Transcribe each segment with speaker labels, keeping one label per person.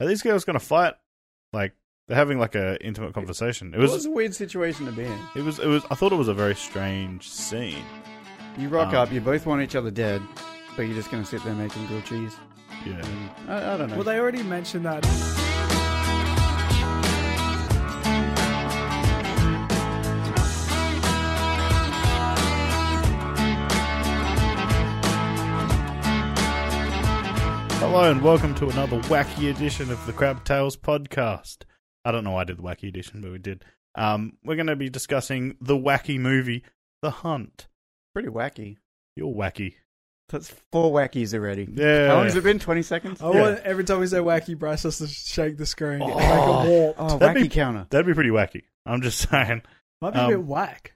Speaker 1: Are these girls gonna fight? Like they're having like a intimate conversation. It was,
Speaker 2: it was a weird situation to be in.
Speaker 1: it was, it was. I thought it was a very strange scene.
Speaker 2: You rock
Speaker 1: Um,
Speaker 2: up, you both want each other dead, but you're just going to sit there making grilled cheese.
Speaker 1: Yeah.
Speaker 2: I, I don't know.
Speaker 3: Well, they already mentioned that.
Speaker 1: Hello and welcome to another wacky edition of the Crab Tales podcast. I don't know why I did the wacky edition, but we did. Um, we're going to be discussing the wacky movie, The Hunt.
Speaker 2: pretty wacky.
Speaker 1: You're wacky.
Speaker 2: That's four wackies already.
Speaker 1: Yeah.
Speaker 2: How long has it been? 20 seconds?
Speaker 3: I
Speaker 1: Yeah.
Speaker 3: want every time we say wacky, Bryce has to shake the screen.
Speaker 1: Oh.
Speaker 3: Like a warp.
Speaker 2: Oh,
Speaker 1: That'd
Speaker 2: wacky
Speaker 1: be-
Speaker 2: counter.
Speaker 1: That'd be pretty wacky. I'm just saying.
Speaker 3: Might be
Speaker 1: Um,
Speaker 3: a bit whack.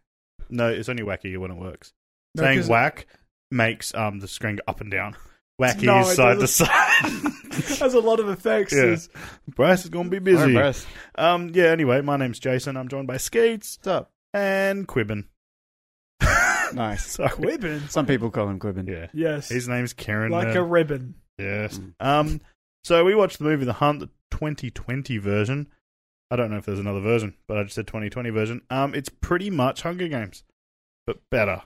Speaker 1: No, it's only wacky when it works.
Speaker 3: No,
Speaker 1: Saying
Speaker 3: 'cause-
Speaker 1: whack makes um, the screen go up and down. Wacky
Speaker 3: No,
Speaker 1: is
Speaker 3: it
Speaker 1: side to
Speaker 3: doesn't.
Speaker 1: side.
Speaker 3: Has a lot of effects.
Speaker 1: Yeah.
Speaker 3: There's-
Speaker 1: Bryce is going to be
Speaker 2: All right,
Speaker 1: busy.
Speaker 2: Bryce.
Speaker 1: Um, yeah, anyway, my name's Jason. I'm joined by Skates
Speaker 2: What's up?
Speaker 1: and Quibbin.
Speaker 2: Nice.
Speaker 1: Sorry.
Speaker 3: Ribbon.
Speaker 2: Some people call him Quibbin.
Speaker 1: Yeah.
Speaker 3: Yes.
Speaker 1: His name's Karen.
Speaker 3: like
Speaker 1: uh,
Speaker 3: a ribbon.
Speaker 1: Yes. Um. So we watched the movie The Hunt, the 2020 version. I don't know if there's another version, but I just said 2020 version. Um, it's pretty much Hunger Games, but better.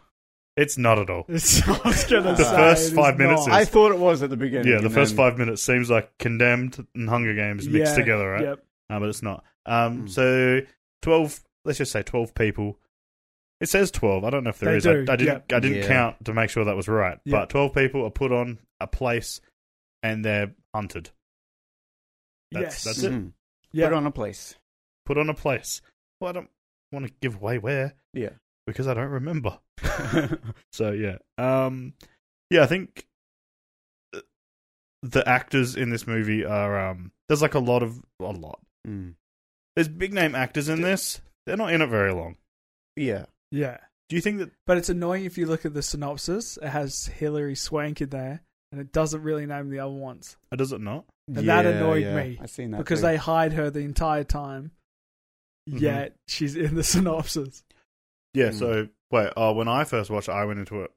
Speaker 1: It's not at all.
Speaker 3: It's, I was gonna
Speaker 2: The
Speaker 3: say,
Speaker 1: first
Speaker 3: it is
Speaker 1: five minutes
Speaker 3: not.
Speaker 2: I thought it was at the beginning.
Speaker 1: Yeah, the
Speaker 2: and
Speaker 1: first
Speaker 2: then-
Speaker 1: five minutes seems like Condemned and Hunger Games mixed
Speaker 3: Yeah,
Speaker 1: together, right?
Speaker 3: Yep.
Speaker 1: Uh, but it's not. Um,
Speaker 2: Mm.
Speaker 1: so twelve. Let's just say twelve people. It says twelve. I don't know if there
Speaker 3: They
Speaker 1: is.
Speaker 3: do,
Speaker 1: I, I didn't.
Speaker 3: yep.
Speaker 1: I didn't
Speaker 2: Yeah.
Speaker 1: count to make sure that was right.
Speaker 3: Yep.
Speaker 1: But twelve people are put on a place, and they're hunted. That's-
Speaker 3: yes.
Speaker 1: that's it.
Speaker 2: Mhm.
Speaker 3: Yeah.
Speaker 2: Put on a place.
Speaker 1: Put on a place. Well, I don't want to give away where
Speaker 2: Yeah.
Speaker 1: because I don't remember. so yeah. Um. Yeah, I think uh, the actors in this movie are um. There's like a lot of a lot.
Speaker 2: Mm.
Speaker 1: There's big name actors in this. They're not in it very long.
Speaker 2: Yeah.
Speaker 3: Yeah.
Speaker 1: Do you think that
Speaker 3: But it's annoying if you look at the synopsis. It has Hillary Swank in there, and it doesn't really name the other ones
Speaker 1: or does it not?
Speaker 3: And that
Speaker 2: Yeah,
Speaker 3: annoyed
Speaker 2: yeah.
Speaker 3: me,
Speaker 2: I seen that.
Speaker 3: because
Speaker 2: too.
Speaker 3: they hide her the entire time.
Speaker 1: Mhm.
Speaker 3: Yet she's in the synopsis.
Speaker 1: Yeah.
Speaker 3: Hmm.
Speaker 2: Mm.
Speaker 1: So wait. Oh, when I first watched it, I went into it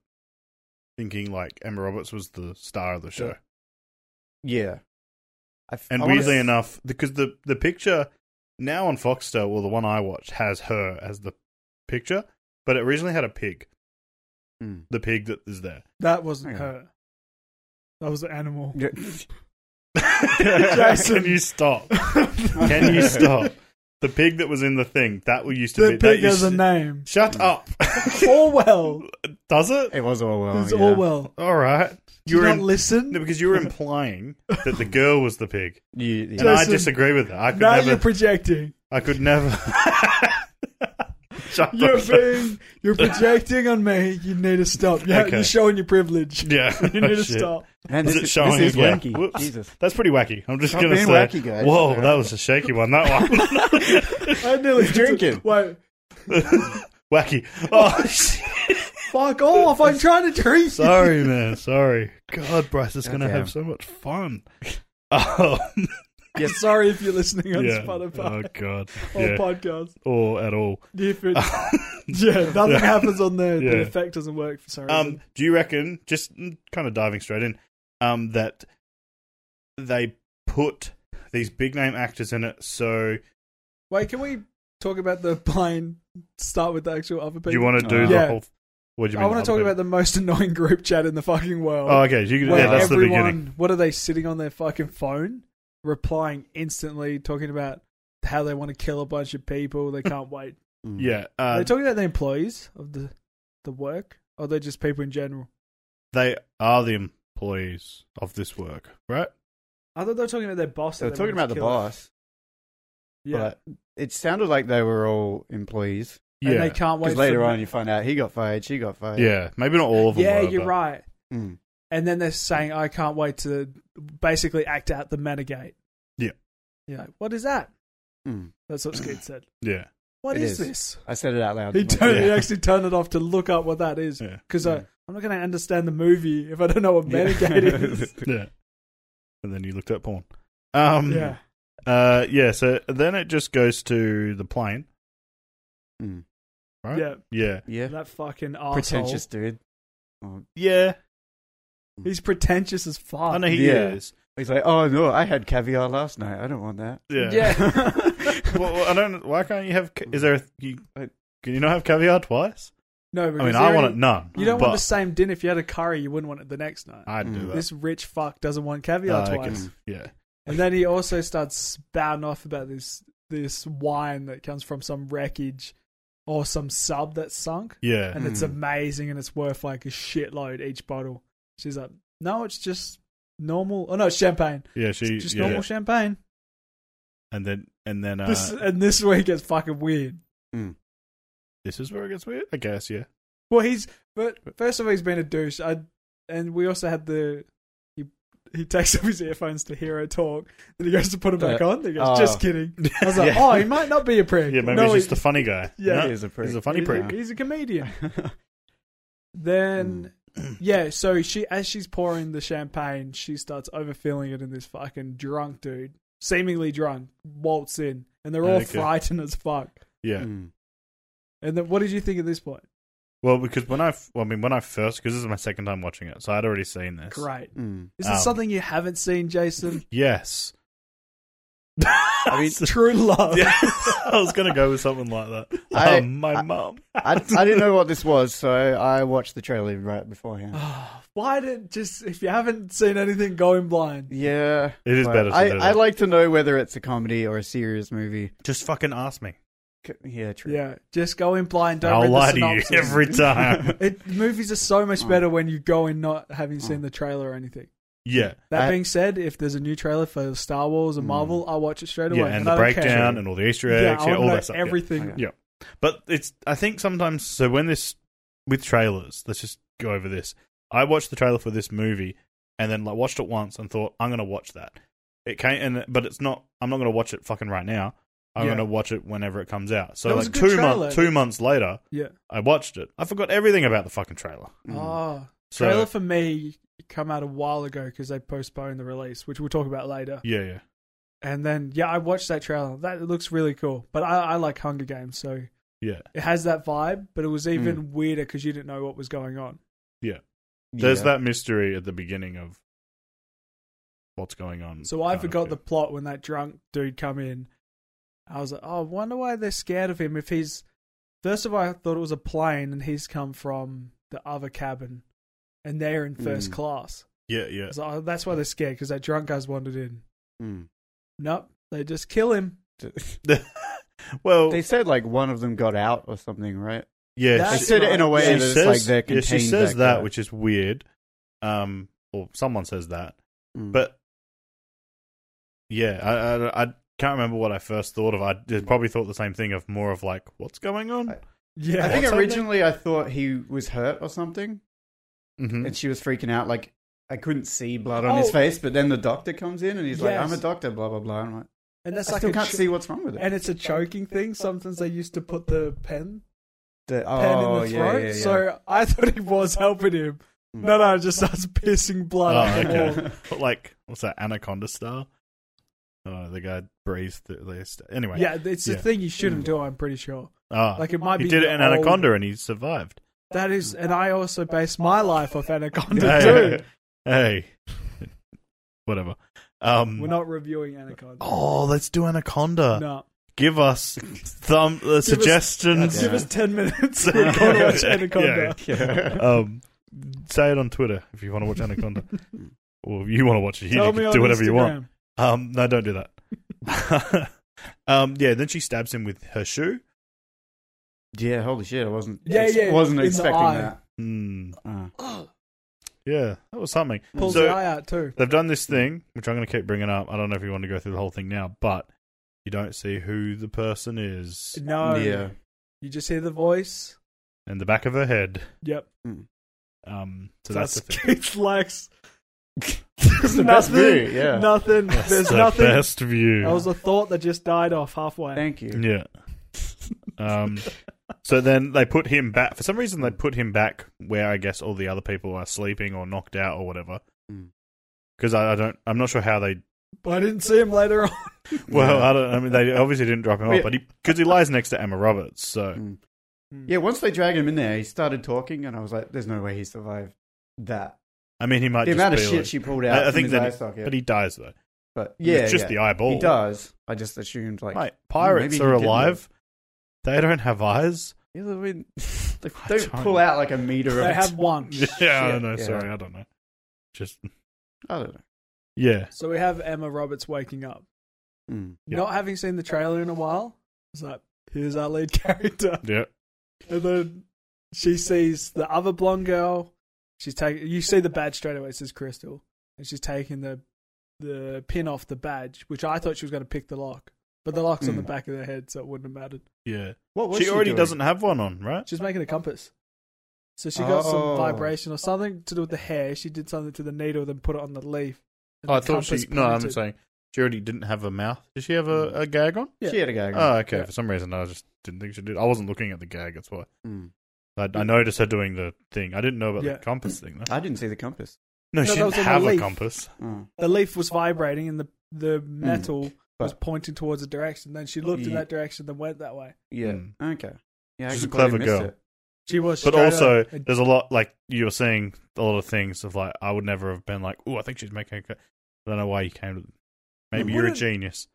Speaker 1: thinking like Emma Roberts was the star of the show,
Speaker 2: Yeah. I f-
Speaker 1: and
Speaker 2: I wanna
Speaker 1: weirdly
Speaker 2: s-
Speaker 1: enough, because the the picture now on Foxtel, well, the one I watched has her as the picture, but it originally had a pig,
Speaker 2: Mm.
Speaker 1: the pig that is there.
Speaker 3: That wasn't
Speaker 2: Hang on.
Speaker 3: her. That was an animal.
Speaker 2: Yeah.
Speaker 1: Can you stop? Can you stop? The pig that was in the thing that we used to
Speaker 3: the
Speaker 1: be. that
Speaker 3: pig
Speaker 1: used
Speaker 3: has a Hmm.
Speaker 1: to-
Speaker 3: name.
Speaker 1: Shut up.
Speaker 3: Orwell.
Speaker 1: Does it?
Speaker 2: It was Orwell.
Speaker 3: it's
Speaker 2: yeah.
Speaker 3: Orwell.
Speaker 1: All right.
Speaker 3: Do you
Speaker 1: Oh, You're
Speaker 3: not
Speaker 1: in-
Speaker 3: listen?
Speaker 1: No, because you were implying that the girl was the pig,
Speaker 2: You, yeah.
Speaker 1: and I
Speaker 3: Jason,
Speaker 1: disagree with that. I could
Speaker 3: now you're
Speaker 1: never.
Speaker 3: projecting.
Speaker 1: I could never. Shut
Speaker 3: You're
Speaker 1: up.
Speaker 3: being, you're projecting on me. You need to stop. Yeah,
Speaker 1: Okay.
Speaker 3: You're showing your privilege.
Speaker 1: Yeah.
Speaker 3: You need
Speaker 1: Oh,
Speaker 3: to
Speaker 1: shit.
Speaker 3: stop.
Speaker 2: Man,
Speaker 1: Is
Speaker 2: this,
Speaker 1: it showing
Speaker 2: this is
Speaker 1: again?
Speaker 2: wacky.
Speaker 1: Whoops.
Speaker 2: Jesus.
Speaker 1: That's pretty wacky. I'm just
Speaker 2: Stop
Speaker 1: gonna
Speaker 2: being
Speaker 1: say.
Speaker 2: wacky, guys.
Speaker 1: Whoa, that was a shaky one. That one.
Speaker 3: I nearly
Speaker 2: He's drinking.
Speaker 3: Wait,
Speaker 1: wacky. Oh, shit.
Speaker 3: fuck off! I'm trying to drink.
Speaker 1: sorry, man. Sorry. God, Bryce is gonna
Speaker 2: Goddamn.
Speaker 1: have so much fun. Oh,
Speaker 3: Yeah, sorry if you're listening on
Speaker 1: yeah. Oh
Speaker 3: Spotify
Speaker 1: God.
Speaker 3: or
Speaker 1: Yeah.
Speaker 3: podcast.
Speaker 1: Or at all.
Speaker 3: If it, yeah, nothing
Speaker 1: Yeah.
Speaker 3: happens on there.
Speaker 1: Yeah.
Speaker 3: The effect doesn't work for some reason.
Speaker 1: Um, do you reckon, just kind of diving straight in, um, that they put these big name actors in it? So
Speaker 3: Wait, can we talk about the blind? Start with the actual other people.
Speaker 1: do you want to do
Speaker 2: Uh,
Speaker 1: the
Speaker 3: yeah.
Speaker 1: whole? What do you
Speaker 3: I
Speaker 1: mean?
Speaker 3: want to talk about the most annoying group chat in the fucking world.
Speaker 1: Oh, okay. You can,
Speaker 3: where
Speaker 1: yeah, that's the
Speaker 3: everyone,
Speaker 1: beginning.
Speaker 3: What are they sitting on their fucking phone, replying instantly, talking about how they want to kill a bunch of people. They can't wait.
Speaker 2: Mm.
Speaker 1: Yeah,
Speaker 3: are
Speaker 1: uh,
Speaker 3: they talking about the employees of the the work, or they're just people in general.
Speaker 1: they are the employees of this work, right?
Speaker 3: I thought they were talking about their boss. that
Speaker 2: They're
Speaker 3: they
Speaker 2: talking
Speaker 3: wanted
Speaker 2: about
Speaker 3: to
Speaker 2: the
Speaker 3: kill.
Speaker 2: boss,
Speaker 3: Yeah,
Speaker 2: but it sounded like they were all employees.
Speaker 3: and
Speaker 1: yeah,
Speaker 3: they can't wait.
Speaker 2: Because
Speaker 3: for
Speaker 2: later
Speaker 3: the-
Speaker 2: on, you find out he got fired, she got fired.
Speaker 1: yeah. Maybe not all of them.
Speaker 3: yeah,
Speaker 1: were,
Speaker 3: you're
Speaker 1: but-
Speaker 3: right.
Speaker 2: Mm.
Speaker 3: And then they're saying, "I can't wait to basically act out the Metagate."
Speaker 1: Yeah.
Speaker 3: you know, what is that?
Speaker 2: Mm.
Speaker 3: That's what Skid said.
Speaker 1: Yeah,
Speaker 3: What
Speaker 2: It
Speaker 3: is,
Speaker 2: is.
Speaker 3: this?
Speaker 2: I said it out loud.
Speaker 3: He turned. He
Speaker 1: Yeah.
Speaker 3: actually turned it off to look up what that is.
Speaker 1: yeah,
Speaker 3: because
Speaker 2: Yeah.
Speaker 3: I'm not going to understand the movie if I don't know what
Speaker 2: Mm. Yeah.
Speaker 3: Medicaid is.
Speaker 1: yeah. And then you looked at porn. Um,
Speaker 3: yeah.
Speaker 1: Uh, yeah. So then it just goes to the plane,
Speaker 2: Mm.
Speaker 1: right?
Speaker 3: Yeah.
Speaker 1: Yeah.
Speaker 2: Yeah.
Speaker 3: That fucking asshole.
Speaker 2: Pretentious dude. Oh,
Speaker 1: Yeah.
Speaker 3: He's pretentious as fuck.
Speaker 1: I know he
Speaker 2: Yeah.
Speaker 1: is.
Speaker 2: He's like, oh no, I had caviar last night. I don't want that.
Speaker 1: Yeah.
Speaker 2: Yeah.
Speaker 1: well, well, I don't. Why can't you have? ca- Is there? A, you,
Speaker 2: I-
Speaker 1: can you not have caviar twice?
Speaker 3: No,
Speaker 1: I
Speaker 3: because
Speaker 1: mean, I
Speaker 3: there
Speaker 1: want
Speaker 3: ain't-
Speaker 1: it none.
Speaker 3: You don't
Speaker 1: but
Speaker 3: want the same dinner. If you had a curry, you wouldn't want it the next night.
Speaker 1: I'd do
Speaker 2: Mm.
Speaker 1: that.
Speaker 3: This rich fuck doesn't want caviar
Speaker 1: Uh, I
Speaker 3: twice.
Speaker 1: guess- yeah.
Speaker 3: And then he also starts spouting off about this this wine that comes from some wreckage or some sub that's sunk,
Speaker 1: Yeah.
Speaker 3: and it's
Speaker 2: Hmm.
Speaker 3: amazing and it's worth like a shitload each bottle. She's like, no, it's just normal. Oh no, it's champagne.
Speaker 1: yeah. She.
Speaker 3: It's just
Speaker 1: yeah.
Speaker 3: normal champagne.
Speaker 1: And then and then uh,
Speaker 3: This
Speaker 1: this
Speaker 3: and this week gets fucking weird.
Speaker 1: is where it gets weird. I guess. Yeah.
Speaker 3: Well, he's but first of all, he's been a douche. I and we also had the he he takes off his earphones to hero talk, then he goes to put them back
Speaker 2: Uh,
Speaker 3: on. He goes,
Speaker 2: oh.
Speaker 3: just kidding. I was
Speaker 2: Yeah.
Speaker 3: like, oh, he might not be a prick.
Speaker 1: Ah. Yeah. Maybe
Speaker 3: No,
Speaker 1: it's
Speaker 3: he-
Speaker 1: just the funny guy.
Speaker 3: Yeah.
Speaker 1: No,
Speaker 2: He is a prick.
Speaker 1: he's a funny
Speaker 3: he's,
Speaker 1: prick.
Speaker 3: A, he's a comedian. Then
Speaker 1: Hmm.
Speaker 3: yeah, so she as she's pouring the champagne, she starts overfilling it, and this fucking drunk dude, seemingly drunk, waltz in, and they're all
Speaker 1: Okay.
Speaker 3: frightened as fuck.
Speaker 1: Yeah.
Speaker 3: Hmm.
Speaker 2: Mm.
Speaker 3: And then, what did you think at this point?
Speaker 1: Well, because when I, f- well, I mean, when I first, because this is my second time watching it, so I'd already seen this.
Speaker 3: Great.
Speaker 2: Mm.
Speaker 3: Is this
Speaker 1: Um,
Speaker 3: something you haven't seen, Jason?
Speaker 1: Yes.
Speaker 2: I mean,
Speaker 3: True love.
Speaker 1: Yeah. I was gonna go with something like that.
Speaker 2: I-
Speaker 1: um, my
Speaker 2: I-
Speaker 1: mum.
Speaker 2: I, I didn't know what this was, so I watched the trailer right beforehand.
Speaker 3: Ah, Why did just if you haven't seen anything going blind?
Speaker 2: Yeah,
Speaker 1: It is
Speaker 2: but
Speaker 1: better to
Speaker 2: I,
Speaker 1: know
Speaker 2: I
Speaker 1: that.
Speaker 2: like to know whether it's a comedy or a serious movie.
Speaker 1: Just fucking ask me.
Speaker 2: C- Yeah, true.
Speaker 3: Yeah, just go in blind. Don't
Speaker 1: I'll
Speaker 3: read
Speaker 1: lie
Speaker 3: the
Speaker 1: to you
Speaker 3: synopsis.
Speaker 1: every Oh. time.
Speaker 3: It, movies are so much better when you go in not having
Speaker 1: Oh.
Speaker 3: seen the trailer or anything.
Speaker 1: yeah.
Speaker 3: That
Speaker 2: I-
Speaker 3: being said, if there's a new trailer for Star Wars or
Speaker 2: Mm.
Speaker 3: Marvel, I watch it straight away.
Speaker 1: Hmm. Yeah, and
Speaker 3: I
Speaker 1: the
Speaker 3: don't
Speaker 1: breakdown
Speaker 3: care.
Speaker 1: and all the Easter
Speaker 3: yeah,
Speaker 1: eggs,
Speaker 3: I
Speaker 1: yeah,
Speaker 3: wanna
Speaker 1: all
Speaker 3: know
Speaker 1: that stuff. yeah.
Speaker 3: Everything.
Speaker 2: Okay.
Speaker 1: But it's I think sometimes so when this with trailers, let's just go over this. I watched the trailer for this movie and then like watched it once and thought I'm going to watch that. It came and but it's not I'm not going to watch it fucking right now. I'm
Speaker 3: Yeah.
Speaker 1: going to watch it whenever it comes out. So
Speaker 3: That was
Speaker 1: like
Speaker 3: a good
Speaker 1: 2
Speaker 3: trailer.
Speaker 1: months 2 months later,
Speaker 3: Yeah.
Speaker 1: I watched it. I forgot everything about the fucking trailer.
Speaker 2: Mm.
Speaker 3: Oh,
Speaker 1: Hmm. So
Speaker 3: trailer for me come out a while ago because they postponed the release, which we'll talk about later.
Speaker 1: yeah, yeah.
Speaker 3: And then yeah, I watched that trailer. That looks really cool. But I, I like Hunger Games, so
Speaker 1: Yeah.
Speaker 3: it has that vibe, but it
Speaker 2: Hmm.
Speaker 3: was even weirder because you didn't know what was going on.
Speaker 1: There's
Speaker 2: Yeah.
Speaker 1: that mystery at the beginning of what's going on.
Speaker 3: So I
Speaker 1: kind of,
Speaker 3: forgot
Speaker 1: yeah.
Speaker 3: the plot when that drunk dude come in. I was like, oh, I wonder why they're scared of him. If he's first of all, I thought it was a plane, and he's come from the other cabin, and they're in first
Speaker 2: Mm.
Speaker 3: class.
Speaker 1: Yeah,
Speaker 3: I
Speaker 1: yeah.
Speaker 3: was like, oh, that's why they're scared because that drunk guy's wandered in.
Speaker 2: Mm.
Speaker 3: Nope, they just kill him.
Speaker 1: Well,
Speaker 2: They said like one of them got out or something, right?
Speaker 1: yeah,
Speaker 3: That's
Speaker 2: they said it in a
Speaker 3: right.
Speaker 2: way
Speaker 1: she
Speaker 2: that it's
Speaker 1: says-
Speaker 2: like they're
Speaker 1: yeah,
Speaker 2: contained.
Speaker 1: she says that,
Speaker 2: guy.
Speaker 1: which is weird. Um, or someone says that,
Speaker 2: Mm.
Speaker 1: but yeah, I, I I can't remember what I first thought of. I just probably thought the same thing of more of like, what's going on?
Speaker 2: I- I
Speaker 3: Yeah,
Speaker 2: think
Speaker 1: What's happening?
Speaker 2: originally I thought he was hurt or something,
Speaker 1: Mhm.
Speaker 2: and she was freaking out. Like I couldn't see blood on
Speaker 3: Mm. Oh.
Speaker 2: his face, but then the doctor comes in and he's like, "I'm a
Speaker 3: Yes.
Speaker 2: doctor," blah blah blah. And I'm like,
Speaker 3: and
Speaker 2: I
Speaker 3: that's like
Speaker 2: still
Speaker 3: a
Speaker 2: can't
Speaker 3: ch-
Speaker 2: see what's wrong with it.
Speaker 3: and it's a choking thing. Sometimes they used to put the pen
Speaker 2: The-
Speaker 3: pen
Speaker 2: oh,
Speaker 3: in the
Speaker 2: yeah,
Speaker 3: throat.
Speaker 2: yeah, yeah.
Speaker 3: So I thought he was helping him.
Speaker 2: Mm.
Speaker 3: No, no, it just starts pissing blood.
Speaker 1: Oh,
Speaker 3: on the
Speaker 1: okay.
Speaker 3: wall.
Speaker 1: But like, what's that Anaconda style? Oh, the guy breathes. Through, they st- anyway,
Speaker 3: Yeah, it's the
Speaker 1: Yeah.
Speaker 3: thing you shouldn't do. I'm pretty sure.
Speaker 1: Ah,
Speaker 3: Like it might
Speaker 1: he
Speaker 3: be
Speaker 1: did
Speaker 3: the
Speaker 1: it in
Speaker 3: old-
Speaker 1: Anaconda and he survived.
Speaker 3: That is, and I also base my life off Anaconda
Speaker 1: Hey,
Speaker 3: too.
Speaker 1: hey. whatever. Um,
Speaker 3: We're not reviewing Anaconda.
Speaker 1: oh, let's do Anaconda.
Speaker 3: no,
Speaker 1: Give us thumb uh, suggestions.
Speaker 2: Goddamn.
Speaker 3: give us ten minutes.
Speaker 1: Yeah.
Speaker 3: We're gonna watch
Speaker 1: Yeah.
Speaker 3: Anaconda.
Speaker 2: Yeah.
Speaker 1: um, say it on Twitter if you want to watch Anaconda, or if you want to watch it. You
Speaker 3: Tell
Speaker 1: can
Speaker 3: me on
Speaker 1: do whatever you want.
Speaker 3: Instagram.
Speaker 1: Um, no, don't do that. um, yeah. Then she stabs him with her shoe.
Speaker 2: yeah, holy shit! I wasn't.
Speaker 3: Yeah,
Speaker 2: ex-
Speaker 3: yeah,
Speaker 2: Wasn't
Speaker 3: in the
Speaker 2: expecting
Speaker 3: eye.
Speaker 2: that.
Speaker 1: Hmm.
Speaker 2: Uh,
Speaker 1: yeah, that was something.
Speaker 3: Pulls
Speaker 1: So-
Speaker 3: the eye out too.
Speaker 1: They've done this thing, which I'm going to keep bringing up. I don't know if you want to go through the whole thing now, but you don't see who the person is
Speaker 3: No,
Speaker 2: yeah.
Speaker 3: you just hear the voice.
Speaker 1: in the back of her head.
Speaker 3: Yep,
Speaker 1: Um, so that's,
Speaker 3: that's,
Speaker 1: the thing.
Speaker 3: Keith Lax.
Speaker 2: It's the best
Speaker 3: Nothing.
Speaker 2: view, Yeah.
Speaker 3: Nothing.
Speaker 1: That's
Speaker 3: There's
Speaker 1: the
Speaker 3: nothing.
Speaker 1: best view.
Speaker 3: That was a thought that just died off halfway.
Speaker 2: Thank you.
Speaker 1: Yeah. Um, so then they put him back. For some reason, they put him back where I guess all the other people are sleeping or knocked out or whatever.
Speaker 2: Mm.
Speaker 1: Because I, I don't, I'm not sure how they.
Speaker 3: but I didn't see him later on.
Speaker 1: Well,
Speaker 2: yeah.
Speaker 1: I don't. I mean, they obviously didn't drop him
Speaker 2: Wait.
Speaker 1: off, but because he, lies next to Emma Roberts, so
Speaker 2: Mm. Yeah, once they dragged him in there, he started talking, and I was like, "There's no way he survived that."
Speaker 1: I mean, he might
Speaker 2: the
Speaker 1: just
Speaker 2: amount of
Speaker 1: be
Speaker 2: shit
Speaker 1: like-
Speaker 2: she pulled out.
Speaker 1: I, I think
Speaker 2: from
Speaker 1: that,
Speaker 2: his eye socket.
Speaker 1: but he dies though.
Speaker 2: but yeah,
Speaker 1: it's just
Speaker 2: yeah.
Speaker 1: the eyeball.
Speaker 2: He does. I just assumed like
Speaker 1: Mate, pirates
Speaker 2: maybe
Speaker 1: are
Speaker 2: he didn't.
Speaker 1: alive. They don't have eyes.
Speaker 2: Yeah, I mean, they
Speaker 1: I
Speaker 2: don't
Speaker 1: don't-
Speaker 2: pull out like a meter of
Speaker 3: They have one.
Speaker 1: Yeah, I don't know.
Speaker 2: yeah.
Speaker 1: Sorry, I don't know. Just
Speaker 2: I don't know.
Speaker 1: yeah,
Speaker 3: So we have Emma Roberts waking up.
Speaker 2: Hmm.
Speaker 1: Yeah.
Speaker 3: Not having seen the trailer in a while, it's like, here's our lead character.
Speaker 1: yeah.
Speaker 3: And then she sees the other blonde girl. She's taking. You see the badge straight away. It says Crystal, and she's taking the the pin off the badge, which I thought she was going to pick the lock, but the lock's on the
Speaker 2: Hmm.
Speaker 3: back of their head, so it wouldn't have mattered.
Speaker 1: Yeah.
Speaker 2: What was
Speaker 1: She,
Speaker 2: she
Speaker 1: already
Speaker 2: doing?
Speaker 1: doesn't have one on, right?
Speaker 3: She's making a compass, so she got
Speaker 2: Oh.
Speaker 3: some vibration or something to do with the hair. She did something to the needle, then put it on the leaf. and
Speaker 1: Oh, I
Speaker 3: the
Speaker 1: thought she.
Speaker 3: compass
Speaker 1: No, I'm
Speaker 3: pointed.
Speaker 1: saying she already didn't have a mouth. Did she have a, a gag on?
Speaker 3: Yeah.
Speaker 2: She had a gag.
Speaker 1: Oh, okay.
Speaker 3: Hmm. Yeah.
Speaker 1: For some reason, I just didn't think she did. I wasn't looking at the gag. That's why.
Speaker 2: Hmm.
Speaker 1: I, I noticed her doing the thing. I didn't know about
Speaker 3: Yeah.
Speaker 1: the compass thing. Though. Hmm.
Speaker 2: I didn't see the compass.
Speaker 1: No,
Speaker 3: No,
Speaker 1: she
Speaker 3: that
Speaker 1: didn't
Speaker 3: was on the
Speaker 1: have a
Speaker 3: leaf.
Speaker 1: compass.
Speaker 2: Oh.
Speaker 3: the leaf was vibrating and the the metal was
Speaker 2: Hmm. But-
Speaker 3: pointing towards a direction. Then she looked in
Speaker 2: Yeah.
Speaker 3: that direction, then went that way.
Speaker 2: Yeah.
Speaker 1: Hmm.
Speaker 2: Okay. Yeah, I
Speaker 1: She's a clever
Speaker 2: completely missed
Speaker 1: girl.
Speaker 2: it.
Speaker 3: She was,
Speaker 1: But
Speaker 3: straight
Speaker 1: also,
Speaker 3: up-
Speaker 1: there's a lot like you were saying a lot of things of like I would never have been like, oh, I think she's making. a co-" I don't know why you came to. Maybe you're a
Speaker 3: wouldn't-
Speaker 1: genius.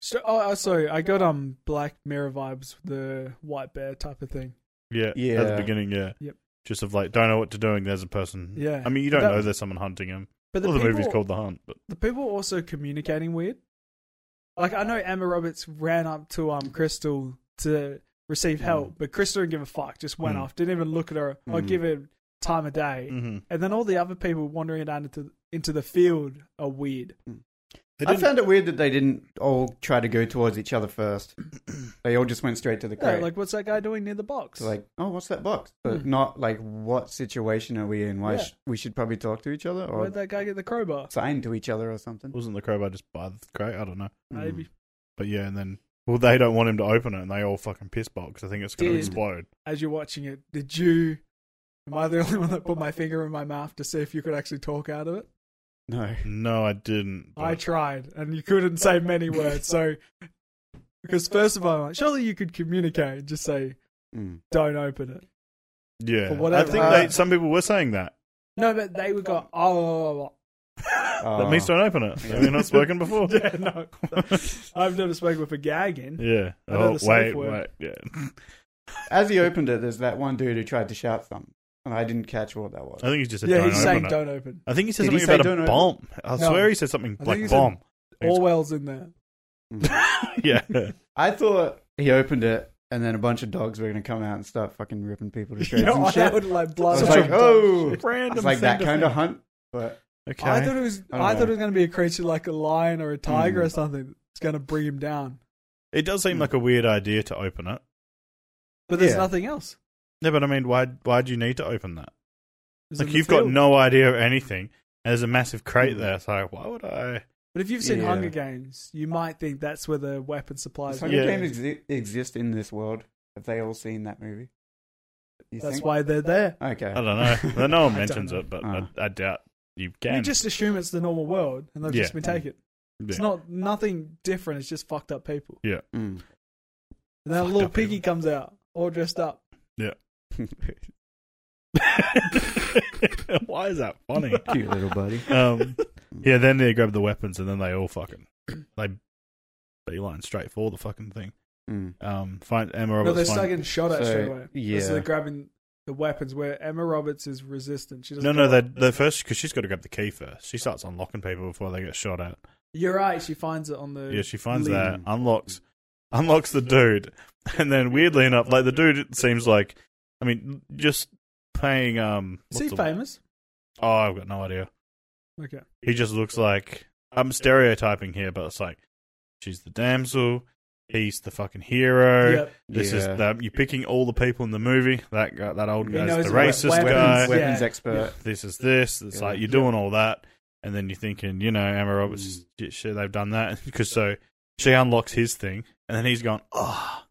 Speaker 3: So, oh, oh, sorry. I got um Black Mirror vibes, the white bear type of thing.
Speaker 1: Yeah, At the
Speaker 2: Yeah.
Speaker 1: beginning, yeah.
Speaker 3: Yep.
Speaker 1: Just of like, don't know what to doing. There's a person.
Speaker 3: Yeah.
Speaker 1: I mean, you don't
Speaker 3: That-
Speaker 1: know there's someone hunting him.
Speaker 3: But the,
Speaker 1: well, the
Speaker 3: people,
Speaker 1: movie's called The Hunt, but
Speaker 3: the people were also communicating weird. Like I know Emma Roberts ran up to um Crystal to receive help, but Crystal didn't give a fuck. Just went
Speaker 1: Mm.
Speaker 3: off, didn't even look at her or
Speaker 2: Mm.
Speaker 3: give her time of day.
Speaker 1: Mhm.
Speaker 3: And then all the other people wandering down into into the field are weird.
Speaker 1: They
Speaker 2: I
Speaker 1: didn't-
Speaker 2: found it weird that they didn't all try to go towards each other first. they all just went straight to the
Speaker 3: Yeah,
Speaker 2: crate.
Speaker 3: like what's that guy doing near the box?
Speaker 2: So like, oh, what's that box? But
Speaker 3: Hmm.
Speaker 2: not like, what situation are we in? Why
Speaker 3: Yeah.
Speaker 2: sh- we should probably talk to each other or
Speaker 3: Where'd that guy get the crowbar?
Speaker 2: sign to each other or something. Hmm.
Speaker 1: wasn't the crowbar just by the crate? I don't know.
Speaker 2: Mm.
Speaker 3: Maybe.
Speaker 1: But yeah, and then well, they don't want him to open it, and they all fucking piss box. I think it's going to
Speaker 3: Dude.
Speaker 1: explode.
Speaker 3: as you're watching it, did you? Am I the only one that put my finger in my mouth to see if you could actually talk out of it?
Speaker 2: No.
Speaker 1: No, I didn't.
Speaker 3: I
Speaker 1: but-
Speaker 3: tried, and you couldn't say many words. So, because first of all, I'm like, surely you could communicate. Just say,
Speaker 2: Mm.
Speaker 3: "Don't open it."
Speaker 1: yeah,
Speaker 3: For whatever-
Speaker 1: I think
Speaker 2: Uh,
Speaker 1: they, some people were saying that.
Speaker 3: No, but they would go, "Oh,
Speaker 2: Ah.
Speaker 1: that means don't open it. Have you not spoken before?
Speaker 3: yeah, no." I've never spoken with a gag in.
Speaker 1: yeah.
Speaker 3: I know
Speaker 1: Oh,
Speaker 3: the safe
Speaker 1: wait, wait.
Speaker 3: word.
Speaker 1: Yeah.
Speaker 2: As he opened it, there's that one dude who tried to shout something, and I didn't catch what that was.
Speaker 1: I think he just said
Speaker 3: Yeah,
Speaker 1: don't
Speaker 3: he's
Speaker 1: open
Speaker 3: saying,
Speaker 1: it.
Speaker 3: "Don't open."
Speaker 1: I think he said
Speaker 2: Did he
Speaker 1: something
Speaker 2: say
Speaker 1: about
Speaker 2: don't
Speaker 1: a
Speaker 2: open?
Speaker 1: bomb. I
Speaker 3: No.
Speaker 1: swear he said something
Speaker 3: think he
Speaker 1: like
Speaker 3: said-
Speaker 1: bomb. It's-
Speaker 3: Orwell's in there.
Speaker 1: yeah.
Speaker 2: I thought he opened it, and then a bunch of dogs were going to come out and start fucking ripping people to
Speaker 3: You
Speaker 1: Oh,
Speaker 2: shreds
Speaker 3: know,
Speaker 2: and shit.
Speaker 3: I would like
Speaker 2: I
Speaker 3: blast.
Speaker 2: was
Speaker 1: Such a-
Speaker 2: like, oh,
Speaker 1: Random.
Speaker 2: it's like that
Speaker 1: thing to
Speaker 2: kind of
Speaker 1: think.
Speaker 2: hunt. But
Speaker 1: Okay.
Speaker 3: I thought it was.
Speaker 2: I don't
Speaker 3: I,
Speaker 2: know.
Speaker 3: thought it was going to be a creature like a lion or a
Speaker 1: Hmm.
Speaker 3: tiger
Speaker 2: Mm.
Speaker 3: or something. that's going to bring him down.
Speaker 1: it does seem
Speaker 2: Hmm.
Speaker 1: like a weird idea to open it.
Speaker 3: But there's
Speaker 2: Yeah.
Speaker 3: nothing else.
Speaker 1: No, but I mean, why? Why do you need to open that?
Speaker 3: It's
Speaker 1: Like
Speaker 3: in the
Speaker 1: you've got
Speaker 3: field.
Speaker 1: no idea of anything. And there's a massive crate
Speaker 2: Hmm.
Speaker 1: there. So why would I?
Speaker 3: But if you've seen
Speaker 2: Yeah.
Speaker 3: Hunger Games, you might think that's where the weapon
Speaker 2: does
Speaker 3: supplies.
Speaker 2: Hunger
Speaker 1: Yeah.
Speaker 2: Games exi- exist in this world? Have they all seen that movie? You
Speaker 3: That's
Speaker 2: think?
Speaker 3: why they're there.
Speaker 2: Okay.
Speaker 1: I don't know. no one
Speaker 3: I
Speaker 1: mentions
Speaker 3: don't Ah.
Speaker 1: it, but
Speaker 2: Uh.
Speaker 1: I, I doubt you can.
Speaker 3: You just assume it's the normal world, and they've
Speaker 1: Yeah.
Speaker 3: just been taken.
Speaker 1: Yeah.
Speaker 3: It's not nothing different. It's just fucked up people.
Speaker 2: Mm.
Speaker 3: And then a
Speaker 1: Fucked
Speaker 3: little
Speaker 1: up
Speaker 3: piggy
Speaker 1: people.
Speaker 3: comes out, all dressed up.
Speaker 1: why is that funny?
Speaker 2: Cute little buddy.
Speaker 1: um, yeah. Then they grab the weapons, and then they all fucking they beeline straight for the fucking thing.
Speaker 2: Mm.
Speaker 1: Um, find Emma
Speaker 3: No, they're
Speaker 1: Roberts.
Speaker 3: stuck
Speaker 1: find-
Speaker 3: in shot at
Speaker 2: So,
Speaker 3: Oh, straight away.
Speaker 2: yeah.
Speaker 3: So they're grabbing the weapons where Emma Roberts is resistant. She
Speaker 1: no,
Speaker 3: doesn't.
Speaker 1: no,
Speaker 3: go
Speaker 1: they
Speaker 3: up.
Speaker 1: they first because she's got to grab the key first. She starts unlocking people before they get shot at.
Speaker 3: You're right. She finds it on the.
Speaker 1: Yeah, she finds
Speaker 3: lead.
Speaker 1: that, unlocks, unlocks the dude, and then weirdly enough, like the dude it seems like, I mean, just paying. Um,
Speaker 3: Is
Speaker 1: what's
Speaker 3: he
Speaker 1: the-
Speaker 3: famous?
Speaker 1: Oh, I've got no idea.
Speaker 3: Okay.
Speaker 1: He just looks like I'm stereotyping here, but it's like she's the damsel, he's the fucking hero.
Speaker 3: Yep.
Speaker 1: This
Speaker 2: Yeah.
Speaker 1: is the, you're picking all the people in the movie. That guy, that old
Speaker 2: He
Speaker 1: guy's
Speaker 3: knows
Speaker 1: the
Speaker 3: what
Speaker 1: racist
Speaker 3: weapons-
Speaker 1: guy.
Speaker 2: Weapons, weapons
Speaker 3: Yeah.
Speaker 2: expert.
Speaker 1: This is this. It's
Speaker 2: Yeah.
Speaker 1: like you're doing all that, and then you're thinking, you know, Emma Roberts,
Speaker 2: Mm.
Speaker 1: shit, shit, they've done that because so she unlocks his thing, and then he's going, oh,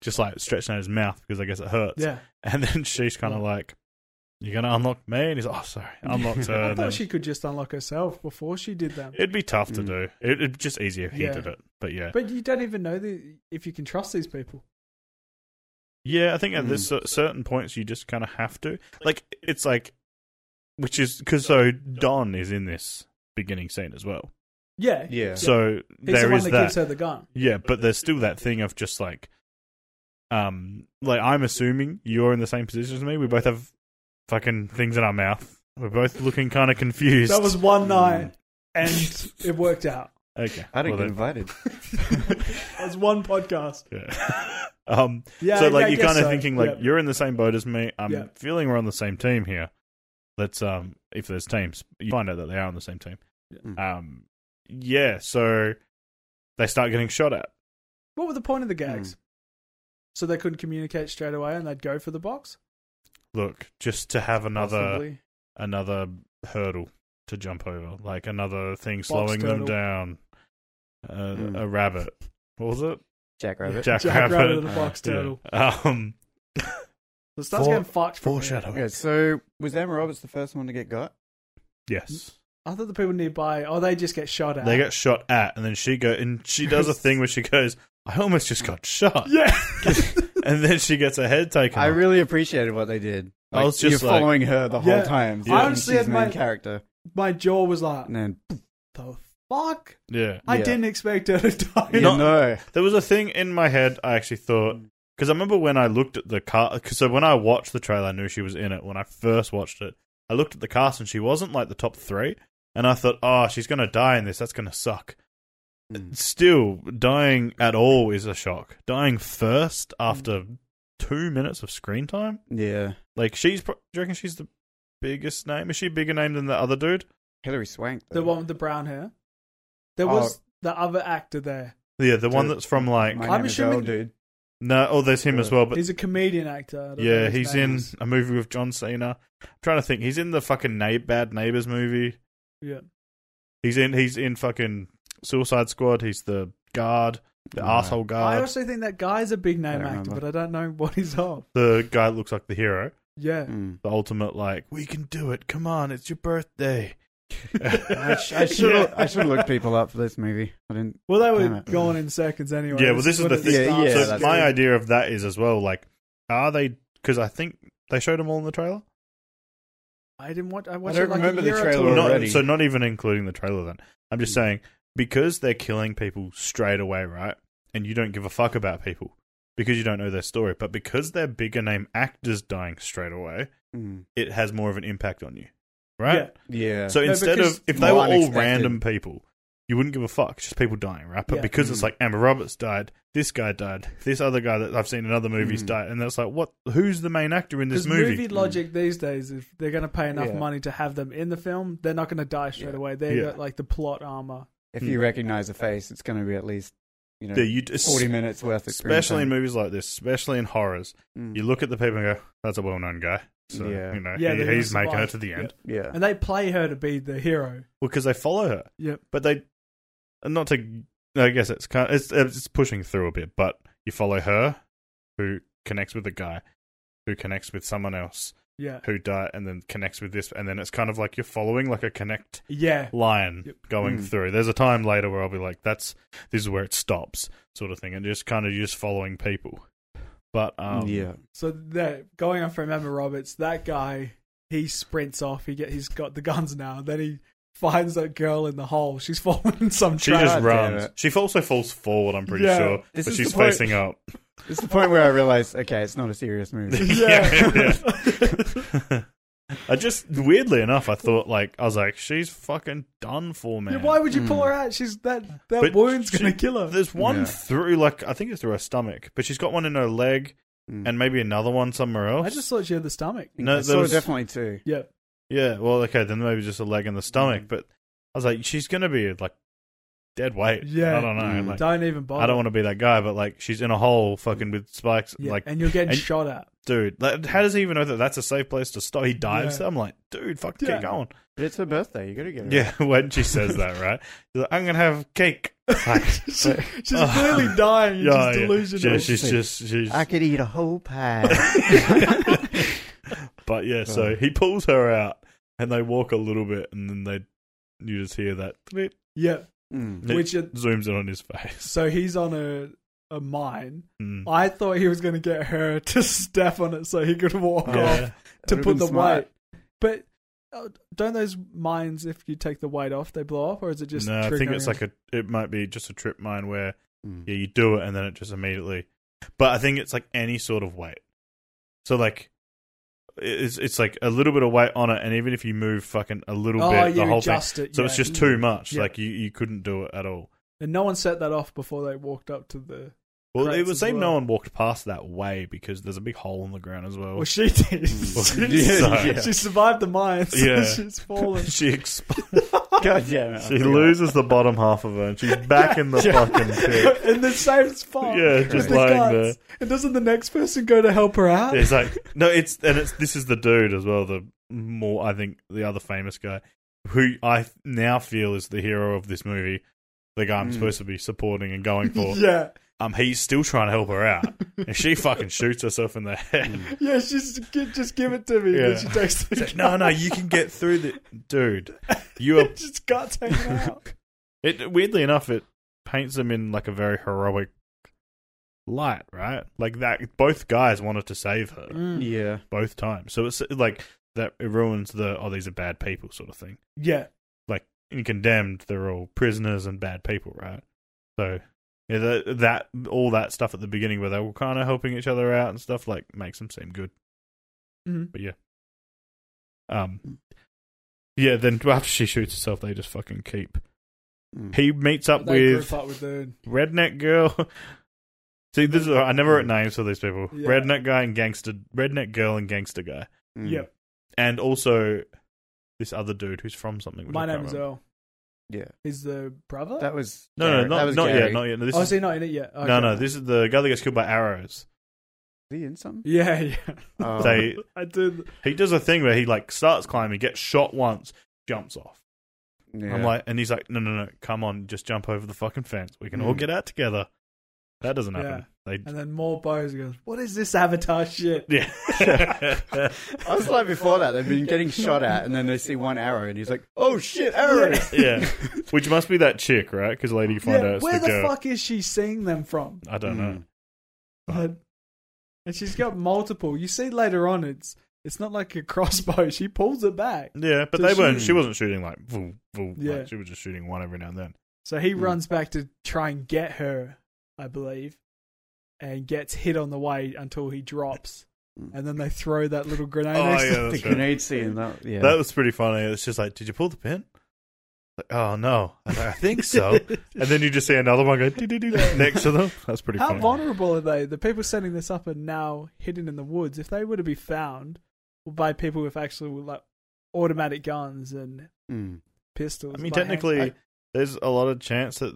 Speaker 1: just like stretching out his mouth because I guess it hurts.
Speaker 3: Yeah.
Speaker 1: And then she's kind of like, "You're gonna unlock me," and he's like, "Oh, sorry, unlocks her."
Speaker 3: I
Speaker 1: and
Speaker 3: thought
Speaker 1: then-
Speaker 3: she could just unlock herself before she did that.
Speaker 1: It'd be tough to
Speaker 2: Mm.
Speaker 1: do. It, it'd be just easier if he
Speaker 3: Yeah.
Speaker 1: did it. But yeah,
Speaker 3: But you don't even know the, if you can trust these people.
Speaker 1: yeah, I think at
Speaker 2: Mm.
Speaker 1: this cer- certain points you just kind of have to. Like, it's like which is because so Don is in this beginning scene as well.
Speaker 3: Yeah.
Speaker 2: Yeah.
Speaker 1: So
Speaker 3: He's the
Speaker 1: there
Speaker 3: one
Speaker 1: is
Speaker 3: that,
Speaker 1: that.
Speaker 3: gives her the gun.
Speaker 1: Yeah, but there's still that thing of just like, um, like I'm assuming you're in the same position as me. We both have fucking things in our mouth. We're both looking kind of confused.
Speaker 3: That was one night, and it worked out.
Speaker 1: okay.
Speaker 2: I didn't
Speaker 1: well
Speaker 2: get invited.
Speaker 3: That was one podcast.
Speaker 1: then, yeah. um,
Speaker 3: Yeah.
Speaker 1: so like
Speaker 3: I
Speaker 1: you're
Speaker 3: guess
Speaker 1: kind of
Speaker 3: so.
Speaker 1: thinking like
Speaker 3: Yeah.
Speaker 1: you're in the same boat as me. I'm
Speaker 3: Yeah.
Speaker 1: feeling we're on the same team here. Let's um, if there's teams, you find out that they are on the same team.
Speaker 2: Yeah.
Speaker 1: Um, yeah. So they start getting shot at.
Speaker 3: What were the point of the
Speaker 1: Hmm.
Speaker 3: gags? So they couldn't communicate straight away, and they'd go for the box.
Speaker 1: Look, just to have another.
Speaker 3: Possibly.
Speaker 1: another hurdle to jump over, like another thing slowing them
Speaker 3: turtle.
Speaker 1: down. Uh,
Speaker 2: Mm.
Speaker 1: A rabbit. What was it?
Speaker 2: Jack Rabbit.
Speaker 1: Jack
Speaker 3: Jack
Speaker 1: Rabbit.
Speaker 3: Rabbit and a box turtle.
Speaker 1: Yeah. Um,
Speaker 3: So it starts
Speaker 1: Fore-
Speaker 3: getting fucked. from there.
Speaker 2: Okay, so was Emma Roberts the first one to get got?
Speaker 1: Yes.
Speaker 3: I thought the people nearby, oh, they just get shot at.
Speaker 1: They get shot at, and then she go and she does a thing where she goes, "I almost just got shot,"
Speaker 3: yeah.
Speaker 1: and then she gets her head taken.
Speaker 2: I
Speaker 1: off.
Speaker 2: really appreciated what they did.
Speaker 1: I was
Speaker 2: you're
Speaker 1: just like-
Speaker 2: following her the whole
Speaker 3: Yeah.
Speaker 2: time.
Speaker 1: Yeah. I
Speaker 3: honestly
Speaker 2: she's
Speaker 3: had
Speaker 2: main
Speaker 3: my-
Speaker 2: character,
Speaker 3: My jaw was like,
Speaker 2: and then
Speaker 3: the fuck?
Speaker 1: yeah.
Speaker 3: I
Speaker 2: Yeah.
Speaker 3: didn't expect her to die.
Speaker 2: you
Speaker 1: Not-
Speaker 2: know,
Speaker 1: There was a thing in my head. I actually thought because I remember when I looked at the car. Cause so when I watched the trailer, I knew she was in it. When I first watched it, I looked at the cast and she wasn't like the top three. And I thought, oh, she's gonna die in this. That's gonna suck.
Speaker 2: Mm.
Speaker 1: Still, dying at all is a shock. Dying first after two minutes of screen time.
Speaker 2: yeah,
Speaker 1: Like she's. pro- Do you reckon she's the biggest name? Is she a bigger name than the other dude?
Speaker 2: Hillary Swank.
Speaker 3: The
Speaker 2: though.
Speaker 3: one with the brown hair. There
Speaker 2: Oh.
Speaker 3: was the other actor there.
Speaker 1: Yeah, the one
Speaker 2: Dude.
Speaker 1: that's from like
Speaker 2: My
Speaker 3: I'm
Speaker 2: name is
Speaker 3: assuming-
Speaker 2: Earl, dude.
Speaker 1: no. Oh, there's him as well. But
Speaker 3: he's a comedian actor. I don't know
Speaker 1: Yeah,
Speaker 3: his
Speaker 1: he's
Speaker 3: name
Speaker 1: in
Speaker 3: is.
Speaker 1: a movie with John Cena. I'm trying to think. He's in the fucking na- Bad Neighbors movie.
Speaker 3: Yeah.
Speaker 1: He's in he's in fucking Suicide Squad. He's the guard, the
Speaker 2: Right.
Speaker 1: asshole
Speaker 3: I
Speaker 1: guard.
Speaker 3: also think that guy's a big name
Speaker 2: don't
Speaker 3: actor,
Speaker 2: remember.
Speaker 3: but I don't know what he's of.
Speaker 1: The guy that looks like the hero.
Speaker 3: Yeah.
Speaker 2: Mm.
Speaker 1: The ultimate like, we can do it. Come on, it's your birthday.
Speaker 2: I, sh- I should
Speaker 1: yeah.
Speaker 2: I should have looked people up for this movie. I didn't.
Speaker 3: Well, they
Speaker 2: Damn
Speaker 3: were
Speaker 2: it.
Speaker 3: gone in seconds anyway.
Speaker 1: Yeah, well, this is
Speaker 3: when
Speaker 1: the
Speaker 3: it
Speaker 1: thing.
Speaker 2: Yeah,
Speaker 3: starts.
Speaker 2: yeah,
Speaker 1: so
Speaker 2: that's
Speaker 1: my
Speaker 2: good.
Speaker 1: idea of that is as well, like, are they because I think they showed them all in the trailer?
Speaker 3: I didn't watch. I watched
Speaker 2: don't
Speaker 3: it like
Speaker 2: remember
Speaker 3: a
Speaker 2: the
Speaker 3: year or
Speaker 2: trailer
Speaker 3: two
Speaker 2: Well,
Speaker 3: ago.
Speaker 1: not,
Speaker 2: already.
Speaker 1: so not even including the trailer then i'm just saying because they're killing people straight away right and you don't give a fuck about people because you don't know their story but because they're bigger name actors dying straight away
Speaker 2: Mm.
Speaker 1: it has more of an impact on you right
Speaker 2: Yeah.
Speaker 1: so
Speaker 3: No,
Speaker 1: instead
Speaker 3: because-
Speaker 1: of if they
Speaker 2: More
Speaker 1: were all
Speaker 2: unexpected.
Speaker 1: random people you wouldn't give a fuck it's just people dying right but
Speaker 3: Yeah.
Speaker 1: because it's
Speaker 2: Mm.
Speaker 1: like amber roberts died this guy died this other guy that i've seen in other movies
Speaker 2: Mm.
Speaker 1: died and that's like what who's the main actor in this
Speaker 3: 'Cause
Speaker 1: movie,
Speaker 3: logic these days, if they're going to pay enough
Speaker 2: Mm. Yeah.
Speaker 3: money to have them in the film, they're not going to die straight
Speaker 2: Yeah.
Speaker 3: away. They
Speaker 1: Yeah.
Speaker 3: got like the plot armor.
Speaker 1: Hmm.
Speaker 2: if you recognize a face, it's going to be at least you know
Speaker 1: Yeah, you-
Speaker 2: forty minutes worth. Of screen
Speaker 1: especially in
Speaker 2: time.
Speaker 1: movies like this especially in horrors
Speaker 2: Mm.
Speaker 1: you look at the people and go, "That's a well-known guy." So
Speaker 2: Yeah.
Speaker 1: you know,
Speaker 3: Yeah,
Speaker 1: he,
Speaker 3: they're gonna
Speaker 1: he's making
Speaker 3: survive.
Speaker 1: it to the end.
Speaker 2: Mm. Yeah.
Speaker 3: And they play her to be the hero.
Speaker 1: Well, because they follow her.
Speaker 3: Yep.
Speaker 1: But they, not to, I guess it's kind, of, it's it's pushing through a bit. But you follow her, who connects with a guy, who connects with someone else,
Speaker 3: Yeah.
Speaker 1: who die, and then connects with this, and then it's kind of like you're following like a connect
Speaker 3: Yeah.
Speaker 1: line
Speaker 3: Yep.
Speaker 1: going
Speaker 2: Mm.
Speaker 1: through. There's a time later where I'll be like, "That's this is where it stops," sort of thing, and just kind of you're just following people. But um,
Speaker 2: yeah.
Speaker 3: So that going on from Emma Roberts, that guy he sprints off. He get he's got the guns now. Then he finds that girl in the hole. She's falling in some
Speaker 1: She
Speaker 3: trap.
Speaker 1: just
Speaker 2: God damn
Speaker 1: runs.
Speaker 2: it.
Speaker 1: She also falls forward. I'm pretty
Speaker 3: Yeah.
Speaker 1: sure,
Speaker 2: This
Speaker 1: but
Speaker 2: is
Speaker 1: she's
Speaker 2: the point-
Speaker 1: facing up.
Speaker 2: It's the point where I realized, okay, it's not a serious movie.
Speaker 1: Yeah. yeah. I just weirdly enough, I thought like I was like, she's fucking done for, man.
Speaker 3: Yeah, Why would you pull
Speaker 2: Mm.
Speaker 3: her out? She's that that
Speaker 1: But
Speaker 3: wound's
Speaker 1: she-
Speaker 3: gonna kill her.
Speaker 1: There's one
Speaker 2: Yeah.
Speaker 1: through like I think it's through her stomach, but she's got one in her leg
Speaker 2: Mm.
Speaker 1: and maybe another one somewhere else.
Speaker 3: I just thought she had the stomach.
Speaker 1: no,
Speaker 2: I
Speaker 1: there
Speaker 2: saw
Speaker 1: was-
Speaker 2: definitely two.
Speaker 3: Yeah.
Speaker 1: yeah. Well, okay, then maybe just a leg and the stomach.
Speaker 2: Mm.
Speaker 1: But I was like, she's gonna be like dead weight.
Speaker 3: Yeah.
Speaker 1: I don't know.
Speaker 2: Mm.
Speaker 1: Like,
Speaker 3: don't even bother.
Speaker 1: I don't want to be that guy, but like she's in a hole, fucking with spikes,
Speaker 3: Yeah.
Speaker 1: like
Speaker 3: and you're getting
Speaker 1: and-
Speaker 3: shot at.
Speaker 1: dude, like, how does he even know that that's a safe place to stop? He dives.
Speaker 3: Yeah.
Speaker 1: I'm like, dude, fuck,
Speaker 3: Yeah.
Speaker 1: keep going.
Speaker 2: But it's her birthday. You got to get her.
Speaker 1: Yeah, when she says that, right? She's like, I'm gonna have cake. Like,
Speaker 3: She- she's
Speaker 1: Oh.
Speaker 3: clearly dying.
Speaker 1: yeah, yeah.
Speaker 3: she's delusional.
Speaker 1: Yeah, she's just, she's.
Speaker 2: I could eat a whole pie.
Speaker 1: but yeah, so he pulls her out, and they walk a little bit, and then they, you just hear that. click.
Speaker 3: yeah.
Speaker 2: Mm.
Speaker 1: It
Speaker 3: Which it-
Speaker 1: zooms in on his face.
Speaker 3: so he's on a a mine.
Speaker 1: Mm.
Speaker 3: I thought he was going to get her to step on it so he could walk
Speaker 1: Yeah.
Speaker 3: off to
Speaker 2: Would've
Speaker 3: put
Speaker 2: been
Speaker 3: the
Speaker 2: smart.
Speaker 3: weight. But Oh, don't those mines, if you take the weight off, they blow up, or is it just?
Speaker 1: no, I think it's
Speaker 3: triggering?
Speaker 1: like a. It might be just a trip mine where
Speaker 2: Mm.
Speaker 1: yeah, you do it and then it just immediately. But I think it's like any sort of weight. So like, it's it's like a little bit of weight on it, and even if you move fucking a little
Speaker 3: oh,
Speaker 1: bit,
Speaker 3: you
Speaker 1: the whole thing.
Speaker 3: adjust it.
Speaker 1: So
Speaker 3: yeah.
Speaker 1: it's just too much.
Speaker 3: Yeah.
Speaker 1: Like you, you couldn't do it at all.
Speaker 3: And no one set that off before they walked up to the.
Speaker 1: Well,
Speaker 3: Correct
Speaker 1: it would
Speaker 3: as
Speaker 1: seem no
Speaker 3: well.
Speaker 1: one walked past that way because there's a big hole in the ground as well.
Speaker 3: Well, she did.
Speaker 1: Mm.
Speaker 2: Yeah,
Speaker 1: So-
Speaker 2: yeah.
Speaker 3: She survived the mines.
Speaker 1: Yeah.
Speaker 3: she's fallen.
Speaker 1: she exp-
Speaker 2: God damn it.
Speaker 1: she loses the bottom half of her and she's back in the fucking pit.
Speaker 3: in the same spot.
Speaker 1: Yeah,
Speaker 3: with
Speaker 1: just
Speaker 3: the
Speaker 1: lying
Speaker 3: guts.
Speaker 1: there.
Speaker 3: And doesn't the next person go to help her out?
Speaker 1: It's like no, it's and it's this is the dude as well. The more I think the other famous guy who I now feel is the hero of this movie, the guy I'm
Speaker 2: Mm.
Speaker 1: supposed to be supporting and going for.
Speaker 3: yeah.
Speaker 1: Um, he's still trying to help her out, and she fucking shoots herself in the head.
Speaker 2: Mm.
Speaker 3: Yeah, she's gi- just give it to me.
Speaker 1: Yeah.
Speaker 3: And she takes the
Speaker 1: It's like, no, no, you can get through the dude. You are
Speaker 3: just got taken out.
Speaker 1: It weirdly enough, it paints them in like a very heroic light, right? Like that, both guys wanted to save her
Speaker 2: Yeah.
Speaker 1: both times, so it's like that. It ruins the oh, these are bad people sort of thing.
Speaker 3: Yeah,
Speaker 1: Like in Condemned, they're all prisoners and bad people, right? So yeah, that, that all that stuff at the beginning where they were kind of helping each other out and stuff like makes them seem good.
Speaker 3: Mhm.
Speaker 1: But yeah, um, yeah. Then after she shoots herself, they just fucking keep.
Speaker 2: Mm.
Speaker 1: He meets up
Speaker 3: they
Speaker 1: with
Speaker 3: group up with the
Speaker 1: redneck girl. See, this is I never wrote names for these people.
Speaker 3: Yeah.
Speaker 1: Redneck guy and gangster, redneck girl and gangster guy,
Speaker 2: Mm.
Speaker 3: Yep.
Speaker 1: and also this other dude who's from something. which
Speaker 3: my
Speaker 1: I can't
Speaker 3: name is
Speaker 1: remember.
Speaker 3: Earl.
Speaker 2: Yeah.
Speaker 3: He's the brother.
Speaker 2: That was.
Speaker 1: No, no,
Speaker 2: Gary. that
Speaker 1: not,
Speaker 2: was
Speaker 1: not yet,
Speaker 2: Gary.
Speaker 1: not yet. No, this
Speaker 3: oh,
Speaker 1: is,
Speaker 3: is he not in it yet? Okay.
Speaker 1: no, no. This is the guy that gets killed by arrows.
Speaker 2: Is he in something?
Speaker 3: Yeah, yeah.
Speaker 2: Oh.
Speaker 1: They
Speaker 3: I did.
Speaker 1: he does a thing where he like starts climbing, gets shot once, jumps off.
Speaker 2: Yeah.
Speaker 1: I'm like, and he's like, no, no, no, come on, just jump over the fucking fence. We can all
Speaker 2: Mm.
Speaker 3: Hmm.
Speaker 1: get out together. That doesn't happen.
Speaker 3: And then more bows goes. What is this avatar shit?
Speaker 1: They yeah.
Speaker 2: I was like before that they've been getting shot at, and then they see one arrow, and he's like, "Oh shit, arrow!"
Speaker 1: Yeah, which must be that chick, right? Because later you find out
Speaker 3: Yeah,
Speaker 1: it's
Speaker 3: where
Speaker 1: the,
Speaker 3: the,
Speaker 1: girl.
Speaker 3: fuck is she seeing them from?
Speaker 1: I don't know.
Speaker 3: Like, and she's got multiple. You see later on, it's it's not like a crossbow. She pulls it back.
Speaker 1: Yeah, but
Speaker 3: Hmm. So
Speaker 1: they weren't.
Speaker 2: she-
Speaker 1: She wasn't shooting like, voo, voo,
Speaker 3: Yeah.
Speaker 1: like she was just shooting one every now and then.
Speaker 3: So he
Speaker 2: Hmm.
Speaker 3: runs back to try and get her, I believe, and gets hit on the way until he drops.
Speaker 2: Hmm.
Speaker 3: And then they throw that little grenade.
Speaker 1: Oh,
Speaker 3: next
Speaker 1: yeah,
Speaker 3: to-
Speaker 2: The
Speaker 1: that's right.
Speaker 2: grenade scene. That, yeah.
Speaker 1: That was pretty funny. It's just like, did you pull the pin? Like, oh no, I, was like, I think so. and then you just see another one go doo, doo, doo, doo, next to them. That's pretty
Speaker 3: How
Speaker 1: funny.
Speaker 3: vulnerable are they? The people setting this up are now hidden in the woods. If they were to be found by people with actually like automatic guns and
Speaker 2: Mm.
Speaker 3: pistols,
Speaker 1: I mean,
Speaker 3: by hand-
Speaker 1: technically,
Speaker 2: I-
Speaker 1: there's a lot of chance that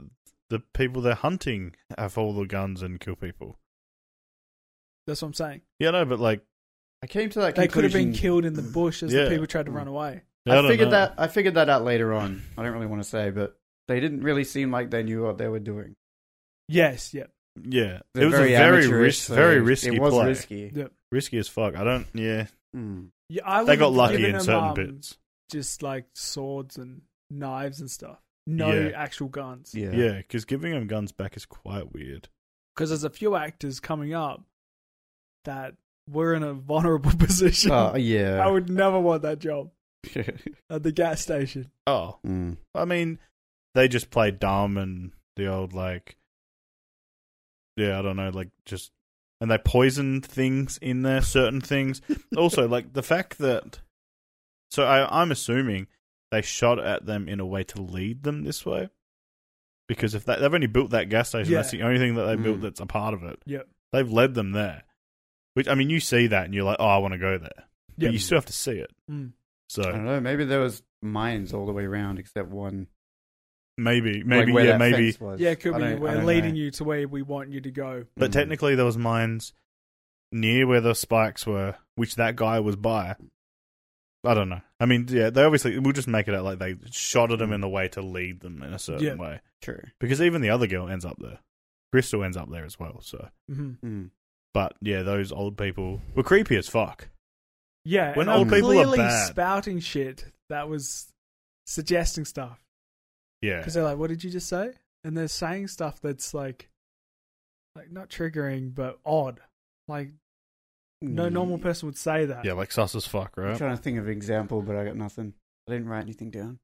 Speaker 1: the people they're hunting have all the guns and kill people.
Speaker 3: that's what I'm saying.
Speaker 1: Yeah, no, but like,
Speaker 2: I came to that.
Speaker 3: They could have been
Speaker 2: conclusion-
Speaker 3: killed in the bush as
Speaker 1: Yeah. Mm.
Speaker 3: the people tried to
Speaker 2: Hmm.
Speaker 3: run away.
Speaker 1: I,
Speaker 2: I
Speaker 1: don't
Speaker 2: figured
Speaker 1: know.
Speaker 2: that. I figured that out later on. I don't really want to say, but they didn't really seem like they knew what they were doing.
Speaker 3: Yes, yeah.
Speaker 1: Yeah,
Speaker 2: They're
Speaker 1: it was a very
Speaker 2: amateurish,
Speaker 1: risk,
Speaker 2: so
Speaker 1: very risky
Speaker 2: It was
Speaker 1: play.
Speaker 2: risky.
Speaker 3: Yeah.
Speaker 1: Risky as fuck. I don't. Yeah,
Speaker 2: Mm.
Speaker 3: yeah I
Speaker 1: they
Speaker 3: would've
Speaker 1: got lucky
Speaker 3: given
Speaker 1: in
Speaker 3: them,
Speaker 1: certain
Speaker 3: um,
Speaker 1: bits.
Speaker 3: just like swords and knives and stuff. No
Speaker 1: Yeah.
Speaker 3: actual guns.
Speaker 2: Yeah.
Speaker 1: Yeah, because giving them guns back is quite weird.
Speaker 3: Because there's a few actors coming up that were in a vulnerable position.
Speaker 1: Ah,
Speaker 2: Oh, yeah.
Speaker 3: I would never want that job
Speaker 2: mm.
Speaker 3: at the gas station.
Speaker 1: Oh, I mean, they just play dumb and the old like, yeah, I don't know, like just, and they poison things in there, certain things. also, like the fact that, so I, I'm assuming they shot at them in a way to lead them this way, because if that, they've only built that gas station, that's
Speaker 3: Yeah.
Speaker 1: the only thing that they built
Speaker 2: Mm.
Speaker 1: that's a part of it.
Speaker 3: Yep.
Speaker 1: they've led them there. Which I mean, you see that and you're like, oh, I want to go there,
Speaker 3: Yep.
Speaker 1: but you still have to see it.
Speaker 3: Mm.
Speaker 1: So
Speaker 2: I don't know. Maybe there was mines all the way around except one.
Speaker 1: Maybe,
Speaker 2: like,
Speaker 1: maybe,
Speaker 2: where
Speaker 1: yeah,
Speaker 2: that
Speaker 1: maybe.
Speaker 2: fence was.
Speaker 3: Yeah, it could
Speaker 2: I
Speaker 3: be.
Speaker 2: don't- I
Speaker 3: We're
Speaker 2: don't
Speaker 3: leading
Speaker 2: know.
Speaker 3: you to where we want you to go.
Speaker 1: But
Speaker 2: Mm.
Speaker 1: technically, there was mines near where the spikes were, which that guy was by. I don't know. I mean, yeah, they obviously we'll just make it out like they shot at him in the way to lead them in a certain
Speaker 3: Yeah.
Speaker 1: way,
Speaker 2: True.
Speaker 1: because even the other girl ends up there. Crystal ends up there as well. So,
Speaker 3: Mm-hmm.
Speaker 1: Hmm.
Speaker 2: Mm.
Speaker 1: but yeah, those old people were creepy as fuck.
Speaker 3: Yeah,
Speaker 1: When
Speaker 3: and
Speaker 1: old
Speaker 3: I'm
Speaker 1: people are
Speaker 3: clearly
Speaker 1: bad.
Speaker 3: spouting shit that was suggesting stuff
Speaker 1: Yeah,
Speaker 3: because they're like, "What did you just say?" And they're saying stuff that's like, like not triggering but odd, like
Speaker 2: Mm.
Speaker 3: No normal person would say that.
Speaker 1: Yeah, like sus as fuck,
Speaker 2: I'm
Speaker 1: right?
Speaker 2: trying to think of an example, but I got nothing. I didn't write anything down.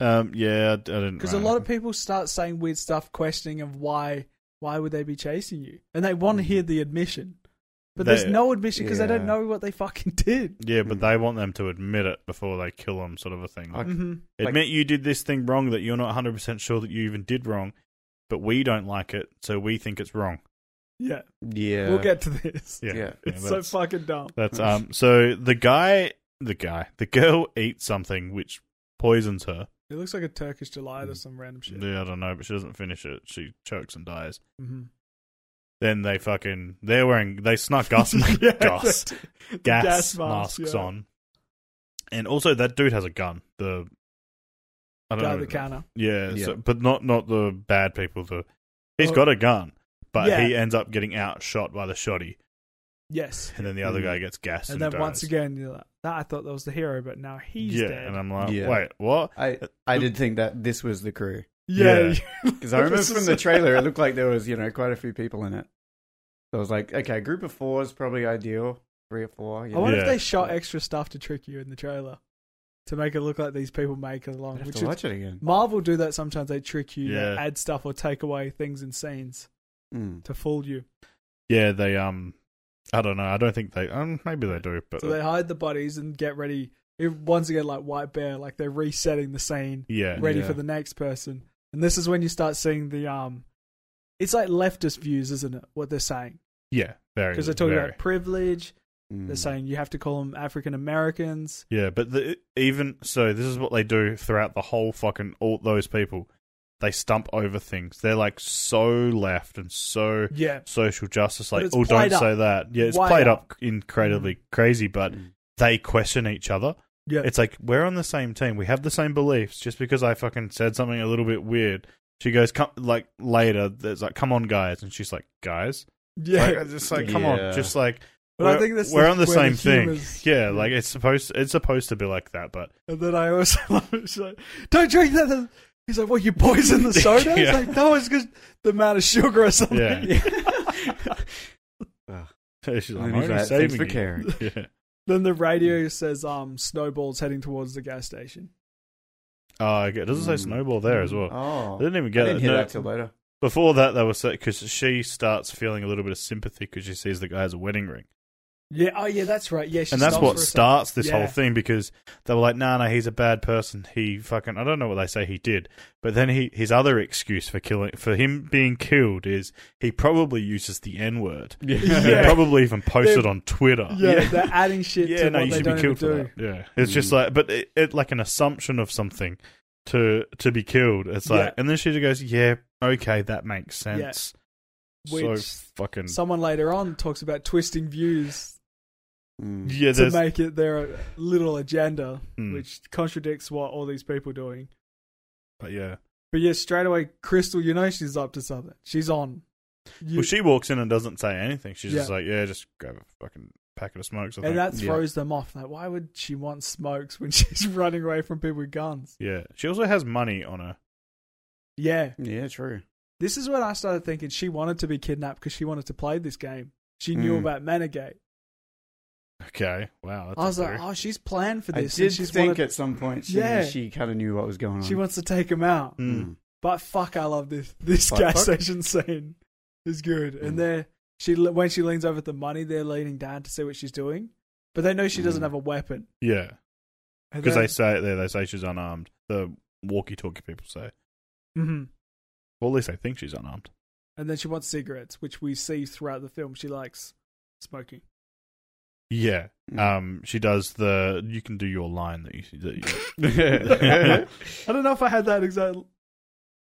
Speaker 1: Um, yeah, I, I didn't.
Speaker 3: Because a lot of people start saying weird stuff, questioning of why why would they be chasing you, and they want to hear the admission, but there's
Speaker 1: They-
Speaker 3: no admission because they don't
Speaker 2: Yeah.
Speaker 3: know what they fucking did.
Speaker 1: Yeah, but they want them to admit it before they kill them, sort of a thing.
Speaker 2: Like-
Speaker 3: hmm
Speaker 1: admit you did this thing wrong that you're not 100% sure that you even did wrong, but we don't like it, so we think it's wrong.
Speaker 3: Yeah,
Speaker 2: Yeah.
Speaker 3: we'll get to this.
Speaker 1: Yeah.
Speaker 2: Yeah.
Speaker 3: It's so
Speaker 1: that's-
Speaker 3: fucking dumb.
Speaker 1: That's um. So the guy, the guy, the girl eats something which poisons her.
Speaker 3: It looks like a Turkish delight or some random shit.
Speaker 1: Yeah, I don't know, but she doesn't finish it. She chokes and dies.
Speaker 3: Mhm.
Speaker 1: Then they fucking they're wearing they snuck gas ma-
Speaker 3: Yeah,
Speaker 1: gas,
Speaker 3: the- the
Speaker 1: gas
Speaker 3: mask,
Speaker 1: masks
Speaker 3: yeah.
Speaker 1: on, and also that dude has a gun. The I don't
Speaker 3: Guy
Speaker 1: know.
Speaker 3: the canner.
Speaker 1: Yeah,
Speaker 2: Yeah.
Speaker 1: So, but not not the bad people. The he's
Speaker 3: Oh.
Speaker 1: got a gun, but
Speaker 3: Yeah.
Speaker 1: he ends up getting outshot by the shoddy,
Speaker 3: Yes.
Speaker 1: and then the other
Speaker 2: Mhm.
Speaker 1: guy gets gassed.
Speaker 3: Mm. And then
Speaker 1: dies.
Speaker 3: once again, you're like, that I thought that was the hero, but now he's
Speaker 1: yeah,
Speaker 3: dead.
Speaker 1: and I'm like,
Speaker 2: Yeah.
Speaker 1: wait, what?
Speaker 2: I, Uh, I did think that this was the crew.
Speaker 3: yeah,
Speaker 2: Because I remember
Speaker 3: This is-
Speaker 2: from the trailer, it looked like there was, you know, quite a few people in it. So I was like, okay, group of four is probably ideal. Three or four. You
Speaker 3: I
Speaker 2: know.
Speaker 3: wonder
Speaker 1: Yeah.
Speaker 3: if they shot extra stuff to trick you in the trailer to make it look like these people make it
Speaker 2: I'd
Speaker 3: along.
Speaker 2: have
Speaker 3: Which
Speaker 2: to
Speaker 3: is,
Speaker 2: watch it again.
Speaker 3: Marvel do that sometimes. They trick you,
Speaker 1: Yeah.
Speaker 3: they add stuff or take away things and scenes
Speaker 2: Mm.
Speaker 3: to fool you.
Speaker 1: Yeah, they um, I don't know. I don't think they um, maybe they do, but
Speaker 3: So they hide the bodies and get ready. If, once again, like White Bear, like they're resetting the scene,
Speaker 1: yeah,
Speaker 3: ready
Speaker 2: Yeah.
Speaker 3: for the next person. And this is when you start seeing the um, it's like leftist views, isn't it? What they're saying
Speaker 1: yeah, very
Speaker 3: because they're talking
Speaker 1: very.
Speaker 3: about privilege. They're
Speaker 2: Mm.
Speaker 3: saying you have to call them African Americans.
Speaker 1: Yeah, but the, even so, this is what they do throughout the whole fucking all those people. They stump over things. They're like so left and so
Speaker 3: Yeah,
Speaker 1: social justice.
Speaker 3: But
Speaker 1: Like,
Speaker 3: it's
Speaker 1: oh,
Speaker 3: played
Speaker 1: don't say
Speaker 3: up. Mm-hmm.
Speaker 1: that. Yeah, it's
Speaker 3: Way
Speaker 1: played
Speaker 3: up.
Speaker 1: up incredibly crazy, but
Speaker 2: Mm.
Speaker 1: they question each other.
Speaker 3: yeah.
Speaker 1: It's like we're on the same team. We have the same beliefs. Just because I fucking said something a little bit weird, she goes, "Come like later." There's like, "Come on, guys," and she's like, "Guys."
Speaker 3: yeah.
Speaker 1: Like, just like, come
Speaker 2: Yeah.
Speaker 1: on, just like.
Speaker 3: But
Speaker 1: we're,
Speaker 3: I think that's
Speaker 1: we're
Speaker 3: the-
Speaker 1: on the
Speaker 3: where
Speaker 1: same
Speaker 3: the
Speaker 1: thing.
Speaker 3: humor's-
Speaker 1: Yeah, like it's supposed it's supposed to be like that, but
Speaker 3: And then I also love it. She's like, don't drink that. He's like, what, you poison the soda? It's
Speaker 1: Yeah.
Speaker 3: like, no, it's because the amount of sugar or something.
Speaker 1: Yeah. she's
Speaker 2: And
Speaker 1: like,
Speaker 2: then
Speaker 1: "I'm
Speaker 2: he's
Speaker 1: only
Speaker 2: like, thanks
Speaker 1: saving
Speaker 2: for
Speaker 1: you."
Speaker 2: caring.
Speaker 1: Yeah.
Speaker 3: then the radio says, um, Snowball's heading towards the gas station.
Speaker 1: Uh, it doesn't say
Speaker 2: Mm.
Speaker 1: snowball there as well.
Speaker 2: Oh.
Speaker 1: I didn't even
Speaker 2: I
Speaker 1: get
Speaker 2: didn't
Speaker 1: it.
Speaker 2: hear
Speaker 1: No,
Speaker 2: that till later.
Speaker 1: before that, they were because she starts feeling a little bit of sympathy because she sees the guy has a wedding ring,
Speaker 3: Yeah, oh yeah, that's right. Yeah, she
Speaker 1: and that's
Speaker 3: stops
Speaker 1: what
Speaker 3: for a
Speaker 1: starts this
Speaker 3: Yeah.
Speaker 1: whole thing because they were like, "No, nah, no, he's a bad person. He fucking I don't know what they say he did, but then he his other excuse for killing for him being killed is he probably uses the n word.
Speaker 3: Yeah.
Speaker 1: He probably even posted
Speaker 3: They-
Speaker 1: on Twitter.
Speaker 3: second. Yeah, they're adding shit
Speaker 1: yeah,
Speaker 3: to
Speaker 1: no,
Speaker 3: what
Speaker 1: you
Speaker 3: they
Speaker 1: should
Speaker 3: don't
Speaker 1: be
Speaker 3: even
Speaker 1: killed for
Speaker 3: do.
Speaker 1: that. Yeah, it's
Speaker 2: Mm.
Speaker 1: just like, but it, it like an assumption of something to to be killed. It's like,
Speaker 3: Yeah.
Speaker 1: and then she just goes, "Yeah, okay, that makes sense."
Speaker 3: Which
Speaker 1: so fucking
Speaker 3: someone later on talks about twisting views
Speaker 2: Mm.
Speaker 1: yeah,
Speaker 3: to
Speaker 1: there's
Speaker 3: make it their little agenda,
Speaker 1: mm,
Speaker 3: which contradicts what all these people are doing.
Speaker 1: but yeah.
Speaker 3: But yeah, straight away, Crystal, you know she's up to something. She's on. You-
Speaker 1: Well, she walks in and doesn't say anything. She's just
Speaker 3: Yeah.
Speaker 1: like, "Yeah, just grab a fucking packet of smokes." I think.
Speaker 3: and that
Speaker 2: Yeah.
Speaker 3: throws them off. Like, why would she want smokes when she's running away from people with guns?
Speaker 1: yeah, she also has money on her.
Speaker 3: Yeah.
Speaker 2: Yeah, true.
Speaker 3: This is when I started thinking she wanted to be kidnapped because she wanted to play this game. She knew
Speaker 2: Mm.
Speaker 3: about Managate.
Speaker 1: Okay, wow. That's
Speaker 3: I was
Speaker 1: a
Speaker 3: like,
Speaker 1: theory.
Speaker 3: oh, she's planned for
Speaker 2: I
Speaker 3: this. and
Speaker 2: did
Speaker 3: she's
Speaker 2: think
Speaker 3: wanted-
Speaker 2: at some point she,
Speaker 3: Yeah.
Speaker 2: she kind of knew what was going on.
Speaker 3: she wants to take him out.
Speaker 1: Mm.
Speaker 2: Mm.
Speaker 3: But fuck, I love this. This
Speaker 2: Fuck,
Speaker 3: gas
Speaker 2: fuck.
Speaker 3: station scene is good.
Speaker 2: Mm.
Speaker 3: And there, she le- when she leans over at the money, they're leaning down to see what she's doing. But they know she doesn't
Speaker 2: Mm.
Speaker 3: have a weapon.
Speaker 1: yeah,
Speaker 3: And
Speaker 1: because
Speaker 3: then-
Speaker 1: they say it there. They say she's unarmed. The walkie-talkie people say.
Speaker 3: Mhm.
Speaker 1: Well, at least they think she's unarmed.
Speaker 3: And then she wants cigarettes, which we see throughout the film. She likes smoking.
Speaker 1: Yeah,
Speaker 2: Mm.
Speaker 1: Um, she does the. You can do your line that you. That you
Speaker 3: I don't know if I had that exact.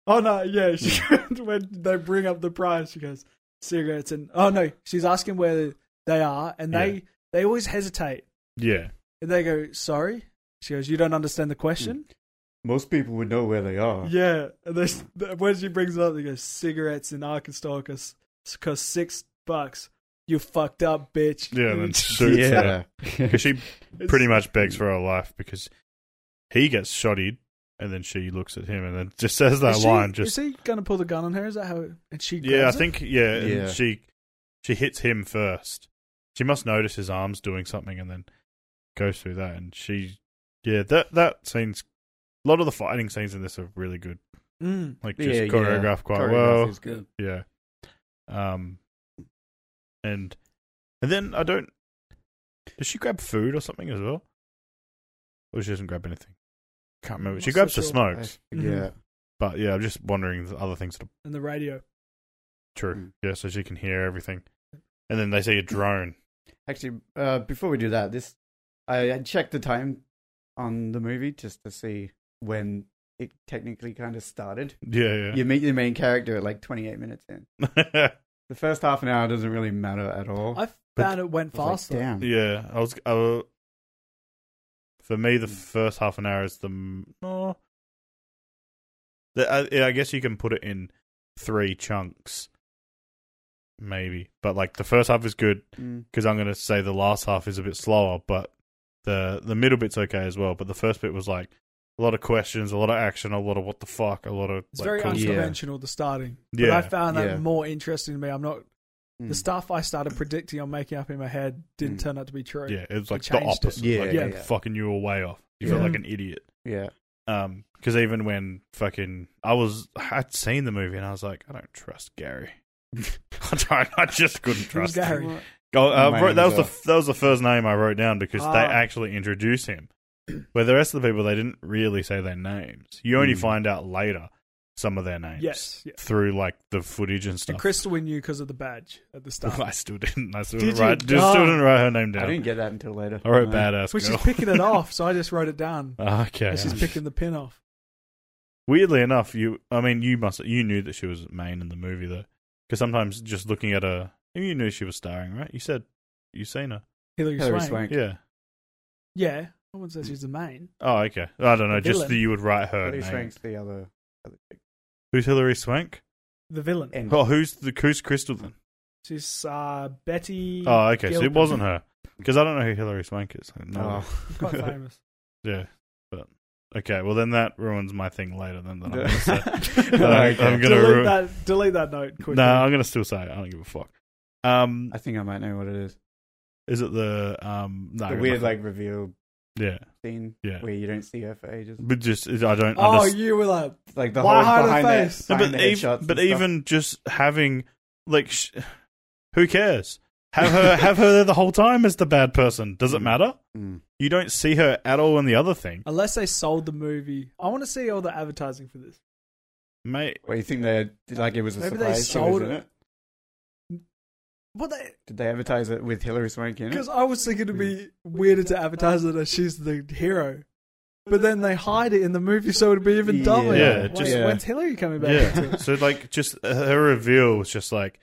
Speaker 3: Oh no, yeah. She
Speaker 2: Mm.
Speaker 3: when they bring up the price, she goes cigarettes and oh no, she's asking where they are, and they
Speaker 1: Yeah.
Speaker 3: they always hesitate,
Speaker 1: yeah,
Speaker 3: and they go sorry. She goes, you don't understand the question.
Speaker 2: Most people would know where they are.
Speaker 3: Yeah, and there's- when she brings it up, they go cigarettes in Arkansas cause, cause six bucks. You fucked up, bitch.
Speaker 1: yeah. And then shoots yeah,
Speaker 2: Yeah.
Speaker 1: because she
Speaker 3: It's-
Speaker 1: pretty much begs for her life because he gets shotted, and then she looks at him and then just says that
Speaker 3: Is
Speaker 1: line.
Speaker 3: She,
Speaker 1: Just
Speaker 3: is he gonna pull the gun on her? Is that how? And she.
Speaker 1: yeah, I
Speaker 3: grabs it?
Speaker 1: think yeah,
Speaker 2: Yeah.
Speaker 1: And she she hits him first, She must notice his arms doing something and then goes through that. And she, yeah, that that scene's a lot of the fighting scenes in this are really good.
Speaker 3: Mm.
Speaker 1: Like just choreographed quite well.
Speaker 2: Choreograph is good.
Speaker 1: Yeah. Um and and then I don't does she grab food or something as well? Or she doesn't grab anything. Can't remember. she
Speaker 3: Not so
Speaker 1: grabs the
Speaker 3: sure.
Speaker 1: smokes.
Speaker 2: Yeah.
Speaker 3: Mm-hmm.
Speaker 1: But yeah, I'm just wondering the other things that are
Speaker 3: And the radio.
Speaker 1: true.
Speaker 3: Hmm.
Speaker 2: Mm.
Speaker 1: Yeah, so she can hear everything. And then they see a drone.
Speaker 2: Actually, uh, before we do that, this I, I checked the time on the movie just to see when it technically kind of started.
Speaker 1: Yeah,
Speaker 2: You meet your main character at like 28 minutes in.
Speaker 1: yeah.
Speaker 2: The first half an hour doesn't really matter at
Speaker 1: Oh.
Speaker 2: all.
Speaker 3: I found it went
Speaker 2: I was like,
Speaker 3: faster.
Speaker 2: damn.
Speaker 1: yeah. I was I, wa- for me the
Speaker 2: Mm.
Speaker 1: first half an hour is the m- oh, the, I, I guess you can put it in three chunks. Maybe. But like the first half is good.
Speaker 2: Mm.
Speaker 1: because I'm going to say the last half is a bit slower, but the the middle bit's okay as well. But the first bit was like a lot of questions, a lot of action, a lot of what the fuck, a lot of
Speaker 3: It's
Speaker 1: like,
Speaker 3: very
Speaker 1: cool-
Speaker 2: un-
Speaker 3: unconventional, the starting. But
Speaker 1: Yeah.
Speaker 3: I found that
Speaker 2: Yeah.
Speaker 3: more interesting to me. I'm not the
Speaker 2: Mm.
Speaker 3: stuff I started predicting or making up in my head didn't
Speaker 2: Mm.
Speaker 3: turn out to be true.
Speaker 1: yeah, it was
Speaker 3: They
Speaker 1: like the
Speaker 3: changed it.
Speaker 1: opposite.
Speaker 2: Yeah,
Speaker 1: like,
Speaker 2: yeah,
Speaker 1: you
Speaker 2: yeah.
Speaker 1: fucking you were way off. You felt
Speaker 3: Yeah.
Speaker 1: like an idiot.
Speaker 2: Yeah.
Speaker 1: Um, because even when fucking I was I'd seen the movie and I was like, I don't trust Gary. I don't. I just couldn't
Speaker 3: Who's
Speaker 1: trust.
Speaker 3: Gary?
Speaker 1: Oh, I
Speaker 2: My uh,
Speaker 1: wrote, that was
Speaker 2: name's
Speaker 1: the that was the first name I wrote down because they
Speaker 3: Ah.
Speaker 1: actually introduce him. Where the rest of the people, they didn't really say their names. You only
Speaker 2: Mm.
Speaker 1: find out later some of their names.
Speaker 3: Yes, yeah.
Speaker 1: through like the footage and
Speaker 3: And
Speaker 1: stuff.
Speaker 3: Crystal we knew because of the badge at the start,
Speaker 1: I still didn't. I still
Speaker 3: Did
Speaker 1: didn't write.
Speaker 3: you?
Speaker 1: Just
Speaker 3: Oh.
Speaker 1: still didn't write her name
Speaker 2: I
Speaker 1: down.
Speaker 2: didn't get that until later.
Speaker 1: I, wrote
Speaker 2: No.
Speaker 1: badass
Speaker 3: which
Speaker 1: girl.
Speaker 3: is picking it off. So I just wrote it down.
Speaker 1: okay.
Speaker 3: And she's picking the pin off.
Speaker 1: Weirdly enough, you. I mean, you must. You knew that she was main in the movie though, because sometimes just looking at her, you knew she was starring, right? You said you seen her.
Speaker 3: Hillary,
Speaker 2: Hilary
Speaker 3: Swank.
Speaker 2: Swank.
Speaker 1: Yeah.
Speaker 3: Yeah, I wouldn't say she's the main.
Speaker 1: Oh, okay. I don't know.
Speaker 3: The
Speaker 1: Just
Speaker 3: villain.
Speaker 1: that you would write her
Speaker 2: Hilary
Speaker 1: name.
Speaker 2: Swank's the other. other chick.
Speaker 1: Who's Hillary Swank?
Speaker 3: The villain.
Speaker 2: And
Speaker 1: Oh, who's the who's Crystal then?
Speaker 3: She's uh, Betty.
Speaker 1: Oh, okay. So it
Speaker 3: Gilpin.
Speaker 1: wasn't her because I don't know who Hillary Swank is. No.
Speaker 2: Oh.
Speaker 3: Quite famous.
Speaker 1: Yeah, but okay. Well, then that ruins my thing later. Then that I'm gonna say.
Speaker 2: Okay.
Speaker 1: I'm gonna
Speaker 3: Delete
Speaker 1: ruin-
Speaker 3: that. Delete that note quickly.
Speaker 1: No, I'm gonna still say it. I don't give a fuck. Um,
Speaker 2: I think I might know what it is.
Speaker 1: is it the um no,
Speaker 2: the weird like reveal
Speaker 1: yeah
Speaker 2: scene
Speaker 1: yeah,
Speaker 2: where you don't see her for ages.
Speaker 1: but just is- I don't.
Speaker 3: oh,
Speaker 1: understand.
Speaker 3: you were like,
Speaker 2: Like the whole
Speaker 3: Why hide her
Speaker 2: behind the,
Speaker 3: face?
Speaker 1: No,
Speaker 2: behind
Speaker 1: but
Speaker 2: the
Speaker 1: even
Speaker 2: headshots and
Speaker 1: but
Speaker 2: stuff.
Speaker 1: even just having like sh- who cares? Have her have her there the whole time as the bad person. Does it matter?
Speaker 2: Mm.
Speaker 1: You don't see her at all in the other thing,
Speaker 3: unless they sold the movie. I want to see all the advertising for this.
Speaker 1: mate.
Speaker 2: Well, you think they like it was a
Speaker 3: Maybe they
Speaker 2: surprise? she was
Speaker 3: sold
Speaker 2: in
Speaker 3: it. What they?
Speaker 2: Did they advertise it with Hillary Swank in it?
Speaker 3: Because I was thinking it'd be weirder to advertise it as she's the hero, but then they hide it in the movie, so it'd be even dumber.
Speaker 1: Yeah,
Speaker 3: Like,
Speaker 1: just-
Speaker 3: wait, when's Hillary coming back?
Speaker 1: Yeah. so like, just uh, her reveal was just like,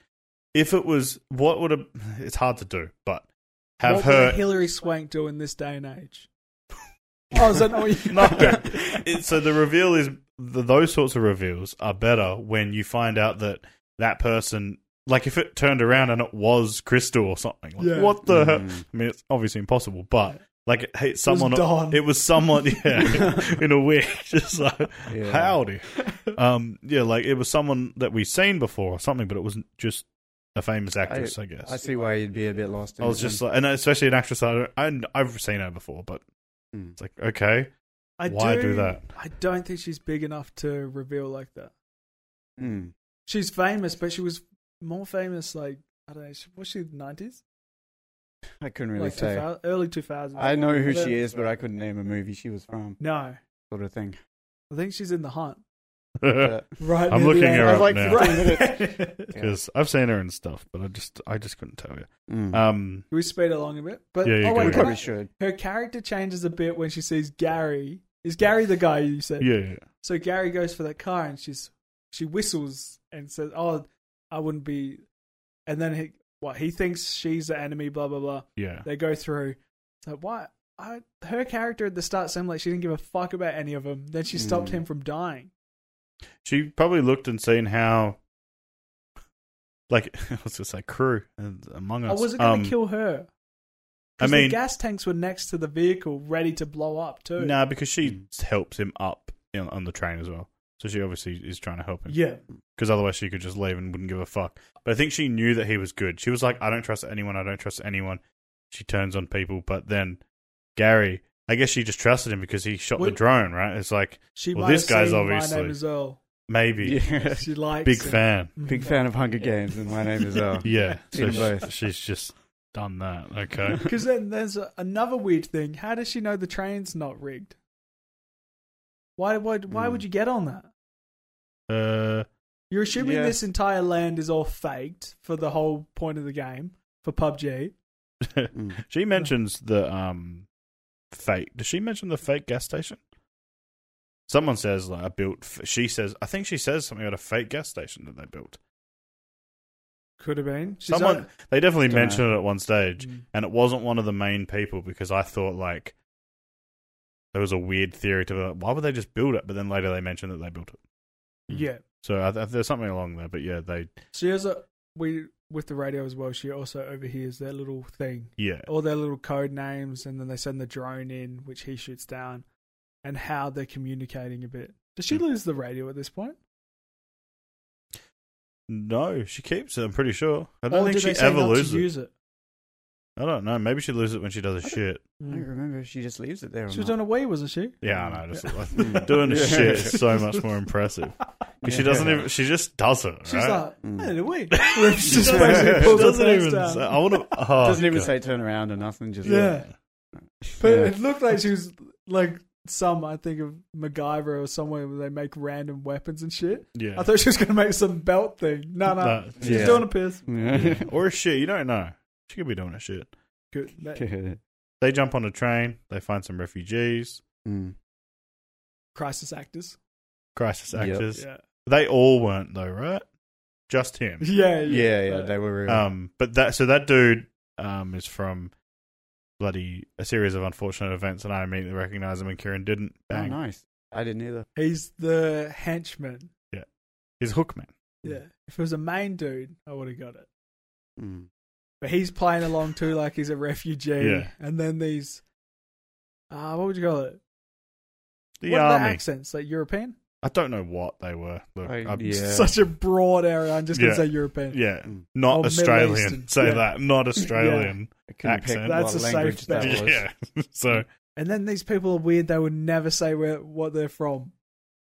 Speaker 1: if it was, what would a? It's hard to do, but have
Speaker 3: what
Speaker 1: her.
Speaker 3: would Hillary Swank do in this day and age? oh, is that not what you
Speaker 1: no. It- so the reveal is th those sorts of reveals are better when you find out that that person, like, if it turned around and it was Crystal or something, like,
Speaker 3: Yeah.
Speaker 1: what the? hell?
Speaker 2: Mm.
Speaker 1: I mean, it's obviously impossible, but like, hey, it's someone.
Speaker 3: Dawn.
Speaker 1: It was someone, yeah, in a wig, just like
Speaker 2: Yeah.
Speaker 1: howdy. Um, yeah, like it was someone that we've seen before or something, but it wasn't just a famous actress, I, guess.
Speaker 2: I see why you'd be a bit lost. In
Speaker 1: I was
Speaker 2: it then.
Speaker 1: just like, and especially an actress I don't, and I've seen her before, but
Speaker 2: Mm.
Speaker 1: it's like, okay,
Speaker 3: I
Speaker 1: why do that?
Speaker 3: I don't think she's big enough to reveal like that.
Speaker 2: Mm.
Speaker 3: She's famous, but she was more famous like I don't know. she- Was she the nineties?
Speaker 2: I couldn't really
Speaker 3: like
Speaker 2: say.
Speaker 3: 2000, early two thousands.
Speaker 2: I know who she is, but I couldn't name a movie she was from,
Speaker 3: No,
Speaker 2: sort of thing.
Speaker 3: I think she's in the hunt.
Speaker 2: But,
Speaker 3: Right.
Speaker 1: I'm
Speaker 3: near the
Speaker 1: looking
Speaker 3: end.
Speaker 1: her
Speaker 2: I
Speaker 1: up
Speaker 2: was like,
Speaker 1: now.
Speaker 2: 15 minutes.
Speaker 1: because I've seen her and stuff, but I just, I just couldn't tell you.
Speaker 2: Mm.
Speaker 1: Um,
Speaker 3: Can we speed along a bit? But
Speaker 1: Yeah, you
Speaker 3: oh,
Speaker 1: go,
Speaker 3: wait,
Speaker 1: yeah.
Speaker 2: we
Speaker 3: can
Speaker 2: probably
Speaker 3: I-
Speaker 2: should.
Speaker 3: her character changes a bit when she sees Gary. Is Gary the guy you said?
Speaker 1: yeah, yeah.
Speaker 3: So Gary goes for that car and she's she whistles and says, "Oh, I wouldn't be." And then he, what he thinks she's the enemy, blah blah blah.
Speaker 1: yeah.
Speaker 3: They go through. It's like why I, her character at the start seemed like she didn't give a fuck about any of them. Then she stopped
Speaker 2: Mm.
Speaker 3: him from dying.
Speaker 1: She probably looked and seen how, like, I was gonna say crew and Among
Speaker 3: I
Speaker 1: Us.
Speaker 3: wasn't going to
Speaker 1: um,
Speaker 3: kill her.
Speaker 1: I
Speaker 3: 'Cause the
Speaker 1: mean,
Speaker 3: gas tanks were next to the vehicle, ready to blow up too.
Speaker 1: No, because she
Speaker 2: Mm.
Speaker 1: helps him up you know, on the train as well. So she obviously is trying to help him
Speaker 3: Yeah.
Speaker 1: because otherwise she could just leave and wouldn't give a fuck. But I think she knew that he was good. She was like, I don't trust anyone. I don't trust anyone. She turns on people, but then Gary, I guess she just trusted him because he shot the
Speaker 3: Wait.
Speaker 1: drone, right? It's like
Speaker 3: She
Speaker 1: Well,
Speaker 3: might
Speaker 1: this
Speaker 3: have
Speaker 1: guy's
Speaker 3: seen My
Speaker 1: obviously-
Speaker 3: name is Earl.
Speaker 1: maybe
Speaker 2: Yeah.
Speaker 3: She likes
Speaker 1: big
Speaker 3: him. Mm-hmm.
Speaker 1: fan.
Speaker 2: Big fan of Hunger Games, and my name is uh, Earl.
Speaker 1: Yeah, so
Speaker 2: Seen them
Speaker 1: she-
Speaker 2: both.
Speaker 1: she's just done that. Okay,
Speaker 3: Because then there's a, another weird thing. How does she know the train's not rigged? Why? Why? Why
Speaker 2: Hmm.
Speaker 3: would you get on that?
Speaker 1: uh,
Speaker 3: You're assuming
Speaker 2: Yeah.
Speaker 3: this entire land is all faked for the whole point of the game for PUBG.
Speaker 2: Mm.
Speaker 1: she mentions the um fake. Does she mention the fake gas station? Someone says like I built. f- She says I think she says something about a fake gas station that they built.
Speaker 3: Could have been. She's
Speaker 1: Someone
Speaker 3: on-
Speaker 1: they definitely
Speaker 2: Dunno.
Speaker 1: mentioned it at one stage,
Speaker 3: Mm.
Speaker 1: and it wasn't one of the main people because I thought like there was a weird theory to like, why would they just build it, but then later they mentioned that they built it.
Speaker 3: yeah.
Speaker 1: So I, th- there's something along there, but yeah, they
Speaker 3: She has a we with the radio as well. She also overhears their little thing,
Speaker 1: yeah
Speaker 3: all their little code names, and then they send the drone in, which he shoots down, and how they're communicating a bit. Does she
Speaker 1: Hmm.
Speaker 3: lose the radio at this point?
Speaker 1: no, she keeps it. I'm pretty sure. I
Speaker 3: Or
Speaker 1: don't think
Speaker 3: did they
Speaker 1: she
Speaker 3: say
Speaker 1: ever
Speaker 3: not to
Speaker 1: loses it.
Speaker 3: Use it.
Speaker 1: I don't know. Maybe she loses it when she does a shit.
Speaker 2: I don't
Speaker 3: Mm.
Speaker 2: remember if she just leaves it there.
Speaker 3: She was on a wee, wasn't she?
Speaker 1: Yeah, I know. Just,
Speaker 2: Yeah.
Speaker 1: doing a
Speaker 2: Mm. Yeah.
Speaker 1: shit is so much more impressive. 'Cause She doesn't even. She just does it.
Speaker 3: She's
Speaker 1: right?
Speaker 3: like,
Speaker 2: Mm.
Speaker 3: I did a
Speaker 1: She
Speaker 3: wee. She just
Speaker 1: doesn't-
Speaker 3: basically
Speaker 1: she
Speaker 3: pulls her
Speaker 1: doesn't
Speaker 3: pants
Speaker 1: even.
Speaker 3: down.
Speaker 1: Say, I want to. Oh,
Speaker 2: Doesn't even
Speaker 1: God.
Speaker 2: say turn around or nothing. Just
Speaker 3: Yeah. But
Speaker 2: Yeah.
Speaker 3: it looked like she was like some, I think, of MacGyver or somewhere where they make random weapons and shit.
Speaker 1: Yeah.
Speaker 3: I thought she was going to make some belt thing. No, no.
Speaker 1: No,
Speaker 3: She's
Speaker 2: yeah.
Speaker 3: doing a piss.
Speaker 1: Yeah. or a shit. You don't know. She could be doing a shit.
Speaker 3: Good. That-
Speaker 1: They jump on a train. They find some refugees,
Speaker 2: Mm.
Speaker 3: Crisis actors.
Speaker 1: crisis
Speaker 2: Yep.
Speaker 1: actors.
Speaker 3: Yeah.
Speaker 1: They all weren't though, right? Just him.
Speaker 3: Yeah.
Speaker 2: Yeah, yeah,
Speaker 3: But-
Speaker 2: they were real. Oh,
Speaker 1: Um, but that so that dude um is from bloody a series of unfortunate events, and I immediately recognize him, and Kieran didn't.
Speaker 2: oh,
Speaker 1: Bang.
Speaker 2: nice. I didn't either.
Speaker 3: He's the henchman.
Speaker 1: He's Hookman.
Speaker 3: Yeah. If it was a main dude, I would have got it.
Speaker 2: Mm.
Speaker 3: But he's playing along too, like he's a refugee.
Speaker 1: Yeah.
Speaker 3: And then these, uh, what would you call it?
Speaker 1: The
Speaker 3: what are the
Speaker 1: army.
Speaker 3: accents? Like European?
Speaker 1: I don't know what they were. Look,
Speaker 2: I-
Speaker 1: I'm-
Speaker 2: Oh, yeah.
Speaker 3: Such a broad area. I'm just going
Speaker 1: Yeah.
Speaker 3: to say European.
Speaker 1: Yeah,
Speaker 2: Mm.
Speaker 1: not
Speaker 3: Or Middle
Speaker 1: Australian.
Speaker 3: Eastern.
Speaker 1: Say
Speaker 3: Yeah.
Speaker 1: that, not Australian.
Speaker 2: I couldn't
Speaker 1: Accent.
Speaker 2: pick
Speaker 3: That's
Speaker 2: what
Speaker 3: a safe
Speaker 2: language that
Speaker 3: bet.
Speaker 2: was.
Speaker 1: Yeah. so
Speaker 3: And then these people are weird. They would never say where what they're from.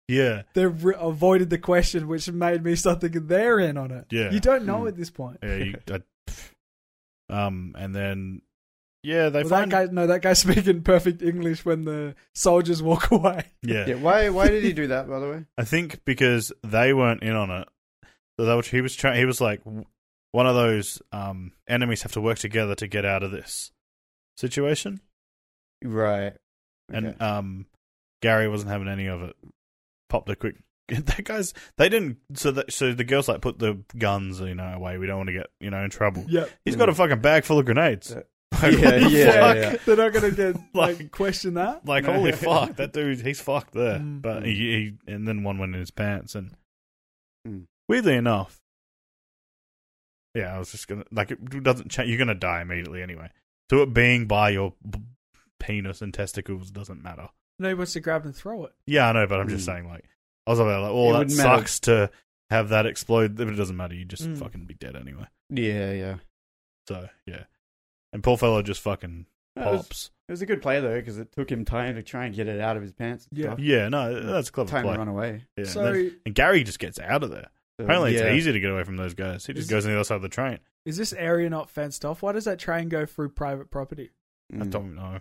Speaker 1: yeah,
Speaker 3: They re- avoided the question, which made me start thinking they're in on it.
Speaker 1: Yeah.
Speaker 3: You don't know
Speaker 2: Hmm.
Speaker 3: at this point.
Speaker 1: yeah. You, I, pff. um, and then yeah, they
Speaker 3: Well, that
Speaker 1: find
Speaker 3: guy, no, that guy's speaking perfect English when the soldiers walk away.
Speaker 1: yeah.
Speaker 2: Yeah, why? Why did he do that? By the way,
Speaker 1: I think because they weren't in on it. So they were, he was trying. He was like w- one of those um, enemies have to work together to get out of this situation,
Speaker 2: right? Okay.
Speaker 1: and um, Gary wasn't having any of it. Popped a quick. That guy's. They didn't. So that, so the girls like put the guns you know away. We don't want to get you know in trouble.
Speaker 3: Yep.
Speaker 1: He's got a fucking bag full of grenades.
Speaker 2: Yeah.
Speaker 1: Like,
Speaker 2: Yeah,
Speaker 1: what the
Speaker 2: yeah,
Speaker 1: fuck?
Speaker 2: yeah.
Speaker 3: They're not going to get
Speaker 1: Like-
Speaker 3: like, question that.
Speaker 1: Like
Speaker 2: No.
Speaker 1: holy fuck, that dude, he's fucked there.
Speaker 3: Mm.
Speaker 1: But he, he, and then one went in his pants, and
Speaker 2: Mm.
Speaker 1: weirdly enough, yeah, I was just gonna like it doesn't change. You're gonna die immediately anyway. So it being by your b- penis and testicles doesn't matter.
Speaker 3: No, he wants to grab and throw it.
Speaker 1: Yeah, I know, but I'm just
Speaker 2: Mm.
Speaker 1: saying like I was about like, oh,
Speaker 2: It
Speaker 1: that
Speaker 2: wouldn't matter.
Speaker 1: sucks to have that explode, but it doesn't matter. You just
Speaker 3: Mm.
Speaker 1: fucking be dead anyway.
Speaker 2: yeah, yeah.
Speaker 1: So yeah, and poor fellow just fucking
Speaker 2: That was-
Speaker 1: pops.
Speaker 2: It was a good play though, because it took him time to try and get it out of his pants. and
Speaker 3: Yeah.
Speaker 2: stuff.
Speaker 1: Yeah, no, that's a clever
Speaker 2: time
Speaker 1: play.
Speaker 2: to run away.
Speaker 1: Yeah,
Speaker 3: so
Speaker 1: and then- and Gary just gets out of there.
Speaker 2: So,
Speaker 1: Apparently,
Speaker 2: yeah.
Speaker 1: it's easy to get away from those guys. He just
Speaker 3: Is-
Speaker 1: goes on the other side of the train.
Speaker 3: is this area not fenced off? Why does that train go through private property?
Speaker 1: I
Speaker 2: Mm.
Speaker 1: don't know.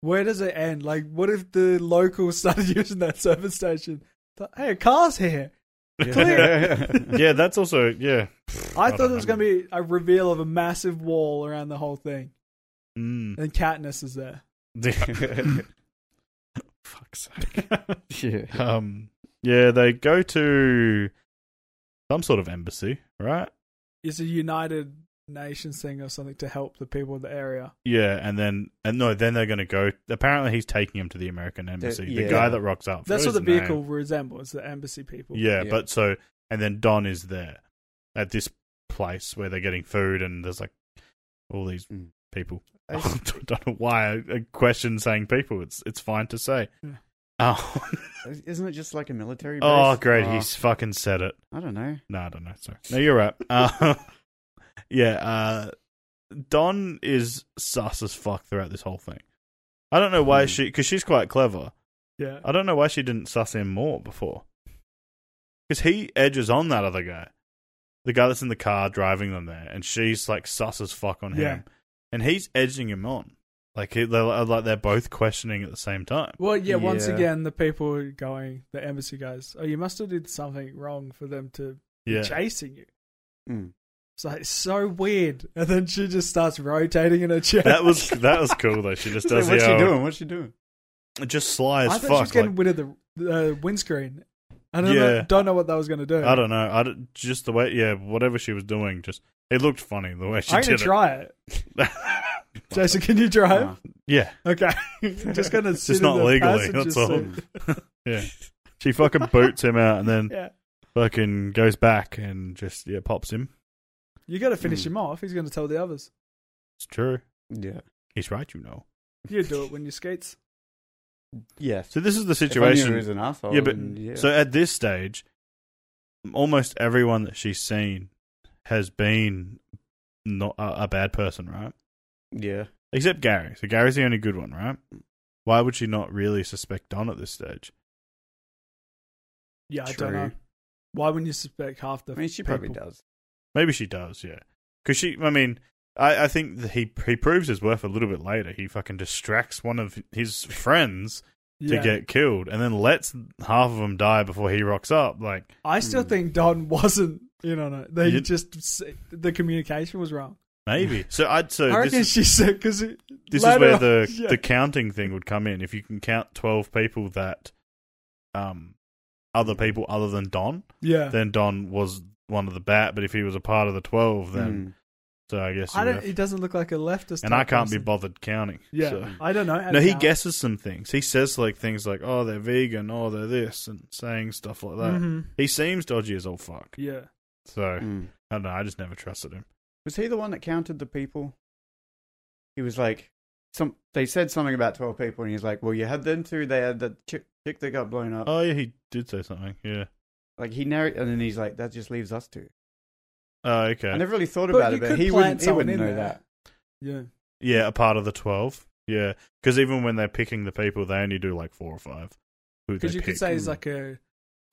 Speaker 3: Where does it end? Like, what if the locals started using that service station? Thought, hey, a car's here.
Speaker 2: Yeah.
Speaker 1: Yeah, that's also yeah.
Speaker 3: I,
Speaker 1: I
Speaker 3: thought
Speaker 1: don't
Speaker 3: it was
Speaker 1: know.
Speaker 3: going to be a reveal of a massive wall around the whole thing.
Speaker 1: Mm.
Speaker 3: And Katniss is there.
Speaker 1: Fuck's sake.
Speaker 2: yeah.
Speaker 1: Um. Yeah, they go to some sort of embassy, right?
Speaker 3: It's a United Nations thing or something to help the people of the area.
Speaker 1: Yeah, and then and no, then they're going to go. Apparently, he's taking him to the American embassy. The
Speaker 2: yeah.
Speaker 1: guy that rocks up.
Speaker 3: That's what
Speaker 1: Forgot
Speaker 3: the
Speaker 1: his name.
Speaker 3: vehicle resembles, the embassy people.
Speaker 1: eh? Yeah,
Speaker 2: Yeah.
Speaker 1: but so and then Don is there at this place where they're getting food, and there's like all these
Speaker 2: Mm.
Speaker 1: people. I
Speaker 2: I-
Speaker 1: don't know why I I question saying people. It's it's fine to say. Oh,
Speaker 2: Isn't it just like a military base?
Speaker 1: oh, great!
Speaker 2: Oh,
Speaker 1: He's fucking said it.
Speaker 2: I don't know.
Speaker 1: No, I don't know. Sorry. No, you're right. Uh, yeah, uh, Don is sus as fuck throughout this whole thing. I don't know why
Speaker 2: Hmm.
Speaker 1: she, because she's quite clever.
Speaker 3: Yeah.
Speaker 1: I don't know why she didn't suss him more before. Because he edges on that other guy, the guy that's in the car driving them there, and she's like sus as fuck on him,
Speaker 3: Yeah.
Speaker 1: and he's edging him on. Like he- they're uh, like they're both questioning at the same time.
Speaker 3: Well, yeah, Once
Speaker 2: Yeah.
Speaker 3: again, the people going, the embassy guys. Oh, you must have did something wrong for them to be
Speaker 1: Yeah,
Speaker 3: chasing you.
Speaker 2: Mm.
Speaker 3: It's like so weird. And then she just starts rotating in her chair.
Speaker 1: that was that was cool though. She just
Speaker 2: Wait,
Speaker 1: does
Speaker 2: what's
Speaker 1: the uh,
Speaker 2: she
Speaker 1: old-
Speaker 2: doing? What's she doing?
Speaker 1: just sly as
Speaker 3: I thought she
Speaker 1: fuck.
Speaker 3: was getting
Speaker 1: like-
Speaker 3: rid of the the windscreen. I don't
Speaker 1: Yeah.
Speaker 3: know. Don't know what that was going to do.
Speaker 1: I don't know. I don't- just the way, yeah, whatever she was doing, just it looked funny the way she
Speaker 3: I'm gonna
Speaker 1: did
Speaker 3: try it.
Speaker 1: it.
Speaker 3: Jason, can you drive?
Speaker 1: yeah,
Speaker 3: Okay, just gonna sit
Speaker 1: just
Speaker 3: in
Speaker 1: not
Speaker 3: the
Speaker 1: legally.
Speaker 3: passenger
Speaker 1: That's all.
Speaker 3: seat.
Speaker 1: yeah, she fucking boots him out and then
Speaker 3: Yeah,
Speaker 1: fucking goes back and just yeah pops him.
Speaker 3: you got to finish
Speaker 1: Hmm.
Speaker 2: Mm.
Speaker 3: him off. He's going to tell the others.
Speaker 1: It's true.
Speaker 2: Yeah.
Speaker 1: He's right, you know.
Speaker 3: You do it when you skates.
Speaker 2: Yes.
Speaker 1: So this is the
Speaker 2: If I knew
Speaker 1: situation.
Speaker 2: he was an asshole,
Speaker 1: yeah, but
Speaker 2: then yeah.
Speaker 1: so at this stage, almost everyone that she's seen has been not a, a bad person, right?
Speaker 2: yeah.
Speaker 1: Except Gary. So Gary's the only good one, right? Why would she not really suspect Don at this stage?
Speaker 3: Yeah, I
Speaker 2: true.
Speaker 3: don't know. Why wouldn't you suspect half the?
Speaker 2: I mean, she
Speaker 3: people?
Speaker 2: probably does.
Speaker 1: Maybe she does, yeah. Because she, I mean, I, I think that he he proves his worth a little bit later. He fucking distracts one of his friends to
Speaker 3: Yeah.
Speaker 1: get killed, and then lets half of them die before he rocks up. Like,
Speaker 3: I still
Speaker 1: Hmm.
Speaker 2: Mm.
Speaker 3: think Don wasn't in on it. They
Speaker 1: You-
Speaker 3: just s- the communication was wrong.
Speaker 1: maybe. So I'd so
Speaker 3: I
Speaker 1: this
Speaker 3: reckon
Speaker 1: is,
Speaker 3: she said because
Speaker 1: this is
Speaker 3: later
Speaker 1: where
Speaker 3: on-
Speaker 1: the
Speaker 3: yeah.
Speaker 1: the counting thing would come in. If you can count twelve people that, um, other people other than Don,
Speaker 3: Mm. yeah.
Speaker 1: then Don was one of the bat. But if he was a part of the twelve, then
Speaker 2: Mm.
Speaker 1: so I guess.
Speaker 3: I
Speaker 1: you
Speaker 3: don't.
Speaker 1: have-
Speaker 3: He doesn't look like a leftist.
Speaker 1: and I
Speaker 3: type
Speaker 1: can't be
Speaker 3: person.
Speaker 1: bothered counting.
Speaker 3: Yeah,
Speaker 1: so.
Speaker 3: I don't know. how
Speaker 1: No,
Speaker 3: to
Speaker 1: he
Speaker 3: count.
Speaker 1: guesses some things. He says like things like, "Oh, they're vegan," "Oh, they're this," and saying stuff like that.
Speaker 3: Mhm.
Speaker 1: He seems dodgy as all fuck.
Speaker 3: Yeah,
Speaker 1: So
Speaker 2: Mm.
Speaker 1: I don't know. I just never trusted him.
Speaker 2: Was he the one that counted the people? He was like, some. They said something about twelve people, and he's like, "Well, you had them two. They had the chick, chick that got blown up.
Speaker 1: Oh yeah, he did say something. Yeah.
Speaker 2: Like he narrated, and then he's like, "That just leaves us two.
Speaker 1: Oh
Speaker 2: I
Speaker 1: okay.
Speaker 2: never really thought
Speaker 3: But
Speaker 2: about
Speaker 3: you
Speaker 2: it, but
Speaker 3: could
Speaker 2: he
Speaker 3: plant
Speaker 2: wouldn't. He
Speaker 3: someone
Speaker 2: wouldn't
Speaker 3: in
Speaker 2: know
Speaker 3: there.
Speaker 2: that.
Speaker 3: yeah.
Speaker 1: Yeah, a part of the twelve. Yeah, because even when they're picking the people, they only do like four or five. Who they
Speaker 3: Because you
Speaker 1: pick.
Speaker 3: could say he's
Speaker 2: Mm.
Speaker 3: like a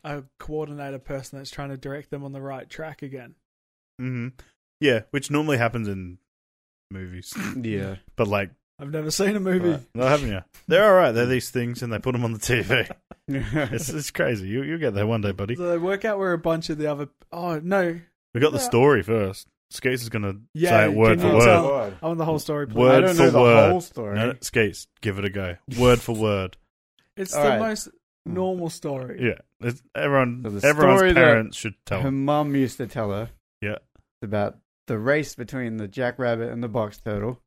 Speaker 3: a coordinator person that's trying to direct them on the right track again.
Speaker 1: hmm Yeah, which normally happens in movies,
Speaker 2: Yeah.
Speaker 1: but like,
Speaker 3: I've never seen a movie.
Speaker 2: Right.
Speaker 1: no, haven't you? They're all right. They're these things, and they put them on the TV.
Speaker 2: yeah.
Speaker 1: It's it's crazy. You you'll get there one day, buddy.
Speaker 3: So they work out where a bunch of the other. Oh no,
Speaker 1: We got the
Speaker 3: Yeah.
Speaker 1: story first. Skates is gonna
Speaker 3: Yeah,
Speaker 1: say it word
Speaker 3: can
Speaker 1: for
Speaker 3: you
Speaker 1: word.
Speaker 3: tell- I want the whole story. Please.
Speaker 1: Word
Speaker 2: I don't
Speaker 1: for
Speaker 2: know the
Speaker 1: word.
Speaker 2: whole story.
Speaker 1: No, no, Skates, give it a go. Word for word.
Speaker 3: It's
Speaker 2: All
Speaker 3: the
Speaker 2: right.
Speaker 3: most normal story.
Speaker 1: Yeah, it's, everyone,
Speaker 2: So the story
Speaker 1: everyone's
Speaker 2: that-
Speaker 1: parents should tell.
Speaker 2: Her mum used to tell her.
Speaker 1: Yeah.
Speaker 2: About the race between the jackrabbit and the box turtle.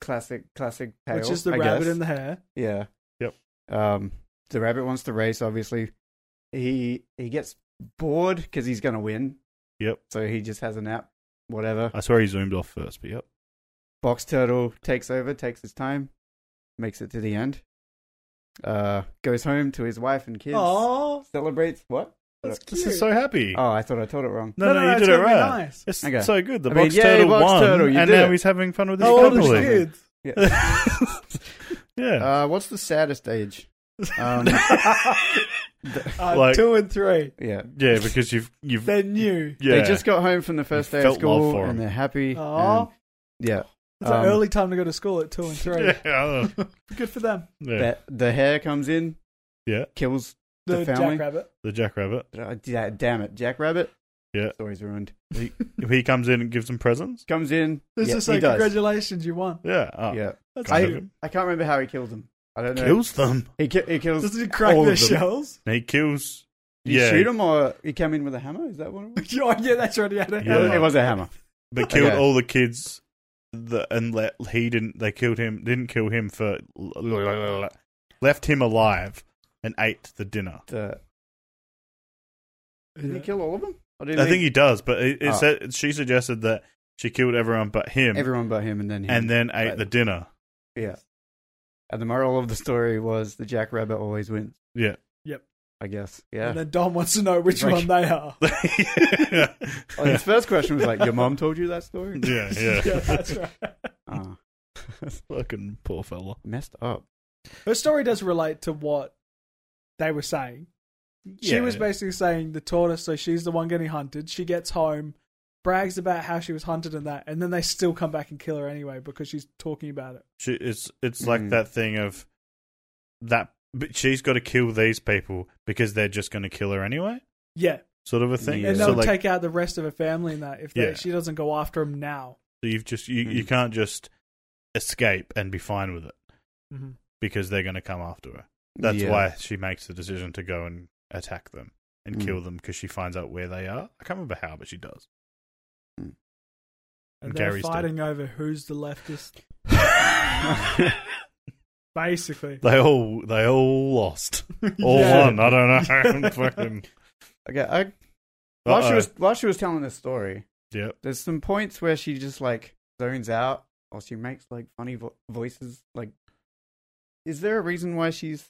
Speaker 2: Classic, classic tale.
Speaker 3: Which is the
Speaker 2: I
Speaker 3: rabbit
Speaker 2: guess.
Speaker 3: in the hair.
Speaker 2: Yeah.
Speaker 1: Yep.
Speaker 2: Um, the rabbit wants to race. Obviously, he he gets bored because he's gonna win.
Speaker 1: Yep.
Speaker 2: So he just has a nap. Whatever.
Speaker 1: I swear he zoomed off first, but yep.
Speaker 2: Box turtle takes over, takes his time, makes it to the end. Uh, goes home to his wife and kids.
Speaker 3: Oh,
Speaker 2: Celebrates what?
Speaker 3: that's cute.
Speaker 1: This is so happy.
Speaker 2: Oh, I thought I told it wrong.
Speaker 1: no, no, you
Speaker 3: it's
Speaker 1: did it
Speaker 3: gonna be
Speaker 1: right.
Speaker 3: Nice.
Speaker 1: It's
Speaker 2: Okay.
Speaker 1: so good. The
Speaker 2: I mean,
Speaker 1: box
Speaker 2: yay,
Speaker 1: turtle
Speaker 2: box
Speaker 1: won,
Speaker 2: turtle, you
Speaker 1: and
Speaker 2: did
Speaker 1: now
Speaker 2: it.
Speaker 1: he's having fun with his
Speaker 3: How old is
Speaker 1: family.
Speaker 3: kid?
Speaker 1: yeah,
Speaker 2: Uh, what's the saddest age? Um,
Speaker 3: Uh,
Speaker 1: Like-
Speaker 3: two and three.
Speaker 2: yeah.
Speaker 1: yeah, because you've you've
Speaker 3: They're new.
Speaker 1: yeah.
Speaker 2: They just got home from the first day of
Speaker 1: felt love
Speaker 2: school
Speaker 1: for 'em.
Speaker 2: and they're happy.
Speaker 3: Aw.
Speaker 2: and- yeah.
Speaker 3: It's
Speaker 2: Um,
Speaker 3: an early time to go to school at two and three.
Speaker 1: yeah, I don't know.
Speaker 3: Good for them.
Speaker 1: yeah.
Speaker 2: That the hair comes in,
Speaker 1: Yeah.
Speaker 2: kills.
Speaker 3: The,
Speaker 2: The family?
Speaker 3: jackrabbit.
Speaker 1: the jackrabbit.
Speaker 2: Uh, da- damn it, Jackrabbit.
Speaker 1: Yeah.
Speaker 2: story's ruined.
Speaker 1: He comes in and gives them presents.
Speaker 2: Comes in.
Speaker 3: This
Speaker 2: yeah,
Speaker 3: is
Speaker 2: he
Speaker 3: like,
Speaker 2: does.
Speaker 3: congratulations, you won.
Speaker 1: Yeah, oh,
Speaker 2: Yeah,
Speaker 3: That's
Speaker 1: I-
Speaker 3: good.
Speaker 2: I can't remember how he kills them. I don't know.
Speaker 1: kills them.
Speaker 2: He, ki- he kills.
Speaker 3: Does he crack
Speaker 1: all of
Speaker 3: their
Speaker 1: them.
Speaker 3: shells?
Speaker 1: He kills.
Speaker 2: Did you
Speaker 1: yeah,
Speaker 2: shoot him or he came in with a hammer? Is that what it was?
Speaker 3: oh, yeah, that's right. He had a
Speaker 1: Yeah.
Speaker 3: hammer.
Speaker 2: It was a hammer.
Speaker 1: But killed
Speaker 2: Okay.
Speaker 1: all the kids. The, and let he didn't. They killed him. Didn't kill him for. Left him alive and ate the dinner.
Speaker 2: The- did
Speaker 3: Yeah.
Speaker 2: he kill all of them? Or did
Speaker 1: I think he does, but it, it
Speaker 2: Oh.
Speaker 1: said she suggested that she killed everyone but him,
Speaker 2: everyone but him, and then him.
Speaker 1: and then ate
Speaker 2: Right.
Speaker 1: the dinner.
Speaker 2: yeah, And the moral of the story was the jackrabbit always wins.
Speaker 1: Yeah.
Speaker 2: I guess.
Speaker 3: And
Speaker 2: Yeah.
Speaker 3: then Dom wants to know which
Speaker 2: Like-
Speaker 3: one they are.
Speaker 1: yeah,
Speaker 2: Well, Oh, his first question was like, "Your mom told you that story?"
Speaker 1: yeah.
Speaker 3: yeah, that's right.
Speaker 2: Ah,
Speaker 1: Fucking poor fella.
Speaker 2: messed up.
Speaker 3: Her story does relate to what they were saying. She
Speaker 1: Yeah.
Speaker 3: was basically saying the tortoise, so she's the one getting hunted. She gets home, brags about how she was hunted and that, and then they still come back and kill her anyway because she's talking about it.
Speaker 1: She, it's it's like
Speaker 2: Mhm.
Speaker 1: that thing of that. But she's got to kill these people because they're just going to kill her anyway,
Speaker 3: Yeah,
Speaker 1: sort of a thing.
Speaker 2: Yeah.
Speaker 3: and
Speaker 1: So
Speaker 3: they'll
Speaker 1: like,
Speaker 3: take out the rest of her family and that if they,
Speaker 1: Yeah.
Speaker 3: she doesn't go after them now.
Speaker 1: so you've just you, you
Speaker 2: Mhm.
Speaker 1: can't just escape and be fine with it
Speaker 3: Mm-hmm.
Speaker 1: because they're going to come after her. That's
Speaker 2: Yeah.
Speaker 1: why she makes the decision to go and attack them and
Speaker 2: Mm.
Speaker 1: kill them because she finds out where they are. I can't remember how, but she does.
Speaker 3: And
Speaker 1: And
Speaker 3: they're
Speaker 1: Gary's dead.
Speaker 3: fighting over who's the leftist, basically.
Speaker 1: They all they all lost. All
Speaker 3: Yeah.
Speaker 1: won. I don't know. Fucking.
Speaker 2: Okay. I, while she
Speaker 1: Uh-oh.
Speaker 2: was while she was telling this story,
Speaker 1: Yep.
Speaker 2: there's some points where she just like zones out or she makes like funny vo- voices like is there a reason why she's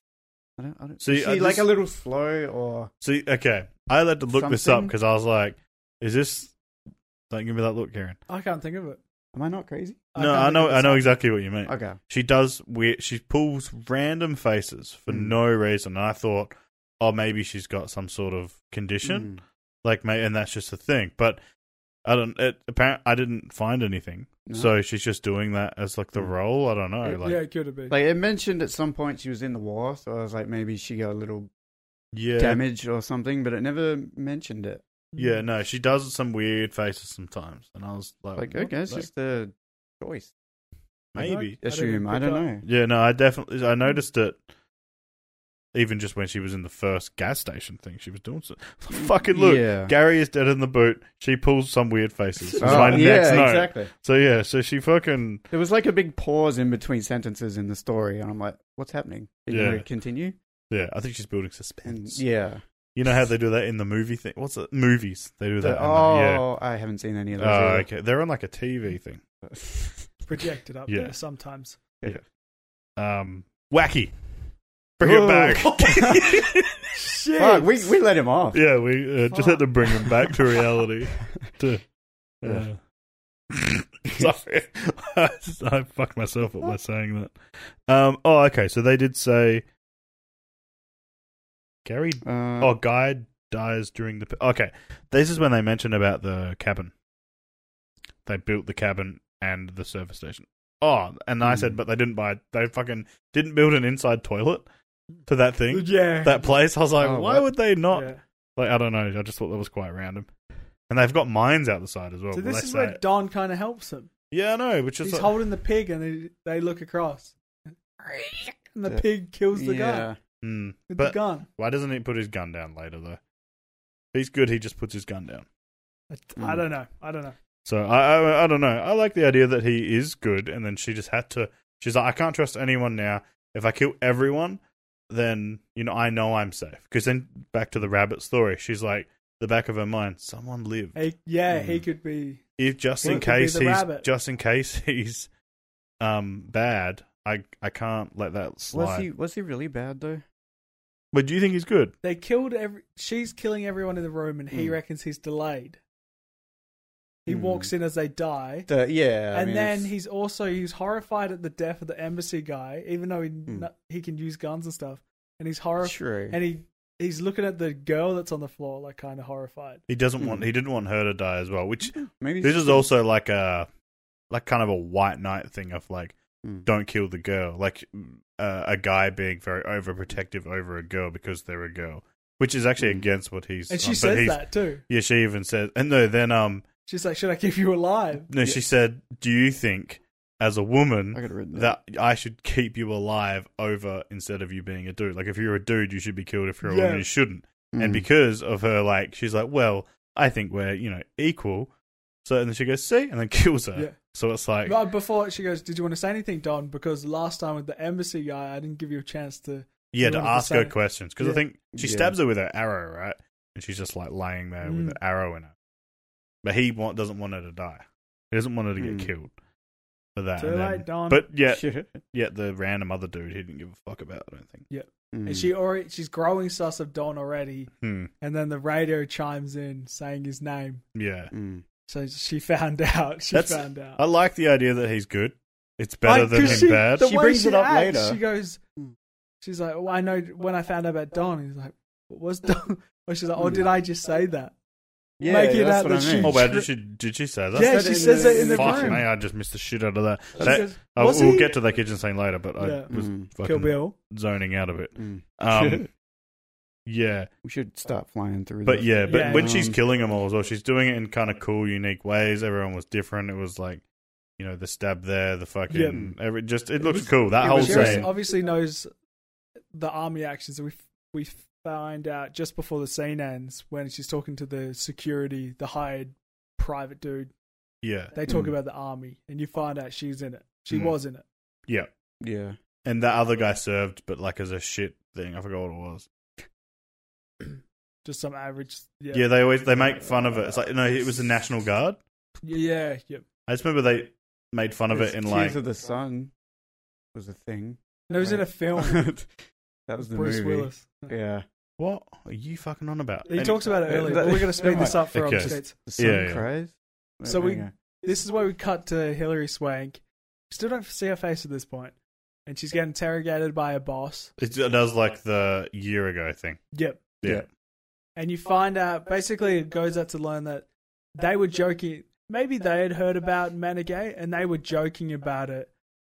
Speaker 2: i don't i don't
Speaker 1: So
Speaker 2: is
Speaker 1: you-
Speaker 2: she
Speaker 1: uh,
Speaker 2: like
Speaker 1: this-
Speaker 2: a little slow or
Speaker 1: See, okay, I had to look this up
Speaker 2: Something?
Speaker 1: because I was like, "Is this?" Don't give me that look, Karen.
Speaker 3: I can't think of it.
Speaker 2: am i not crazy
Speaker 1: no,
Speaker 3: can't
Speaker 1: I
Speaker 3: think
Speaker 1: know,
Speaker 3: of the
Speaker 1: I know
Speaker 3: song.
Speaker 1: exactly what you mean.
Speaker 2: okay
Speaker 1: She does weird. She pulls random faces for
Speaker 2: Mm.
Speaker 1: no reason, and I thought, "Oh, maybe she's got some sort of condition,
Speaker 2: Mm,
Speaker 1: like, may, and that's just a thing." But I don't. It, apparent, I didn't find anything,
Speaker 2: no.
Speaker 1: so she's just doing that as like the
Speaker 2: Mm.
Speaker 1: role. I don't know.
Speaker 3: Yeah,
Speaker 1: Like,
Speaker 3: yeah,
Speaker 1: yeah,
Speaker 3: it could have been.
Speaker 2: like it mentioned at some point she was in the war so i was like maybe she got a little
Speaker 1: yeah,
Speaker 2: damage or something but it never mentioned it
Speaker 3: Mm-hmm.
Speaker 1: no, she does some weird faces sometimes, and I was like,
Speaker 2: like oh
Speaker 1: "What?"
Speaker 2: okay it's
Speaker 1: Oh, Like,
Speaker 2: just a choice
Speaker 1: maybe
Speaker 3: I didn't
Speaker 2: assume i
Speaker 3: pick
Speaker 2: don't
Speaker 3: up.
Speaker 2: know
Speaker 1: Yeah, no, I definitely I noticed it. Even just when she was in the first gas station thing, she was doing so. Fucking look,
Speaker 2: yeah
Speaker 1: Gary is dead in the boot. She pulls some weird faces. It's
Speaker 2: Oh,
Speaker 1: my
Speaker 2: yeah,
Speaker 1: next note.
Speaker 2: exactly.
Speaker 1: So yeah, so she fucking
Speaker 2: There was like a big pause in between sentences in the story, and I'm like, "What's happening? Are you
Speaker 1: Yeah.
Speaker 2: going to continue?"
Speaker 1: yeah. I think she's building
Speaker 2: And
Speaker 1: suspense.
Speaker 2: Mm, yeah,
Speaker 1: You know how they do that in the movie thing. What's it? Movies. They do that.
Speaker 2: The-
Speaker 1: in the- yeah.
Speaker 2: oh, I haven't seen any of those.
Speaker 1: Oh,
Speaker 2: either.
Speaker 1: okay. They're on like a TV thing.
Speaker 3: projected up
Speaker 1: Yeah.
Speaker 3: there sometimes.
Speaker 1: Um, wacky. Bring
Speaker 2: Ooh.
Speaker 1: it back.
Speaker 3: Shit.
Speaker 2: Fuck, we we let him off.
Speaker 1: yeah, we uh, just had to bring them back to reality. to
Speaker 2: Yeah.
Speaker 1: Sorry, I fucked myself up by saying that. Um, oh, okay. So they did say Gary.
Speaker 2: Uh,
Speaker 1: Oh, guy dies during the. Okay, this is when they mention about the cabin. They built the cabin and the service station. Oh, and I said,
Speaker 2: Hmm.
Speaker 1: but they didn't buy. They fucking didn't build an inside toilet to that thing,
Speaker 3: Yeah.
Speaker 1: that place. I was like,
Speaker 2: Oh,
Speaker 1: why
Speaker 2: what?
Speaker 1: would they not?
Speaker 3: Yeah.
Speaker 1: Like I don't know. I just thought that was quite random. And they've got mines out the side as well.
Speaker 3: So
Speaker 1: but
Speaker 3: this
Speaker 1: they
Speaker 3: is
Speaker 1: say-
Speaker 3: where Don kind of helps him.
Speaker 1: yeah, I know. Which
Speaker 3: He's
Speaker 1: is like,
Speaker 3: holding the pig, and they, they look across, and the
Speaker 2: Yeah.
Speaker 3: pig kills the guy
Speaker 2: yeah.
Speaker 1: Hmm.
Speaker 3: with
Speaker 1: but
Speaker 3: the gun.
Speaker 1: why doesn't he put his gun down later though? If he's good. He just puts his gun down.
Speaker 3: I,
Speaker 2: Mm.
Speaker 3: I don't know. I don't know.
Speaker 1: So I, I I don't know. I like the idea that he is good, and then she just had to. She's like, I can't trust anyone now. If I kill everyone, then you know I know I'm safe. Because then back to the rabbit story, she's like the back of her mind, someone lived.
Speaker 3: He, yeah, he
Speaker 2: Mm.
Speaker 3: could be.
Speaker 1: If just
Speaker 3: Well,
Speaker 1: in
Speaker 3: it could be
Speaker 1: case
Speaker 3: the
Speaker 1: he's
Speaker 3: rabbit.
Speaker 1: just in case he's um bad, I I can't let that
Speaker 2: Was
Speaker 1: slide.
Speaker 2: he was he really bad though?
Speaker 1: But do you think he's good?
Speaker 3: They killed every. She's killing everyone in the room, and he
Speaker 2: Mm.
Speaker 3: reckons he's delayed. He
Speaker 2: Mm.
Speaker 3: walks in as they die,
Speaker 2: The- yeah, I
Speaker 3: and
Speaker 2: mean,
Speaker 3: then
Speaker 2: it's-
Speaker 3: he's also he's horrified at the death of the embassy guy, even though he
Speaker 2: Mm.
Speaker 3: kn- he can use guns and stuff, and he's horrified.
Speaker 2: true.
Speaker 3: and he he's looking at the girl that's on the floor like kind of horrified
Speaker 1: He doesn't
Speaker 2: Hmm.
Speaker 1: want. He didn't want her to die as well. Which
Speaker 2: Maybe
Speaker 1: this is also like a like kind of a white knight thing of like
Speaker 2: Hmm.
Speaker 1: don't kill the girl. Like uh, a guy being very overprotective over a girl because they're a girl, which is actually
Speaker 2: Hmm.
Speaker 1: against what he's.
Speaker 3: and
Speaker 1: uh,
Speaker 3: she
Speaker 1: but
Speaker 3: says
Speaker 1: he's-
Speaker 3: that too
Speaker 1: Yeah, she even says, and no, then um,
Speaker 3: she's like should i keep you alive
Speaker 1: no, she said, "Do you think, as a
Speaker 2: I
Speaker 1: woman,
Speaker 2: got written
Speaker 1: that I should keep you alive over instead of you being a dude? Like, if you're a dude, you should be killed. If you're a
Speaker 3: Yeah.
Speaker 1: woman, you shouldn't."
Speaker 3: Hmm.
Speaker 2: Mm.
Speaker 1: and because of her like she's like well i think we're you know equal so and then she goes see and then kills her
Speaker 3: Yeah.
Speaker 1: so it's like
Speaker 3: but before she goes did you want to say anything don because last time with the embassy guy i didn't give you a chance to
Speaker 1: yeah
Speaker 3: you
Speaker 1: to
Speaker 3: wanted to
Speaker 1: ask her
Speaker 3: say-
Speaker 1: questions because
Speaker 3: Yeah.
Speaker 1: i think she
Speaker 2: Yeah.
Speaker 1: stabs her with her arrow right and she's just like lying there with
Speaker 3: Mm.
Speaker 1: an arrow in her but he want, doesn't want her to die he doesn't want her to get
Speaker 2: Mm.
Speaker 1: killed for that.
Speaker 3: Too
Speaker 1: and then-
Speaker 3: late, Don.
Speaker 1: But yet,
Speaker 2: Sure.
Speaker 1: yet the random other dude he didn't give a fuck about. I don't think.
Speaker 3: and
Speaker 2: Mm.
Speaker 3: she already she's growing sus of Don already,
Speaker 1: Hmm.
Speaker 3: and then the radio chimes in saying his name.
Speaker 1: Yeah,
Speaker 2: Mm.
Speaker 3: So she found out. She
Speaker 1: That's-
Speaker 3: found out.
Speaker 1: I like the idea that he's good. It's better
Speaker 3: Like,
Speaker 1: than
Speaker 3: 'cause
Speaker 1: him
Speaker 3: she,
Speaker 1: bad.
Speaker 3: The
Speaker 2: She
Speaker 3: way
Speaker 2: brings
Speaker 3: she
Speaker 2: it up
Speaker 3: acts,
Speaker 2: later.
Speaker 3: She goes, she's like, well, I know when I found out about Don, he's like, what was Don? Or she's like, oh, did I just say that?
Speaker 2: Yeah,
Speaker 3: Making
Speaker 2: that's
Speaker 3: out
Speaker 2: what
Speaker 3: that
Speaker 2: I
Speaker 3: she-
Speaker 2: mean.
Speaker 1: Oh, wow, did she did she say that?
Speaker 3: yeah,
Speaker 2: said
Speaker 3: she
Speaker 2: in
Speaker 3: says
Speaker 2: the-
Speaker 3: that in the
Speaker 1: Fucking
Speaker 3: room.
Speaker 1: hey, I just missed the shit out of that.
Speaker 3: She
Speaker 1: That-
Speaker 3: goes,
Speaker 1: I-
Speaker 3: was
Speaker 1: we'll
Speaker 3: he-
Speaker 1: get to that kitchen sink later, but I
Speaker 3: Yeah.
Speaker 1: was
Speaker 2: Mm.
Speaker 3: Kill
Speaker 1: fucking
Speaker 3: Bill.
Speaker 1: zoning out of it.
Speaker 2: Mm.
Speaker 1: Um, yeah,
Speaker 2: we should start flying through.
Speaker 1: but
Speaker 2: this.
Speaker 1: yeah, but
Speaker 3: Yeah.
Speaker 1: when she's
Speaker 2: Um,
Speaker 1: killing them all as well, she's doing it in kind of cool, unique ways. Everyone was different. It was like, you know, the stab there, the fucking, every, just it looks
Speaker 2: was-
Speaker 1: cool. That
Speaker 2: it
Speaker 1: whole
Speaker 2: was
Speaker 3: She also
Speaker 2: just
Speaker 1: scene.
Speaker 3: obviously knows the army actions. We we find out just before the scene ends when she's talking to the security, the hired private dude.
Speaker 1: Yeah,
Speaker 3: They talk
Speaker 2: Mm.
Speaker 3: about the army, and you find out she's in it. She
Speaker 1: Mm.
Speaker 3: was in it.
Speaker 1: yeah,
Speaker 2: yeah,
Speaker 1: and that other guy served, but like as a shit thing. I forgot what it was.
Speaker 3: Just some average. Yeah,
Speaker 1: Yeah, they always they make fun of it. It's like no, it was the National Guard.
Speaker 3: yeah, yeah.
Speaker 1: I just remember they made fun of it in
Speaker 2: Tears
Speaker 1: like
Speaker 2: of the Sun was a thing.
Speaker 3: And it was in a film.
Speaker 2: that was the
Speaker 3: Bruce
Speaker 2: movie.
Speaker 3: Willis.
Speaker 2: Yeah,
Speaker 1: what are you fucking on about?
Speaker 3: He
Speaker 1: And-
Speaker 3: talks about it earlier, but we're going to speed this up for
Speaker 1: Okay.
Speaker 3: updates.
Speaker 2: the sun
Speaker 1: Yeah, yeah.
Speaker 2: cries.
Speaker 3: So we-
Speaker 2: Hang on.
Speaker 3: This is where we cut to Hillary Swank. Still don't see her face at this point, and she's getting interrogated by a boss.
Speaker 1: It does like the year ago thing.
Speaker 3: Yep.
Speaker 1: Yeah.
Speaker 3: And you find out basically it goes out to learn that they were joking. Maybe they had heard about Manigay and they were joking about it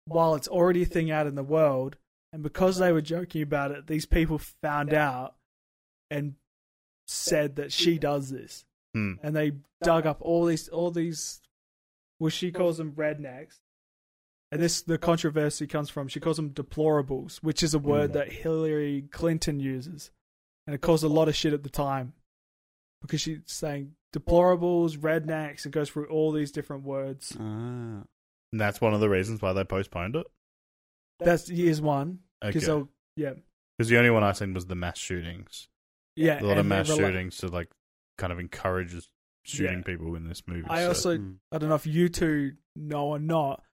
Speaker 3: while it's already a thing out in the world. And because they were joking about it, these people found out and said that she does this.
Speaker 1: Hmm.
Speaker 3: And they dug up all these, all these, well, she calls them rednecks. And this, the controversy comes from, she calls them deplorables, which
Speaker 1: Mm.
Speaker 3: is a word that Hillary Clinton uses and it caused a lot of shit at the time because she's saying deplorables, rednecks, and goes through all these different words.
Speaker 2: Ah,
Speaker 1: And that's one of the reasons why they postponed it.
Speaker 3: That's years one
Speaker 1: Okay.
Speaker 3: because
Speaker 1: Because
Speaker 3: yeah,
Speaker 1: the only one I seen was the mass shootings.
Speaker 3: yeah,
Speaker 1: A lot of
Speaker 3: and they
Speaker 1: mass
Speaker 3: rela-
Speaker 1: shootings to like kind of encourage shooting
Speaker 3: Yeah.
Speaker 1: people in this movie.
Speaker 3: I
Speaker 1: so-
Speaker 3: also
Speaker 2: Mm.
Speaker 3: I don't know if you two know or not,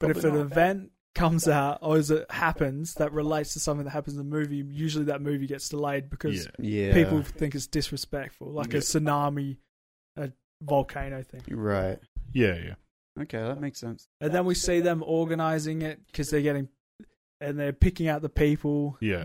Speaker 3: but if
Speaker 2: Probably
Speaker 3: an
Speaker 2: not.
Speaker 3: event comes out or as it happens that relates to something that happens in the movie, usually that movie gets delayed because
Speaker 1: yeah.
Speaker 2: yeah,
Speaker 3: people think it's disrespectful, like a
Speaker 1: Yeah.
Speaker 3: tsunami, a volcano thing.
Speaker 2: You're right.
Speaker 1: yeah, yeah,
Speaker 2: Okay, that makes sense.
Speaker 3: And then we see them organizing it because they're getting and they're picking out the people.
Speaker 1: yeah,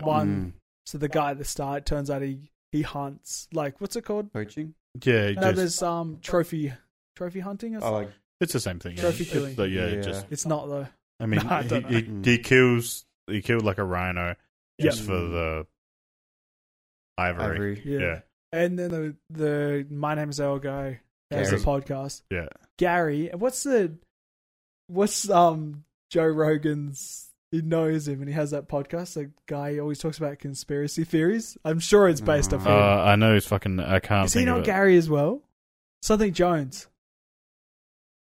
Speaker 2: Mm.
Speaker 3: One, so the guy at the start turns out he he hunts like what's it called?
Speaker 2: Mm. poaching.
Speaker 1: yeah.
Speaker 3: No,
Speaker 1: just-
Speaker 3: there's um trophy trophy hunting. Or
Speaker 2: Oh,
Speaker 3: something.
Speaker 2: like
Speaker 1: it's the same thing.
Speaker 3: Trophy
Speaker 1: yeah.
Speaker 3: killing.
Speaker 1: But yeah, it
Speaker 2: Yeah.
Speaker 1: just
Speaker 3: It's not though.
Speaker 1: I mean,
Speaker 3: No, I don't
Speaker 1: he,
Speaker 2: know.
Speaker 1: he, he kills he killed like a rhino just
Speaker 2: Yeah.
Speaker 1: for the ivory.
Speaker 2: ivory.
Speaker 3: Yeah.
Speaker 1: Yeah.
Speaker 3: And then the the my name's El guy has a
Speaker 2: Gary.
Speaker 3: podcast.
Speaker 1: Yeah.
Speaker 3: Gary, and what's the what's um Joe Rogan's? He knows him and he has that podcast. The guy always talks about conspiracy theories. I'm sure it's based off
Speaker 2: Yeah.
Speaker 1: Uh,
Speaker 3: him.
Speaker 1: I know he's fucking. I can't.
Speaker 3: Is
Speaker 1: think
Speaker 3: he
Speaker 1: of
Speaker 3: not
Speaker 1: it.
Speaker 3: Gary as well? Something Jones.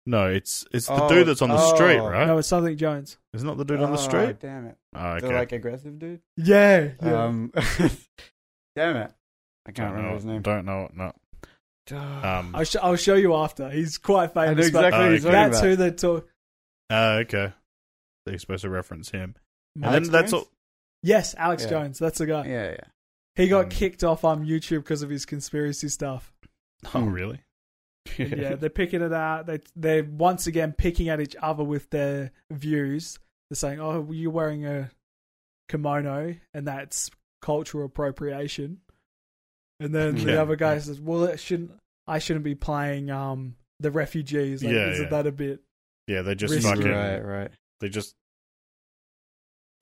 Speaker 1: No, it's it's the
Speaker 2: Oh,
Speaker 1: dude that's on the street,
Speaker 2: oh.
Speaker 1: right?
Speaker 3: No, it's something Jones.
Speaker 1: It's not the dude on the
Speaker 2: Oh,
Speaker 1: street.
Speaker 2: Damn it!
Speaker 1: Oh, okay.
Speaker 2: They're like aggressive, dude.
Speaker 3: Yeah. yeah.
Speaker 2: Um, damn it! I can't
Speaker 1: don't
Speaker 2: remember
Speaker 1: know.
Speaker 2: his name.
Speaker 1: Don't know. No. Um.
Speaker 3: I'll, sh- I'll show you after. He's quite
Speaker 2: I know
Speaker 3: famous. but
Speaker 2: exactly
Speaker 1: Oh,
Speaker 2: what he's
Speaker 1: okay.
Speaker 2: talking
Speaker 3: That's
Speaker 2: about.
Speaker 3: who they talk.
Speaker 1: uh, okay. They're supposed to reference him, and
Speaker 2: Alex
Speaker 1: then that's
Speaker 2: Jones?
Speaker 1: all.
Speaker 3: Yes, Alex
Speaker 2: Yeah.
Speaker 3: Jones. That's the guy.
Speaker 2: Yeah, yeah.
Speaker 3: He got
Speaker 1: Um,
Speaker 3: kicked off on YouTube because of his conspiracy stuff.
Speaker 1: Oh,
Speaker 2: Hmm.
Speaker 1: really?
Speaker 3: yeah, they're picking it out. They they're once again picking at each other with their views. They're saying, "Oh, well, you're wearing a kimono, and that's cultural appropriation." And then the
Speaker 1: Yeah.
Speaker 3: other guy says, "Well, it shouldn't. I shouldn't be playing um the refugees. Like,
Speaker 1: Yeah,
Speaker 3: isn't
Speaker 1: yeah.
Speaker 3: that a bit?"
Speaker 1: Yeah, they just
Speaker 3: Risky.
Speaker 1: fucking.
Speaker 2: right, right.
Speaker 1: They just.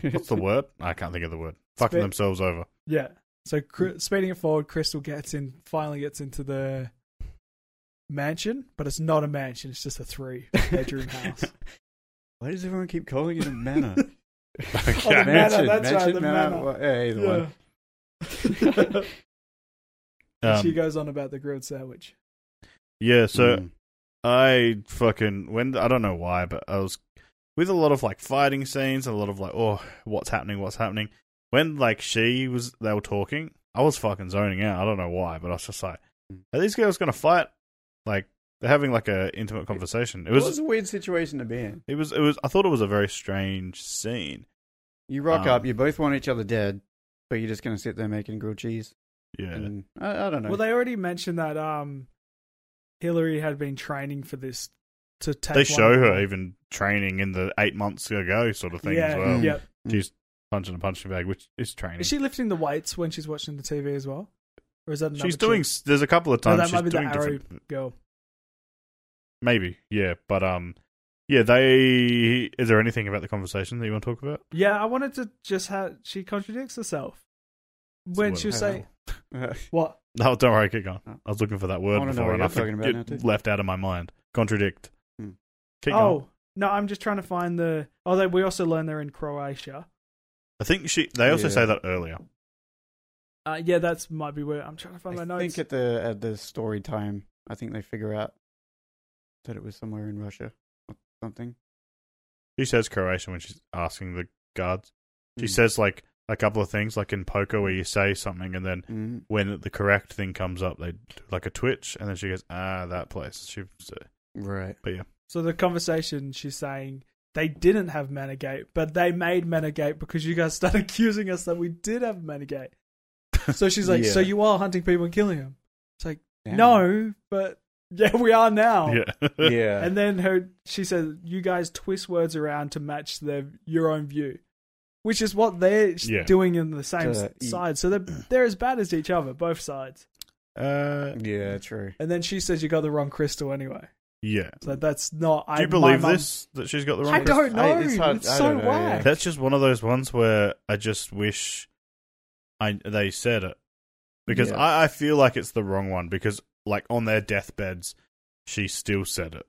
Speaker 1: What's the word? I can't think of the word. Fucking
Speaker 3: Spit.
Speaker 1: themselves over.
Speaker 3: Yeah. So cr-
Speaker 1: Mm.
Speaker 3: speeding it forward, Crystal gets in, finally gets into the mansion, but it's not a mansion; it's just a three-bedroom house.
Speaker 2: Why does everyone keep calling it a manor?
Speaker 3: Oh,
Speaker 1: Okay.
Speaker 3: the man-
Speaker 2: mansion,
Speaker 3: that's right,
Speaker 2: mansion,
Speaker 3: the
Speaker 2: manor.
Speaker 3: manor.
Speaker 2: Well, yeah, either
Speaker 3: Yeah.
Speaker 2: one.
Speaker 3: And
Speaker 1: Um,
Speaker 3: she goes on about the grilled sandwich.
Speaker 1: yeah. So
Speaker 2: Mm.
Speaker 1: I fucking when I don't know why, but I was with a lot of like fighting scenes and a lot of like, oh, what's happening? What's happening? When like she was, they were Hmm. talking. I was fucking zoning out. I don't know why, but I was just like, are these girls gonna fight? Like, They're having like a intimate conversation. It
Speaker 2: It was,
Speaker 1: was
Speaker 2: a weird situation to be in.
Speaker 1: it was it was I thought it was a very strange scene.
Speaker 2: You rock
Speaker 1: Um,
Speaker 2: up, you both want each other dead, but you're just going to sit there making grilled cheese.
Speaker 1: Yeah.
Speaker 2: And I, I don't know.
Speaker 3: Well, they already mentioned that um, Hillary had been training for this to take.
Speaker 1: They
Speaker 3: one
Speaker 1: show
Speaker 3: of
Speaker 1: her
Speaker 3: them.
Speaker 1: even training in the 8 months ago sort of thing
Speaker 3: yeah,
Speaker 1: as well. Mm.
Speaker 3: Yep.
Speaker 1: She's punching a punching bag which is training.
Speaker 3: Is she lifting the weights when she's watching the TV as well, or is that another
Speaker 1: she's doing
Speaker 3: chick?
Speaker 1: s there's a couple of
Speaker 3: No,
Speaker 1: times
Speaker 3: that
Speaker 1: she's
Speaker 3: might be the
Speaker 1: doing
Speaker 3: arrow
Speaker 1: different
Speaker 3: girl.
Speaker 1: Maybe, yeah. But um, yeah. They is there anything about the conversation that you want to talk about?
Speaker 3: Yeah, I wanted to just have she contradicts herself when
Speaker 1: what-
Speaker 3: she was
Speaker 2: how-
Speaker 3: saying
Speaker 2: I
Speaker 3: what
Speaker 1: No, don't worry, keep going.
Speaker 2: Oh.
Speaker 1: I was looking for that word
Speaker 2: wanna know
Speaker 1: before,
Speaker 2: what
Speaker 1: and
Speaker 2: you're
Speaker 1: I for-
Speaker 2: talking about now,
Speaker 1: it
Speaker 2: too.
Speaker 1: left out of my mind. Contradict.
Speaker 2: Hmm.
Speaker 1: Keep
Speaker 3: oh
Speaker 1: going.
Speaker 3: no, I'm just trying to find the. Although we also learned they're in Croatia.
Speaker 1: I think she. They also
Speaker 2: Yeah.
Speaker 1: say that earlier.
Speaker 3: Uh, yeah, that's might be where I'm trying to find my notes.
Speaker 2: think at the at the story time, I think they figure out that it was somewhere in Russia or something.
Speaker 1: She says Croatian when she's asking the guards. She
Speaker 2: Mm.
Speaker 1: says like a couple of things, like in poker,
Speaker 2: Hmm.
Speaker 1: where you say something, and then
Speaker 2: Mm.
Speaker 1: when the correct thing comes up, they do like a twitch, and then she goes, "Ah, that place." She, so,
Speaker 2: Right.
Speaker 3: so the conversation she's saying they didn't have Manigate, but they made Manigate because you guys started accusing us that we did have Manigate. So she's like,
Speaker 2: Yeah.
Speaker 3: so you are hunting people and killing them? It's like,
Speaker 2: Damn.
Speaker 3: no, but yeah, we are now.
Speaker 1: yeah,
Speaker 2: Yeah.
Speaker 3: And then her, she says, "You guys twist words around to match their your own view," which is what they're s-
Speaker 1: Yeah.
Speaker 3: doing in the same
Speaker 2: To
Speaker 3: s-
Speaker 2: eat.
Speaker 3: side. So they're they're as bad as each other, both sides.
Speaker 1: uh,
Speaker 2: yeah. True.
Speaker 3: And then she says, "You got the wrong crystal anyway."
Speaker 1: yeah.
Speaker 3: So that's not. I,
Speaker 1: Do you
Speaker 3: my
Speaker 1: believe
Speaker 3: mum-
Speaker 1: this that she's got the wrong?
Speaker 3: I
Speaker 1: person?
Speaker 3: don't know.
Speaker 2: I-
Speaker 3: it's
Speaker 2: it's hard- I
Speaker 3: so
Speaker 2: don't know, yeah.
Speaker 3: whack.
Speaker 1: That's just one of those ones where I just wish I they said it because
Speaker 2: Yeah.
Speaker 1: I, I feel like it's the wrong one because like on their deathbeds she still said it.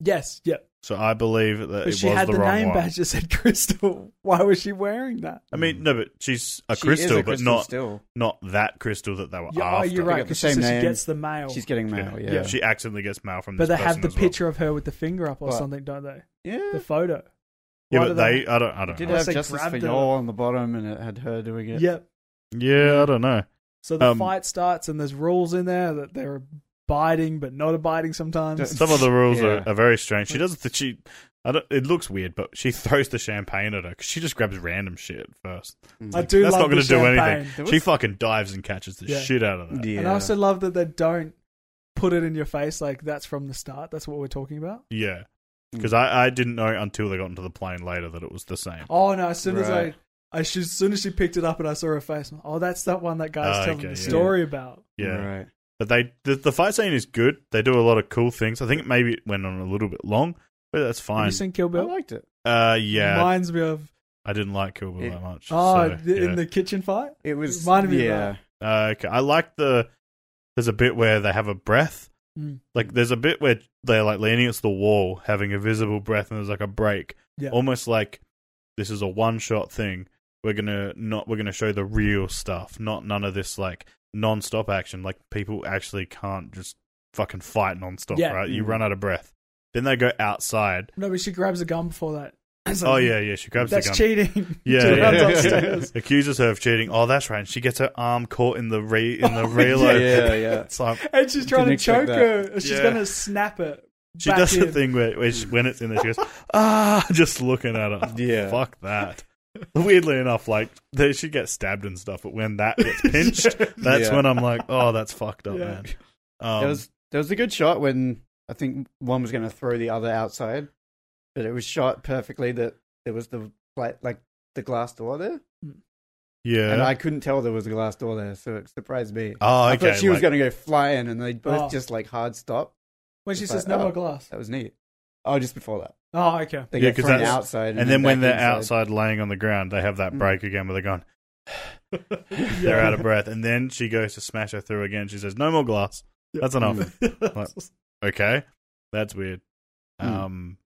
Speaker 3: Yes, yeah.
Speaker 1: So I believe that
Speaker 3: But
Speaker 1: it
Speaker 3: she
Speaker 1: was
Speaker 3: had
Speaker 1: the,
Speaker 3: the,
Speaker 1: wrong
Speaker 3: name
Speaker 1: one.
Speaker 3: badge that said crystal. Why was she wearing that?
Speaker 1: I mean, no, but she's a
Speaker 2: She is
Speaker 1: crystal,
Speaker 2: a
Speaker 1: but not
Speaker 2: still.
Speaker 1: not that crystal that they were
Speaker 3: Yeah, oh,
Speaker 1: after.
Speaker 3: you're
Speaker 2: They
Speaker 3: right.
Speaker 2: got the
Speaker 3: 'cause she
Speaker 2: same
Speaker 3: says she
Speaker 2: name.
Speaker 3: gets the mail,
Speaker 2: She's getting mail. Yeah.
Speaker 3: Oh. Yeah.
Speaker 1: she accidentally gets mail from.
Speaker 3: but
Speaker 1: this
Speaker 3: they have
Speaker 1: person
Speaker 3: the
Speaker 1: as well.
Speaker 3: picture of her with the finger up or
Speaker 2: But-
Speaker 3: something, don't they?
Speaker 2: yeah.
Speaker 3: The photo.
Speaker 1: Yeah,
Speaker 3: Why
Speaker 1: but
Speaker 3: do
Speaker 1: they, I don't, I
Speaker 2: It
Speaker 1: don't.
Speaker 2: did
Speaker 1: Know.
Speaker 3: Unless
Speaker 2: have
Speaker 3: they
Speaker 2: justice for
Speaker 3: grabbed her.
Speaker 2: y'all on the bottom, and it had her doing it.
Speaker 3: Yep.
Speaker 1: Yeah, I don't know.
Speaker 3: So the
Speaker 1: Um,
Speaker 3: fight starts, and there's rules in there that they're abiding but not abiding sometimes.
Speaker 2: Just-
Speaker 1: Some of the rules
Speaker 2: Yeah.
Speaker 1: are, are very strange. She does the she. I don't, it looks weird, but she throws the champagne at her 'cause she just grabs random shit first.
Speaker 2: Mm.
Speaker 3: I do
Speaker 1: That's
Speaker 3: love
Speaker 1: not going
Speaker 3: the
Speaker 1: to do
Speaker 3: champagne.
Speaker 1: anything.
Speaker 2: There
Speaker 1: She
Speaker 2: was-
Speaker 1: fucking dives and catches the
Speaker 3: Yeah.
Speaker 1: shit out of that. Yeah.
Speaker 2: Yeah.
Speaker 3: And I also love that they don't put it in your face like that's from the start. That's what we're talking about.
Speaker 2: Hmm.
Speaker 1: Because I, I didn't know until they got into the plane later that it was the same.
Speaker 3: Oh no! As soon as I,
Speaker 2: Right.
Speaker 3: I sh- as soon as she picked it up and I saw her face, I'm like, oh, that's that one that guy's
Speaker 1: Ah,
Speaker 3: telling
Speaker 1: okay,
Speaker 3: the
Speaker 1: yeah.
Speaker 3: story about.
Speaker 1: Yeah.
Speaker 2: Right.
Speaker 1: But they the, the fight scene is good. They do a lot of cool things. I think maybe it went on a little bit long, but that's
Speaker 3: Have
Speaker 1: fine.
Speaker 3: you seen Kill
Speaker 2: I
Speaker 3: Bill?
Speaker 2: liked it.
Speaker 1: uh, yeah.
Speaker 3: Reminds me of
Speaker 1: I didn't like Kill Bill
Speaker 2: It- Ah,
Speaker 1: that much.
Speaker 3: oh,
Speaker 1: so,
Speaker 3: th-
Speaker 1: yeah.
Speaker 3: in the kitchen fight.
Speaker 2: It was
Speaker 3: reminded me of
Speaker 2: yeah.
Speaker 1: Uh, okay. I like the. There's a bit where they have a breath.
Speaker 3: Mm.
Speaker 1: Like there's a bit where they're like leaning against the wall, having a visible breath, and there's like a break.
Speaker 3: Yeah.
Speaker 1: Almost like this is a one shot thing. We're gonna not. We're gonna show the real stuff, not none of this like non stop action. Like people actually can't just fucking fight non stop,
Speaker 3: Yeah.
Speaker 1: right? You
Speaker 2: Mm.
Speaker 1: run out of breath. Then they go outside.
Speaker 3: No, but she grabs a gun before that. It's
Speaker 1: Oh
Speaker 3: like,
Speaker 1: yeah, yeah. She grabs the
Speaker 3: that's
Speaker 1: gun.
Speaker 3: cheating.
Speaker 1: Yeah,
Speaker 3: She
Speaker 1: yeah,
Speaker 3: runs
Speaker 1: yeah.
Speaker 3: upstairs.
Speaker 1: Accuses her of cheating. Oh, that's right. And she gets her arm caught in the re- in the
Speaker 3: Oh,
Speaker 1: reload.
Speaker 2: Yeah, yeah.
Speaker 1: It's like
Speaker 3: And she's trying
Speaker 2: Didn't
Speaker 3: to
Speaker 2: expect
Speaker 3: choke her. She's
Speaker 1: Yeah.
Speaker 3: going to snap it.
Speaker 1: She
Speaker 3: back
Speaker 1: does
Speaker 3: in.
Speaker 1: the thing where, where she, when it's in there, she goes, ah, just looking at it.
Speaker 2: Yeah.
Speaker 1: Fuck that. Weirdly enough, like, they, she gets stabbed and stuff, but when that gets pinched, that's
Speaker 2: Yeah.
Speaker 1: when I'm like, oh, that's fucked up,
Speaker 3: Yeah.
Speaker 1: man. Um,
Speaker 2: there was there was a good shot when I think one was going to throw the other outside, but it was shot perfectly that there was the like like the glass door there,
Speaker 1: yeah.
Speaker 2: and I couldn't tell there was a glass door there, so it surprised me.
Speaker 1: oh,
Speaker 2: I
Speaker 1: okay.
Speaker 2: thought she was
Speaker 1: like,
Speaker 2: going to go flying, and they both
Speaker 3: Oh.
Speaker 2: just like hard stop.
Speaker 3: When she
Speaker 2: It's
Speaker 3: says,
Speaker 2: like,
Speaker 3: no
Speaker 2: oh.
Speaker 3: more glass.
Speaker 2: That was neat. Oh, just before that,
Speaker 3: Oh, okay.
Speaker 2: they
Speaker 1: Yeah,
Speaker 2: get
Speaker 1: 'cause
Speaker 2: thrown
Speaker 1: that's-
Speaker 2: outside, and,
Speaker 1: and then when they're
Speaker 2: back inside.
Speaker 1: outside laying on the ground, they have that
Speaker 2: Mm.
Speaker 1: break again where they're gone, they're out of breath. And then she goes to smash her through again. She says, no more glass.
Speaker 3: Yeah.
Speaker 1: That's enough.
Speaker 2: Mm.
Speaker 1: Like, okay. That's weird.
Speaker 2: Mm.
Speaker 1: Um,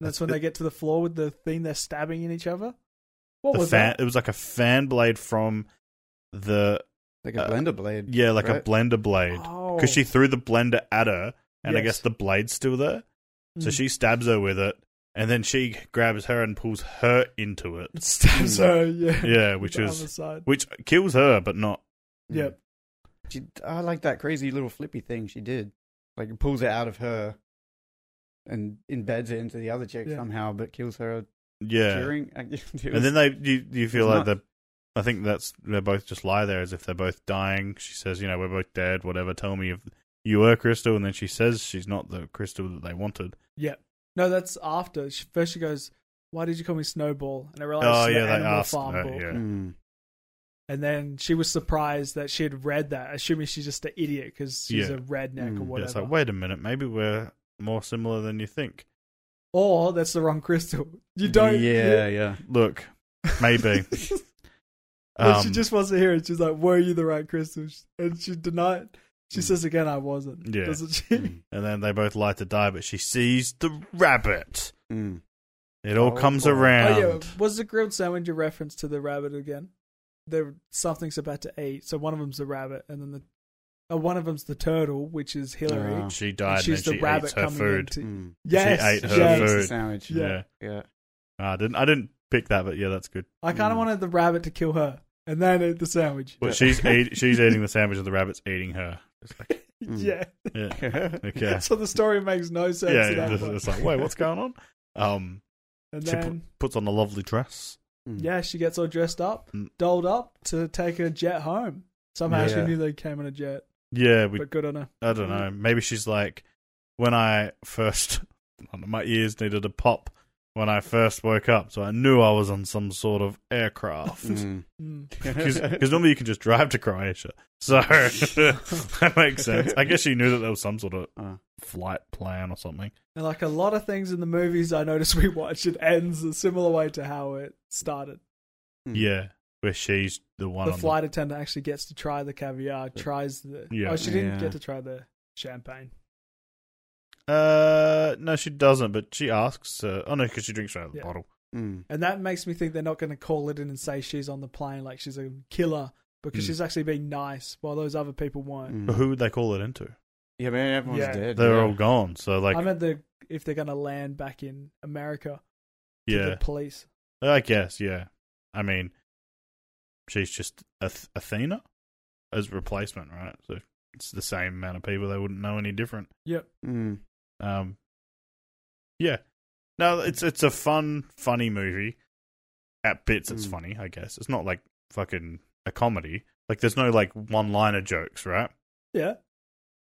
Speaker 3: That's when they get to the floor with the thing they're stabbing in each other. What
Speaker 1: the
Speaker 3: was
Speaker 1: fan,
Speaker 3: that?
Speaker 1: it was like a fan blade from the
Speaker 2: like a
Speaker 1: uh,
Speaker 2: blender blade.
Speaker 1: Yeah, like a
Speaker 2: right?
Speaker 1: blender blade.
Speaker 3: Oh.
Speaker 1: Because she threw the blender at her, and I
Speaker 3: Yes.
Speaker 1: guess the blade's still there. So
Speaker 3: Mm.
Speaker 1: she stabs her with it, and then she grabs her and pulls her into it.
Speaker 3: It mm. stabs her, yeah.
Speaker 1: Mm. Yeah, which
Speaker 3: the other
Speaker 1: is
Speaker 3: side.
Speaker 1: which kills her, but not.
Speaker 3: Yep.
Speaker 2: Mm. She, I like that crazy little flippy thing she did. Like it pulls it out of her and embeds it into the other chick
Speaker 3: Yeah.
Speaker 2: somehow, but kills her
Speaker 1: Yeah.
Speaker 2: during.
Speaker 1: and then they you, you feel
Speaker 2: it's
Speaker 1: like
Speaker 2: not-
Speaker 1: the I think that's they both just lie there as if they're both dying. She says, you know, we're both dead, whatever, tell me if you were crystal and then she says she's not the crystal that they wanted.
Speaker 3: No, that's after. She, first she goes, "Why did you call me Snowball?" And I realized
Speaker 1: oh
Speaker 3: she's
Speaker 1: yeah,
Speaker 3: an
Speaker 1: they
Speaker 3: animal
Speaker 1: asked.
Speaker 3: farm
Speaker 1: that,
Speaker 3: book. hmm,
Speaker 1: yeah.
Speaker 2: Mm.
Speaker 3: And then she was surprised that she had read that, assuming she's just an idiot because she's
Speaker 1: Yeah.
Speaker 3: a redneck
Speaker 2: Mm. Yeah,
Speaker 3: or
Speaker 1: Yeah,
Speaker 3: whatever.
Speaker 1: It's like, wait a minute, maybe we're more similar than you think.
Speaker 3: or that's the wrong crystal. You don't.
Speaker 2: Yeah, yeah.
Speaker 1: Look, maybe.
Speaker 3: But
Speaker 1: um,
Speaker 3: she just wasn't here. And she's like, "Were you the right crystal?" And she denied. She says again, "I wasn't."
Speaker 1: hmm. Yeah.
Speaker 3: Doesn't she?
Speaker 1: and then they both lie to die, but she sees the rabbit.
Speaker 2: Mm.
Speaker 1: It all
Speaker 2: Oh,
Speaker 1: comes
Speaker 2: boy. Oh,
Speaker 1: around.
Speaker 3: Oh yeah. Was the grilled sandwich a reference to the rabbit again? There, something's about to eat. So one of them's the rabbit, and then the, uh, one of them's the turtle, which is Hillary.
Speaker 2: Ah.
Speaker 1: She
Speaker 3: And
Speaker 1: died Oh, and,
Speaker 3: she's
Speaker 1: then
Speaker 3: the
Speaker 1: she
Speaker 3: rabbit
Speaker 1: eats her
Speaker 3: coming
Speaker 1: food.
Speaker 3: into.
Speaker 2: Mm.
Speaker 3: Yes,
Speaker 1: ate her
Speaker 2: She
Speaker 3: yes.
Speaker 2: eats the
Speaker 1: food.
Speaker 2: sandwich.
Speaker 3: Yeah.
Speaker 1: yeah.
Speaker 2: Yeah.
Speaker 1: Ah, I didn't I didn't pick that, but yeah, that's good.
Speaker 3: I kind of
Speaker 2: Mm.
Speaker 3: wanted the rabbit to kill her, and then eat the sandwich.
Speaker 1: But she's eat, she's eating the sandwich, and the rabbit's eating her. It's like,
Speaker 2: Mm.
Speaker 3: Yeah.
Speaker 1: yeah, okay,
Speaker 2: yeah.
Speaker 3: So the story makes no sense.
Speaker 1: yeah.
Speaker 3: at that
Speaker 1: It's,
Speaker 3: point.
Speaker 1: it's like, wait, what's going on? Um,
Speaker 3: And
Speaker 1: she
Speaker 3: then,
Speaker 1: puts on a lovely dress.
Speaker 3: yeah, she gets all dressed up,
Speaker 1: Mm.
Speaker 3: dolled up to take a jet home. Somehow she
Speaker 2: Yeah.
Speaker 3: knew they came on a jet,
Speaker 1: Yeah, we.
Speaker 3: but good on her.
Speaker 1: I don't know. Maybe she's like, when I first, I don't know, my ears needed a pop when I first woke up, so I knew I was on some sort of aircraft.
Speaker 2: Mm.
Speaker 3: Mm.
Speaker 1: Because normally you can just drive to Croatia, so that makes sense. I guess she knew that there was some sort of
Speaker 2: Uh.
Speaker 1: flight plan or something.
Speaker 3: And like a lot of things in the movies I noticed we watch, it ends a similar way to how it started.
Speaker 2: Mm.
Speaker 1: Yeah, where she's the one
Speaker 3: Hmm. The
Speaker 1: on
Speaker 3: flight attendant actually gets to try the caviar, tries the.
Speaker 1: Yeah.
Speaker 3: Oh, she didn't
Speaker 2: Yeah.
Speaker 3: get to try the champagne.
Speaker 1: Uh, no, she doesn't. But she asks. Uh, oh no, because she drinks right out of the
Speaker 3: Yeah.
Speaker 1: bottle.
Speaker 2: Mm.
Speaker 3: And that makes me think they're not going to call it in and say she's on the plane like she's a killer because
Speaker 1: Mm.
Speaker 3: she's actually being nice while those other people weren't.
Speaker 1: But
Speaker 2: Mm.
Speaker 1: who would they call it into?
Speaker 2: Yeah, man, everyone's
Speaker 3: Yeah.
Speaker 2: dead.
Speaker 1: They're
Speaker 2: yeah.
Speaker 1: all gone. So like,
Speaker 3: I meant the if they're going to land back in America to
Speaker 1: yeah,
Speaker 3: the police.
Speaker 1: I guess. Yeah, I mean, she's just Ath- Athena as replacement, right? So it's the same amount of people. They wouldn't know any different.
Speaker 3: Yep.
Speaker 2: Mm.
Speaker 1: Um, yeah. No, it's it's a fun, funny movie. At bits, it's
Speaker 2: Mm.
Speaker 1: funny. I guess it's not like fucking a comedy. Like, there's no like one-liner jokes, right?
Speaker 3: Yeah.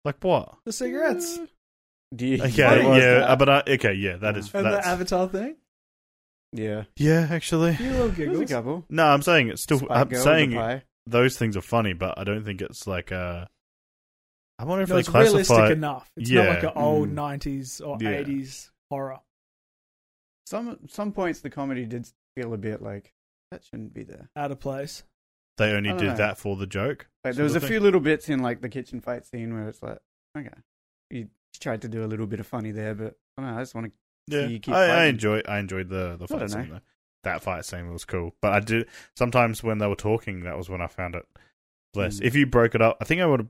Speaker 1: Like what?
Speaker 3: The cigarettes
Speaker 2: Do you,
Speaker 1: Okay,
Speaker 2: there was
Speaker 1: yeah,
Speaker 2: that.
Speaker 1: uh, but I, okay, yeah, that
Speaker 2: Yeah.
Speaker 1: is
Speaker 3: and
Speaker 1: that's,
Speaker 3: the avatar thing.
Speaker 2: yeah.
Speaker 1: yeah, actually.
Speaker 3: You little
Speaker 2: There's a
Speaker 3: giggles.
Speaker 2: couple.
Speaker 1: No, I'm saying it's still.
Speaker 2: Spike
Speaker 1: I'm
Speaker 2: Girl with
Speaker 1: saying
Speaker 2: the pie.
Speaker 1: those things are funny, but I don't think it's like uh I wonder if
Speaker 3: No,
Speaker 1: they
Speaker 3: it's realistic
Speaker 1: classify.
Speaker 3: enough. It's not
Speaker 1: Yeah.
Speaker 3: like an old
Speaker 2: Mm.
Speaker 3: 90s or
Speaker 1: Yeah.
Speaker 3: 80s horror.
Speaker 2: some some points the comedy did feel a bit like that shouldn't be there.
Speaker 3: Out of place.
Speaker 1: They only
Speaker 2: I don't
Speaker 1: did
Speaker 2: know.
Speaker 1: that for the joke.
Speaker 2: Like
Speaker 1: sort
Speaker 2: there was a
Speaker 1: of thing.
Speaker 2: few little bits in like the kitchen fight scene where it's like, okay, you tried to do a little bit of funny there, but I don't know. I just want to.
Speaker 1: Yeah,
Speaker 2: you keep
Speaker 1: I, I
Speaker 2: fighting.
Speaker 1: enjoy. I enjoyed the the fight
Speaker 2: don't
Speaker 1: scene.
Speaker 2: know.
Speaker 1: Though. That fight scene was cool, but I did sometimes when they were talking, that was when I found it less.
Speaker 2: Mm.
Speaker 1: If you broke it up, I think I would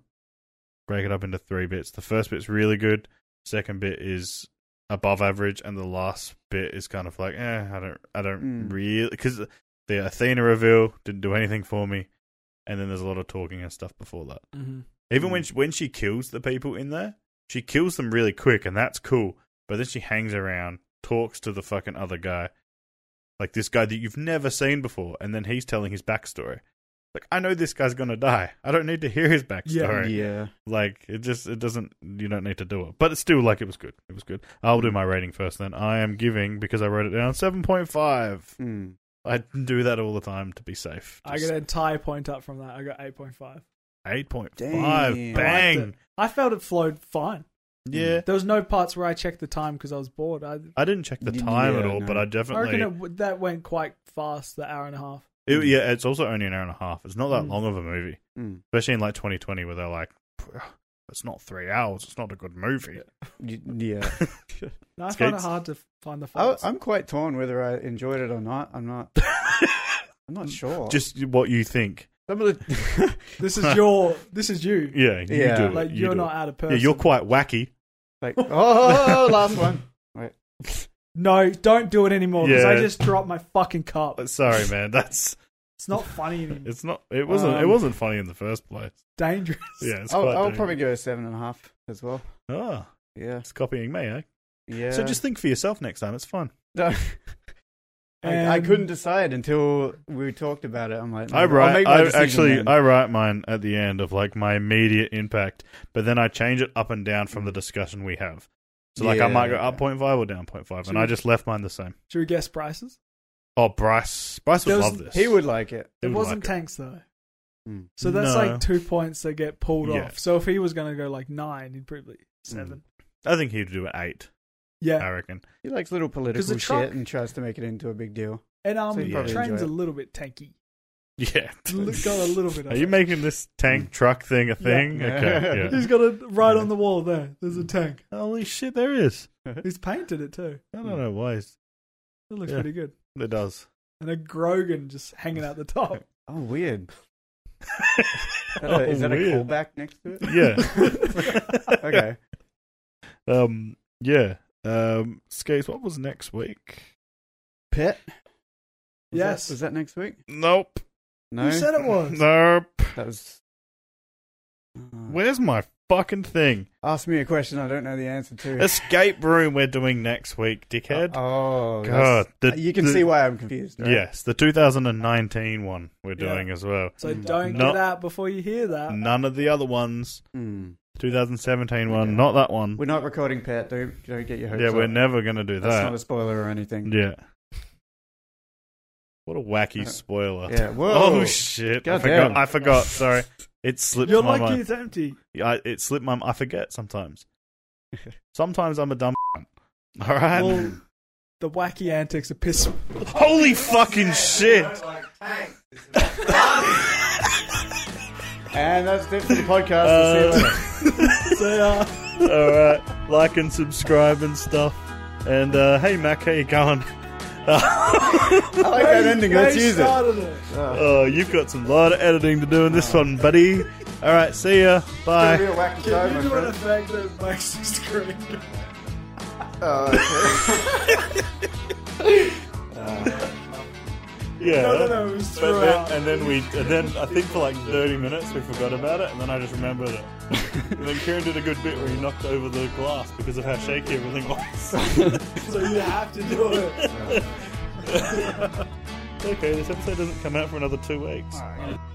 Speaker 1: break it up into three bits. The first bit's really good. Second bit is above average, and the last bit is kind of like, eh, I don't, I don't
Speaker 2: Mm.
Speaker 1: really because the Athena reveal didn't do anything for me, and then there's a lot of talking and stuff before that.
Speaker 3: Mm-hmm.
Speaker 1: Even when
Speaker 2: Mm.
Speaker 1: she, when she kills the people in there, she kills them really quick, and that's cool. But then she hangs around, talks to the fucking other guy, like this guy that you've never seen before, and then he's telling his backstory. Like, I know this guy's gonna die. I don't need to hear his backstory.
Speaker 2: Yeah,
Speaker 1: Like, it just it doesn't. You don't need to do it. But it's still like it was good. It was good. I'll do my rating first. Then I am giving because I wrote it down seven point five.
Speaker 2: Mm.
Speaker 1: I do that all the time to be safe.
Speaker 3: I got an entire point up from that. I got 8.5.
Speaker 1: eight point five.
Speaker 2: Damn.
Speaker 3: I liked
Speaker 1: Bang.
Speaker 3: it. I felt it flowed fine.
Speaker 1: Yeah.
Speaker 3: There was no parts where I checked the time because I was bored. I,
Speaker 1: I didn't check the
Speaker 2: Yeah,
Speaker 1: time at all,
Speaker 2: no.
Speaker 1: but I
Speaker 3: I
Speaker 1: definitely.
Speaker 3: reckon it, w- that went quite fast, the hour and a half.
Speaker 1: it- yeah, it's also only an hour and a half. It's not that
Speaker 3: Mm.
Speaker 1: long of a movie,
Speaker 2: Mm.
Speaker 1: especially in like 2020, where they're like, "Pff, it's not three hours. It's not a good movie.
Speaker 2: You- yeah.
Speaker 3: No, I
Speaker 1: It's
Speaker 3: found it
Speaker 1: good.
Speaker 3: hard to find the
Speaker 2: I,
Speaker 3: faults.
Speaker 2: I'm quite torn whether I enjoyed it or not. I'm not. I'm not sure.
Speaker 1: Mm, Just what you think.
Speaker 2: some of the.
Speaker 3: this is your, this is you.
Speaker 1: Yeah, you
Speaker 2: Yeah.
Speaker 1: do. it,
Speaker 3: Like
Speaker 1: you
Speaker 3: you're
Speaker 1: do
Speaker 3: not out of
Speaker 1: it.
Speaker 3: person.
Speaker 1: Yeah, you're quite wacky.
Speaker 2: like oh, last one.
Speaker 3: No, don't do it anymore because I
Speaker 1: Yeah.
Speaker 3: just dropped my fucking cup.
Speaker 1: But Sorry, man. That's
Speaker 3: It's not funny anymore. It's
Speaker 1: it's not. It wasn't. it
Speaker 2: Um,
Speaker 1: wasn't funny in the first place.
Speaker 3: dangerous.
Speaker 1: Yeah, it's
Speaker 2: I'll,
Speaker 1: quite
Speaker 2: I'll
Speaker 1: dangerous.
Speaker 2: probably go seven and a half. as well.
Speaker 1: Oh,
Speaker 2: Yeah,
Speaker 1: it's copying me, eh?
Speaker 2: yeah.
Speaker 1: So just think for yourself next time. It's fun.
Speaker 2: No. I, I
Speaker 3: Um,
Speaker 2: couldn't decide until we talked about it. I'm like, no,
Speaker 1: I
Speaker 2: I'll
Speaker 1: write.
Speaker 2: make my
Speaker 1: I
Speaker 2: decision
Speaker 1: actually
Speaker 2: then.
Speaker 1: I write mine at the end of like my immediate impact, but then I change it up and down from the discussion we have. So like I might go
Speaker 2: Yeah.
Speaker 1: up 0.5 or down 0.5, and
Speaker 3: Sure.
Speaker 1: I just left mine the same.
Speaker 3: Should we guess prices?
Speaker 1: Oh, Bryce, Bryce would
Speaker 3: There was-
Speaker 1: love this.
Speaker 2: He would like it.
Speaker 1: He
Speaker 3: It
Speaker 1: would like
Speaker 3: wasn't tanks though.
Speaker 2: Mm.
Speaker 3: So that's
Speaker 1: No.
Speaker 3: like two points that get pulled
Speaker 1: Yeah.
Speaker 3: off. So if he was going to go like nine, he'd probably seven.
Speaker 1: I think he'd do an eight. I
Speaker 3: Yeah,
Speaker 1: reckon.
Speaker 2: He likes little political
Speaker 3: the truck-
Speaker 2: shit and tries to make it into a big deal.
Speaker 3: and um,
Speaker 2: So
Speaker 1: you'd probably
Speaker 3: train's
Speaker 2: enjoy
Speaker 3: a
Speaker 2: it.
Speaker 3: little bit tanky.
Speaker 1: Yeah,
Speaker 3: L- Got a little bit. Of
Speaker 1: Are you
Speaker 3: it.
Speaker 1: making this tank truck thing a thing?
Speaker 2: Yeah.
Speaker 1: Okay. Yeah.
Speaker 3: He's got it right
Speaker 2: Yeah.
Speaker 3: on the wall there. There's a tank.
Speaker 1: Holy shit, there is.
Speaker 3: He's painted it too.
Speaker 1: I don't know why it's-
Speaker 3: It looks
Speaker 1: Yeah.
Speaker 3: pretty good.
Speaker 1: it does.
Speaker 3: And a Grogan just hanging out the top.
Speaker 2: Oh, weird.
Speaker 1: Oh,
Speaker 2: is that
Speaker 1: weird.
Speaker 2: a callback next to it?
Speaker 1: Yeah.
Speaker 2: Okay.
Speaker 1: Um. Yeah. Um. Skates. What was next week?
Speaker 2: Pit. Was that-
Speaker 3: Yes.
Speaker 2: was that next week?
Speaker 1: Nope.
Speaker 2: No.
Speaker 3: Who said it was?
Speaker 1: Nope.
Speaker 2: That was. Uh,
Speaker 1: Where's my fucking thing?
Speaker 2: ask me a question I don't know the answer to.
Speaker 1: Escape room we're doing next week, dickhead.
Speaker 2: Oh,
Speaker 1: God,
Speaker 2: that's-
Speaker 1: the-
Speaker 2: you can
Speaker 1: the-
Speaker 2: see why I'm confused. Right?
Speaker 1: Yes, the 2019 one we're
Speaker 3: Yeah.
Speaker 1: doing as well.
Speaker 3: So
Speaker 2: Mm.
Speaker 3: don't
Speaker 1: No.
Speaker 3: get out before you hear
Speaker 2: Uh,
Speaker 3: that.
Speaker 1: None of the other ones.
Speaker 2: Hmm.
Speaker 1: 2017 one,
Speaker 2: Yeah.
Speaker 1: not that one.
Speaker 2: We're not recording Pet. Don't don't get your hopes
Speaker 1: yeah, we're
Speaker 2: up.
Speaker 1: never gonna do
Speaker 2: That's not a
Speaker 1: that.
Speaker 2: spoiler or anything.
Speaker 1: Yeah. What a wacky
Speaker 2: Uh,
Speaker 1: spoiler.
Speaker 2: Yeah. Whoa.
Speaker 1: Oh shit! I
Speaker 2: God
Speaker 1: forgot.
Speaker 2: damn.
Speaker 1: I forgot. Sorry, it slipped
Speaker 3: You're
Speaker 1: my
Speaker 3: lucky
Speaker 1: mind.
Speaker 3: it's empty.
Speaker 1: I, it slipped my. I forget sometimes. sometimes I'm a dumb. All right.
Speaker 3: Well, the wacky antics are piss.
Speaker 1: Holy fucking shit!
Speaker 2: and that's it for the podcast. We'll see you later.
Speaker 3: They are.
Speaker 1: All right, like and subscribe and stuff. And uh, hey, Mac, how you going?
Speaker 2: I like that ending. Let's
Speaker 3: They
Speaker 2: use it.
Speaker 3: started it.
Speaker 1: Oh, you've got some lot of editing to do in this one, buddy. All right, see ya. Bye.
Speaker 2: Give me a wacky time,
Speaker 3: Can
Speaker 2: my
Speaker 3: you do an
Speaker 2: friend.
Speaker 3: effect that makes this great?
Speaker 2: Uh,
Speaker 1: Yeah.
Speaker 3: No, no, no, it was
Speaker 1: But
Speaker 3: throughout.
Speaker 1: then, and then we, and then I think for like 30 minutes we forgot about it, and then I just remembered it. and then Kieran did a good bit where he knocked over the glass because of how shaky everything was.
Speaker 3: so you have to do it.
Speaker 1: okay, this episode doesn't come out for another two weeks.
Speaker 2: All right.